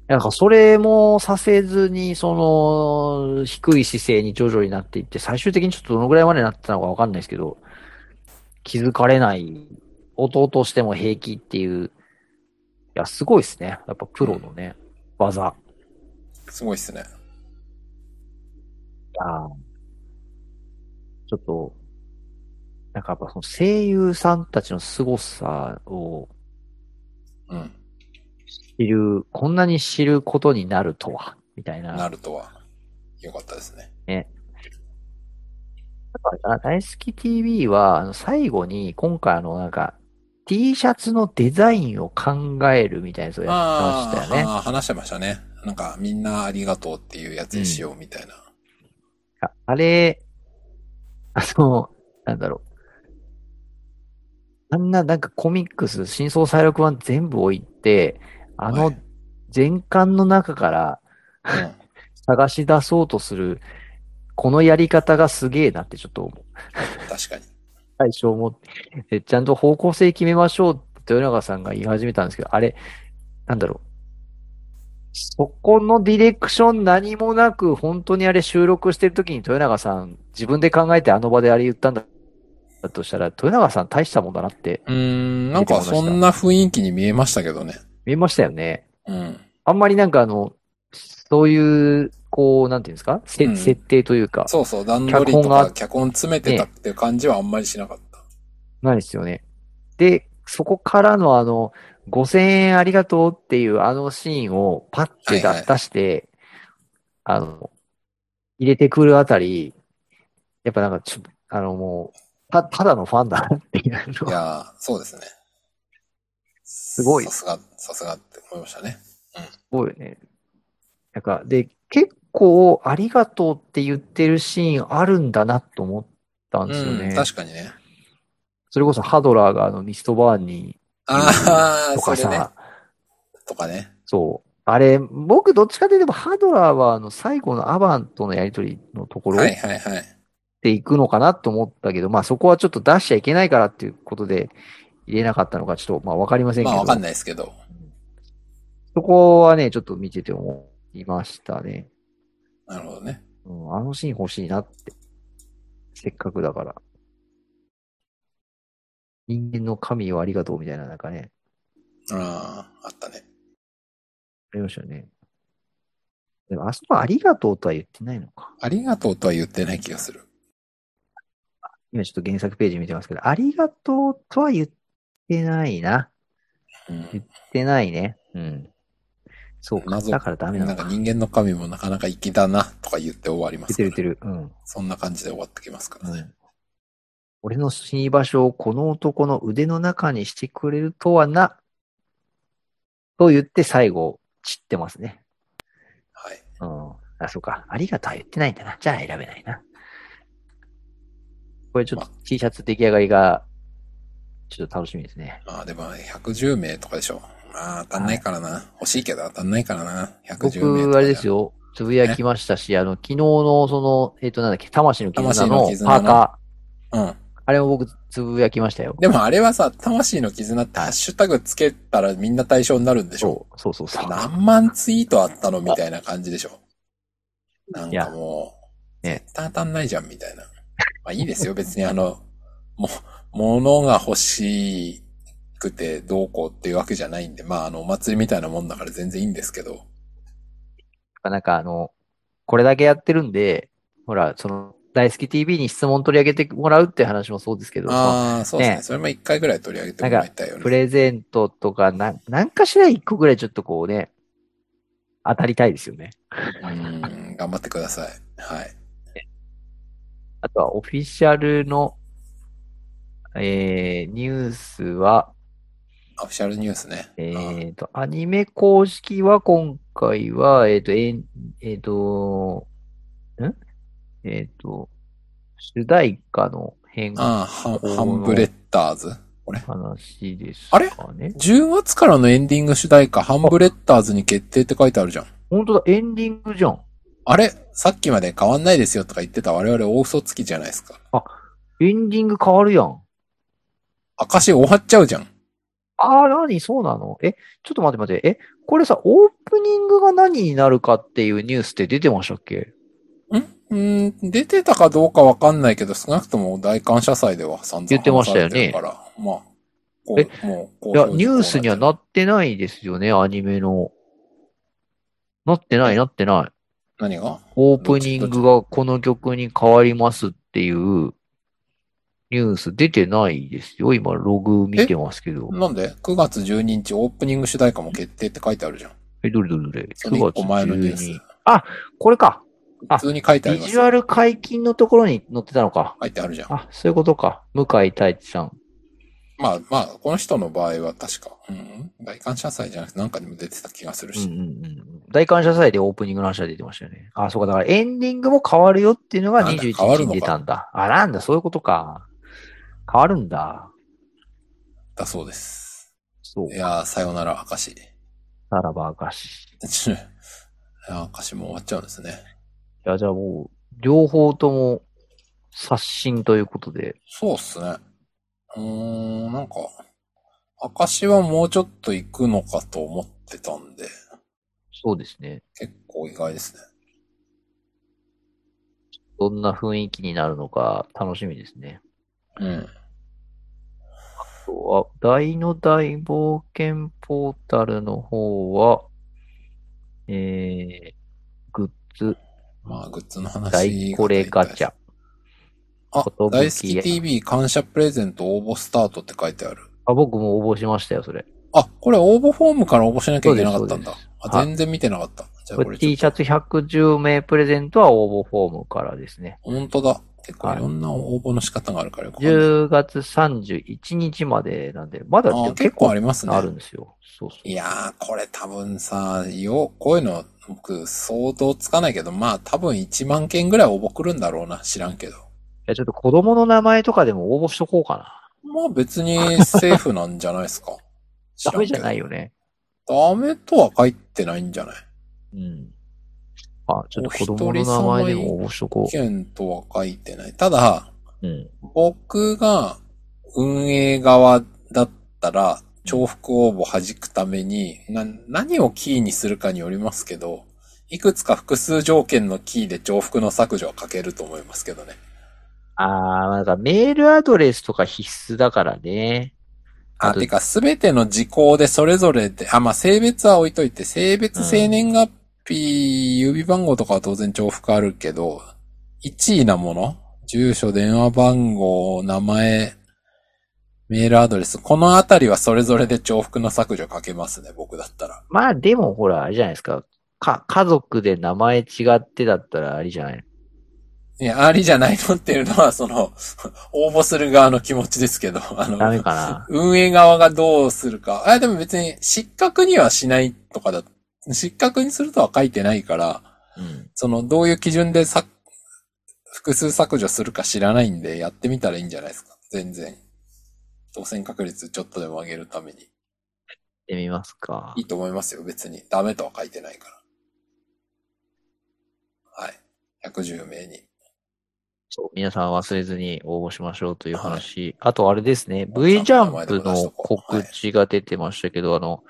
[SPEAKER 2] なんかそれもさせずに、その、低い姿勢に徐々になっていって、最終的にちょっとどのぐらいまでなってたのかわかんないですけど、気づかれない、音としても平気っていう、いや、すごいですね。やっぱプロのね、技。
[SPEAKER 1] すごいっすね。
[SPEAKER 2] いやーちょっと、なんかやっぱその声優さんたちの凄さを
[SPEAKER 1] うん。
[SPEAKER 2] 知る、こんなに知ることになるとは、みたいな。
[SPEAKER 1] なるとは、よかったですね。
[SPEAKER 2] なんかあ大好き TV は、あの最後に、今回あの、なんか、T シャツのデザインを考えるみたいなやつをや
[SPEAKER 1] あ
[SPEAKER 2] ってま
[SPEAKER 1] あ
[SPEAKER 2] したよね。
[SPEAKER 1] あー話してましたね。なんか、みんなありがとうっていうやつにしようみたいな。
[SPEAKER 2] ああれ、あの、なんだろう。あんな、なんかコミックス、真相再録版全部置いて、あ
[SPEAKER 1] は
[SPEAKER 2] の
[SPEAKER 1] い
[SPEAKER 2] 全巻の中から
[SPEAKER 1] うん
[SPEAKER 2] 探し出そうとする、このやり方がすげえなってちょっと思う
[SPEAKER 1] 確 かに。
[SPEAKER 2] 最初思って、ちゃんと方向性決めましょうって豊永さんが言い始めたんですけど、あれ、なんだろう。そこのディレクション何もなく、本当にあれ収録してる時に豊永さん自分で考えてあの場であれ言ったんだだとしたら、豊永さん大したもんだなって
[SPEAKER 1] うーん、なんかそんな雰囲気に見えましたけどね。
[SPEAKER 2] 見えましたよね。
[SPEAKER 1] うん。
[SPEAKER 2] あんまりなんかあの、そういう、こう、なんていうんですか、せ
[SPEAKER 1] うん
[SPEAKER 2] 設定というか、
[SPEAKER 1] そうそう、段取り
[SPEAKER 2] 脚
[SPEAKER 1] と
[SPEAKER 2] 本が
[SPEAKER 1] か脚本詰めてたっていう感じはあんまりしなかった。
[SPEAKER 2] ないですよね。で、そこからのあの、5000円ありがとうっていうあのシーンをパッて出,、
[SPEAKER 1] はいはい
[SPEAKER 2] 出して、あの、入れてくるあたり、やっぱなんかちょ、あのもう、た、ただのファンだなっていうの
[SPEAKER 1] い
[SPEAKER 2] は
[SPEAKER 1] やー、そうですね。す
[SPEAKER 2] ごい
[SPEAKER 1] さすが、さすがって思いましたね。
[SPEAKER 2] すごいよね。なんか、で、結構ありがとうって言ってるシーンあるんだなと思ったんですよ
[SPEAKER 1] う
[SPEAKER 2] ね。
[SPEAKER 1] ん、確かにね。
[SPEAKER 2] それこそハドラーがあのミストバーンに
[SPEAKER 1] ああ、
[SPEAKER 2] と
[SPEAKER 1] そ
[SPEAKER 2] か
[SPEAKER 1] れね
[SPEAKER 2] さ。、
[SPEAKER 1] とかね。
[SPEAKER 2] そう。あれ、僕どっちかというとハドラーはあの最後のアバンとのやりとりのところ
[SPEAKER 1] は
[SPEAKER 2] っ
[SPEAKER 1] いはいはい。
[SPEAKER 2] ていくのかなと思ったけど、まあそこはちょっと出しちゃいけないからっていうことで入れなかったのかちょっとまあわかりませんけ
[SPEAKER 1] まあ
[SPEAKER 2] ど、
[SPEAKER 1] わかんないですけど。
[SPEAKER 2] そこはね、ちょっと見てて思いましたね。
[SPEAKER 1] なるほどね。
[SPEAKER 2] うん、あのシーン欲しいなって。せっかくだから。人間の神をありがとうみたいななんかね、
[SPEAKER 1] ああ、あったね。
[SPEAKER 2] ありましたよね。でもあそこはありがとうとは言ってないのか。
[SPEAKER 1] ありがとうとは言ってない気がする。
[SPEAKER 2] 今ちょっと原作ページ見てますけど、ありがとうとは言ってないな。
[SPEAKER 1] うん。
[SPEAKER 2] 言ってないね。うん。そうか。
[SPEAKER 1] 謎
[SPEAKER 2] だからダメな
[SPEAKER 1] なん
[SPEAKER 2] の
[SPEAKER 1] か
[SPEAKER 2] か。
[SPEAKER 1] 人間の神もなかなか粋だなとか言って終わりま
[SPEAKER 2] 言っ
[SPEAKER 1] す
[SPEAKER 2] て
[SPEAKER 1] か
[SPEAKER 2] る
[SPEAKER 1] ら
[SPEAKER 2] 言ってる。うん。
[SPEAKER 1] そんな感じで終わってきますからね。
[SPEAKER 2] 俺の死に場所をこの男の腕の中にしてくれるとはな。と言って最後、散ってますね。
[SPEAKER 1] はい。
[SPEAKER 2] うん。あ、そうか。ありがとうは言ってないんだな。じゃあ選べないな。これちょっと T シャツ出来上がりが、ちょっと楽しみですね。
[SPEAKER 1] まあでも110名とかでしょ。まあ当たんないからな。欲しいけど当たんないからな。110名とか
[SPEAKER 2] 僕、あれですよ、つぶやきましたし、あの、昨日のその、えっ、と、なんだっけ、魂の絆
[SPEAKER 1] 魂
[SPEAKER 2] の
[SPEAKER 1] の絆
[SPEAKER 2] パ
[SPEAKER 1] の
[SPEAKER 2] ーカ
[SPEAKER 1] うん。
[SPEAKER 2] ー、あれも僕、つぶやきましたよ。
[SPEAKER 1] でもあれはさ、魂の絆ってハッシュタグつけたらみんな対象になるんでしょ
[SPEAKER 2] そう、そうそうそう。
[SPEAKER 1] 何万ツイートあったのみたいな感じでしょなん
[SPEAKER 2] いや
[SPEAKER 1] かもう、
[SPEAKER 2] ね
[SPEAKER 1] 絶対当たんないじゃんみたいな。まあいいですよ、別にあの、も、物が欲しくてどうこうっていうわけじゃないんで、まああの、お祭りみたいなもんだから全然いいんですけど。
[SPEAKER 2] なんかあの、これだけやってるんで、ほら、その、大好き TV に質問取り上げてもらうって話もそうですけど、
[SPEAKER 1] ああ、そうですね
[SPEAKER 2] ね
[SPEAKER 1] それも一回ぐらい取り上げてもらいたいよね。
[SPEAKER 2] プレゼントとか、なん、なんかしら一個ぐらいちょっとこうね、当たりたいですよね。
[SPEAKER 1] うん、頑張ってください。はい。
[SPEAKER 2] あとはオフィシャルの、えー、ニュースは、
[SPEAKER 1] オフィシャルニュースね。
[SPEAKER 2] え
[SPEAKER 1] うん
[SPEAKER 2] ーと、アニメ公式は今回は、えっ、と、えんえーと、んえっ、と、主題歌の変化
[SPEAKER 1] ああ、ハン
[SPEAKER 2] この
[SPEAKER 1] ハンブレッダーズ。これ。
[SPEAKER 2] 話です
[SPEAKER 1] あれ
[SPEAKER 2] かね。
[SPEAKER 1] 10月からのエンディング主題歌、ハンブレッダーズに決定って書いてあるじゃん。
[SPEAKER 2] 本当だ、エンディングじゃん。
[SPEAKER 1] あれさっきまで変わんないですよとか言ってた我々大嘘つきじゃないですか。
[SPEAKER 2] エンディング変わるやん。
[SPEAKER 1] 証終わっちゃうじゃん。
[SPEAKER 2] あー、なに、そうなのえ、ちょっと待って待って。え、これさ、オープニングが何になるかっていうニュースって出てましたっけ
[SPEAKER 1] んうーん、出てたかどうかわかんないけど、少なくとも大感謝祭では散々
[SPEAKER 2] 言ってましたよ
[SPEAKER 1] 話さ
[SPEAKER 2] ね
[SPEAKER 1] れてるから、まあ、こう、もう、こ
[SPEAKER 2] いや、ニュースには
[SPEAKER 1] っ
[SPEAKER 2] なってないですよね、アニメの。なってない、なってない。
[SPEAKER 1] 何が
[SPEAKER 2] オープニングがこの曲に変わりますっていうニュース出てないですよ。今、ログ見てますけど。
[SPEAKER 1] なんで ?9 月12日オープニング主題歌も決定って書いてあるじゃん。
[SPEAKER 2] え、どれどれどれ
[SPEAKER 1] その
[SPEAKER 2] ?9
[SPEAKER 1] 1
[SPEAKER 2] 月
[SPEAKER 1] 個前のニュー
[SPEAKER 2] 12
[SPEAKER 1] ス
[SPEAKER 2] 日。。これか。あ
[SPEAKER 1] 普通に書いてあ
[SPEAKER 2] ビ
[SPEAKER 1] ります
[SPEAKER 2] ジュアル解禁のところに載ってたのか。
[SPEAKER 1] 書いてあるじゃん。
[SPEAKER 2] あ、そういうことか。向井太一さん。
[SPEAKER 1] まあまあ、この人の場合は確か、うん、大感謝祭じゃなくてなんかにも出てた気がする
[SPEAKER 2] うん
[SPEAKER 1] し。
[SPEAKER 2] うんうん。大感謝祭でオープニングの話が出てましたよね。あ、そうか。だからエンディングも変わるよっていうのが
[SPEAKER 1] なんだ
[SPEAKER 2] 21
[SPEAKER 1] 変わ
[SPEAKER 2] 日
[SPEAKER 1] るの
[SPEAKER 2] に
[SPEAKER 1] か
[SPEAKER 2] 出たんだ。あ、なんだ、そういうことか。変わるんだ。
[SPEAKER 1] だそうです。
[SPEAKER 2] そう
[SPEAKER 1] い。やー、さよなら、明石。
[SPEAKER 2] ならば、明石。
[SPEAKER 1] ちいや明石も終わっちゃうんですね。
[SPEAKER 2] いや、じゃあもう、両方とも刷新ということで。
[SPEAKER 1] そうっすね。うーん、なんか、明石はもうちょっと行くのかと思ってたんで、
[SPEAKER 2] そうですね。
[SPEAKER 1] 結構意外ですね。
[SPEAKER 2] どんな雰囲気になるのか楽しみですね。
[SPEAKER 1] うん。
[SPEAKER 2] あとは、大の大冒険ポータルの方は、えー、グッズ、
[SPEAKER 1] まあ、グッズの話
[SPEAKER 2] 大これガチャ。。
[SPEAKER 1] あ
[SPEAKER 2] こと、ぶ
[SPEAKER 1] 大
[SPEAKER 2] き
[SPEAKER 1] 好き TV 感謝プレゼント応募スタートって書いてある。
[SPEAKER 2] あ、僕も応募しましたよ、それ。
[SPEAKER 1] あ、これ応募フォームから応募しなきゃいけなかったん
[SPEAKER 2] そうですそ
[SPEAKER 1] だ
[SPEAKER 2] うです。
[SPEAKER 1] あ、全然見てなかった。じゃあこれちょ
[SPEAKER 2] T
[SPEAKER 1] っ
[SPEAKER 2] シャツ110名プレゼントは応募フォームからですね。
[SPEAKER 1] と、本当だ。結構いろんな応募の仕方があるからよくわかんない
[SPEAKER 2] 10月31日までなんで、まだで
[SPEAKER 1] あ
[SPEAKER 2] も
[SPEAKER 1] ー結構あり
[SPEAKER 2] ま
[SPEAKER 1] ますね。
[SPEAKER 2] あるんですよ。そうそう。
[SPEAKER 1] いやー、これ多分さ、よ、こういうの、僕、想像つかないけど、まあ多分1万件ぐらい応募来るんだろうな、知らんけど。
[SPEAKER 2] いや、ちょっと子供の名前とかでも応募しとこうかな。
[SPEAKER 1] まあ別 にセーフなんじゃないですか。知らん
[SPEAKER 2] ダメじゃない
[SPEAKER 1] よ。
[SPEAKER 2] よね。
[SPEAKER 1] ダメとは書いてないんじゃない
[SPEAKER 2] うん。あ、ちょっと子供の名前でも応募しとこ
[SPEAKER 1] 意見とは書いてない。ただ、
[SPEAKER 2] う。うん。
[SPEAKER 1] 僕が運営側だったら、重複応募弾くために、な、何をキーにするかによりますけど、いくつか複数条件のキーで重複の削除は書けると思いますけどね。
[SPEAKER 2] あー、なんかメールアドレスとか必須だからね。
[SPEAKER 1] あ、
[SPEAKER 2] あと
[SPEAKER 1] てか、すべての事項でそれぞれで、あ、まあ、性別は置いといて、性別、
[SPEAKER 2] うん
[SPEAKER 1] 生年月日、郵便番号とかは当然重複あるけど、1位なもの住所、電話番号、名前、メールアドレス。このあたりはそれぞれで重複の削除かけますね、僕だったら。
[SPEAKER 2] まあでもほら、あれじゃないですか。か、家族で名前違ってだったらありじゃないの
[SPEAKER 1] いや、ありじゃないのっていうのは、その、応募する側の気持ちですけど、あの、
[SPEAKER 2] ダメかな。
[SPEAKER 1] 運営側がどうするか。あ、でも別に失格にはしないとかだ。失格にするとは書いてないから、
[SPEAKER 2] うん。
[SPEAKER 1] その、どういう基準でさ、複数削除するか知らないんで、やってみたらいいんじゃないですか。全然。当選確率ちょっとでも上げるために。
[SPEAKER 2] やってみますか
[SPEAKER 1] い。いと思いますよ、別に。ダメとは書いてないから。はい。110名に。
[SPEAKER 2] そう皆さん忘れずに応募しましょうという話。
[SPEAKER 1] は
[SPEAKER 2] あとあれですね、
[SPEAKER 1] もうち
[SPEAKER 2] V ジ
[SPEAKER 1] ゃん
[SPEAKER 2] ャ
[SPEAKER 1] と名前でも
[SPEAKER 2] ンプ
[SPEAKER 1] 出しと
[SPEAKER 2] の
[SPEAKER 1] こう
[SPEAKER 2] 告知が出てましたけど、あの、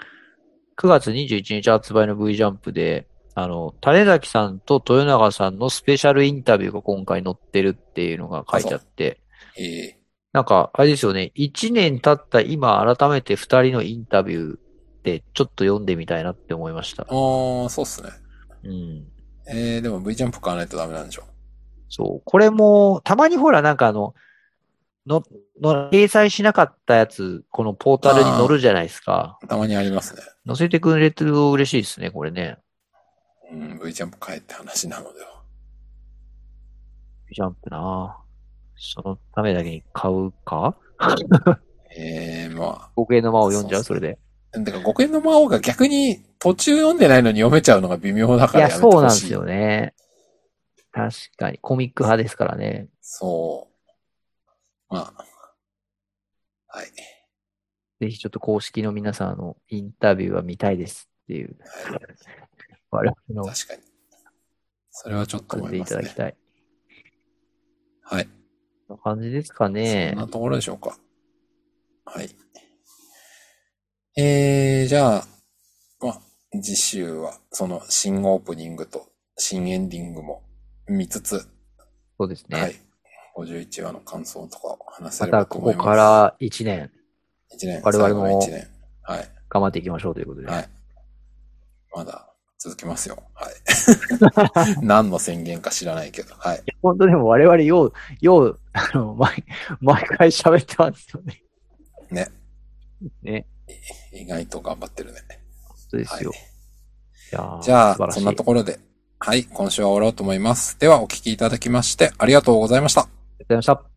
[SPEAKER 2] 9月21日発売の V ジャンプで、あの、種崎さんと豊永さんのスペシャルインタビューが今回載ってるっていうのが書いてあって、
[SPEAKER 1] ええ
[SPEAKER 2] なんか、あれですよね、1年経った今改めて2人のインタビューでちょっと読んでみたいなって思いました。
[SPEAKER 1] あー、そうっすね。
[SPEAKER 2] うん。
[SPEAKER 1] えー、でも V ジャンプ買わないとダメなんでしょ。
[SPEAKER 2] そう。これも、たまにほら、なんかあの、の、の、掲載しなかったやつ、このポータルに載るじゃないですか。
[SPEAKER 1] たまにありますね。
[SPEAKER 2] 載せてくれてると嬉しいですね、これね。
[SPEAKER 1] うん、V ジャンプ買えって話なのでは。
[SPEAKER 2] ジャンプなそのためだけに買うか
[SPEAKER 1] ええま
[SPEAKER 2] 合計の魔を読んじゃうそ
[SPEAKER 1] そう
[SPEAKER 2] れで。
[SPEAKER 1] あ。だから、極限の魔王が逆に途中読んでないのに読めちゃうのが微妙だ
[SPEAKER 2] い
[SPEAKER 1] から
[SPEAKER 2] や、
[SPEAKER 1] やめてほしい。
[SPEAKER 2] そうなんですよ。ね。確かに。コミック派ですからね。
[SPEAKER 1] そう。まあ。はい。
[SPEAKER 2] ぜひちょっと公式の皆さんのインタビューは見たいですっ ていう。我々の
[SPEAKER 1] 確かに。それはちょっと
[SPEAKER 2] 感
[SPEAKER 1] 思い
[SPEAKER 2] じでい
[SPEAKER 1] ま
[SPEAKER 2] た
[SPEAKER 1] す
[SPEAKER 2] だき
[SPEAKER 1] ね。
[SPEAKER 2] たい。
[SPEAKER 1] はい。
[SPEAKER 2] こんな感じですかね
[SPEAKER 1] そん。なところでしょうか。はい。えー、じゃあ、まあ、次週は、その新オープニングと新エンディングも見つつ、
[SPEAKER 2] そうですね。
[SPEAKER 1] はい。51話の感想とかを話せ
[SPEAKER 2] ま
[SPEAKER 1] れば
[SPEAKER 2] た
[SPEAKER 1] と
[SPEAKER 2] こ
[SPEAKER 1] 思
[SPEAKER 2] こ
[SPEAKER 1] います。
[SPEAKER 2] から1年
[SPEAKER 1] 一年、
[SPEAKER 2] 我々も
[SPEAKER 1] 最後の一年。はい。
[SPEAKER 2] 頑張っていきましょうということで。
[SPEAKER 1] はい。まだ続きますよ。はい。 何の宣言か知らないけど。はい。
[SPEAKER 2] 本当でも我々よう、よう、あの、毎、毎回喋ってますよね。
[SPEAKER 1] ね。
[SPEAKER 2] ね。
[SPEAKER 1] 意外と頑張ってるね。
[SPEAKER 2] そうですよ。
[SPEAKER 1] はい
[SPEAKER 2] いやー
[SPEAKER 1] じゃ
[SPEAKER 2] 素晴
[SPEAKER 1] あ、
[SPEAKER 2] らし
[SPEAKER 1] そ
[SPEAKER 2] い
[SPEAKER 1] んなところで、はい、今週は終わろうと思います。では、お聞きいただきまして、ありがとうございました。
[SPEAKER 2] ありがとうございました。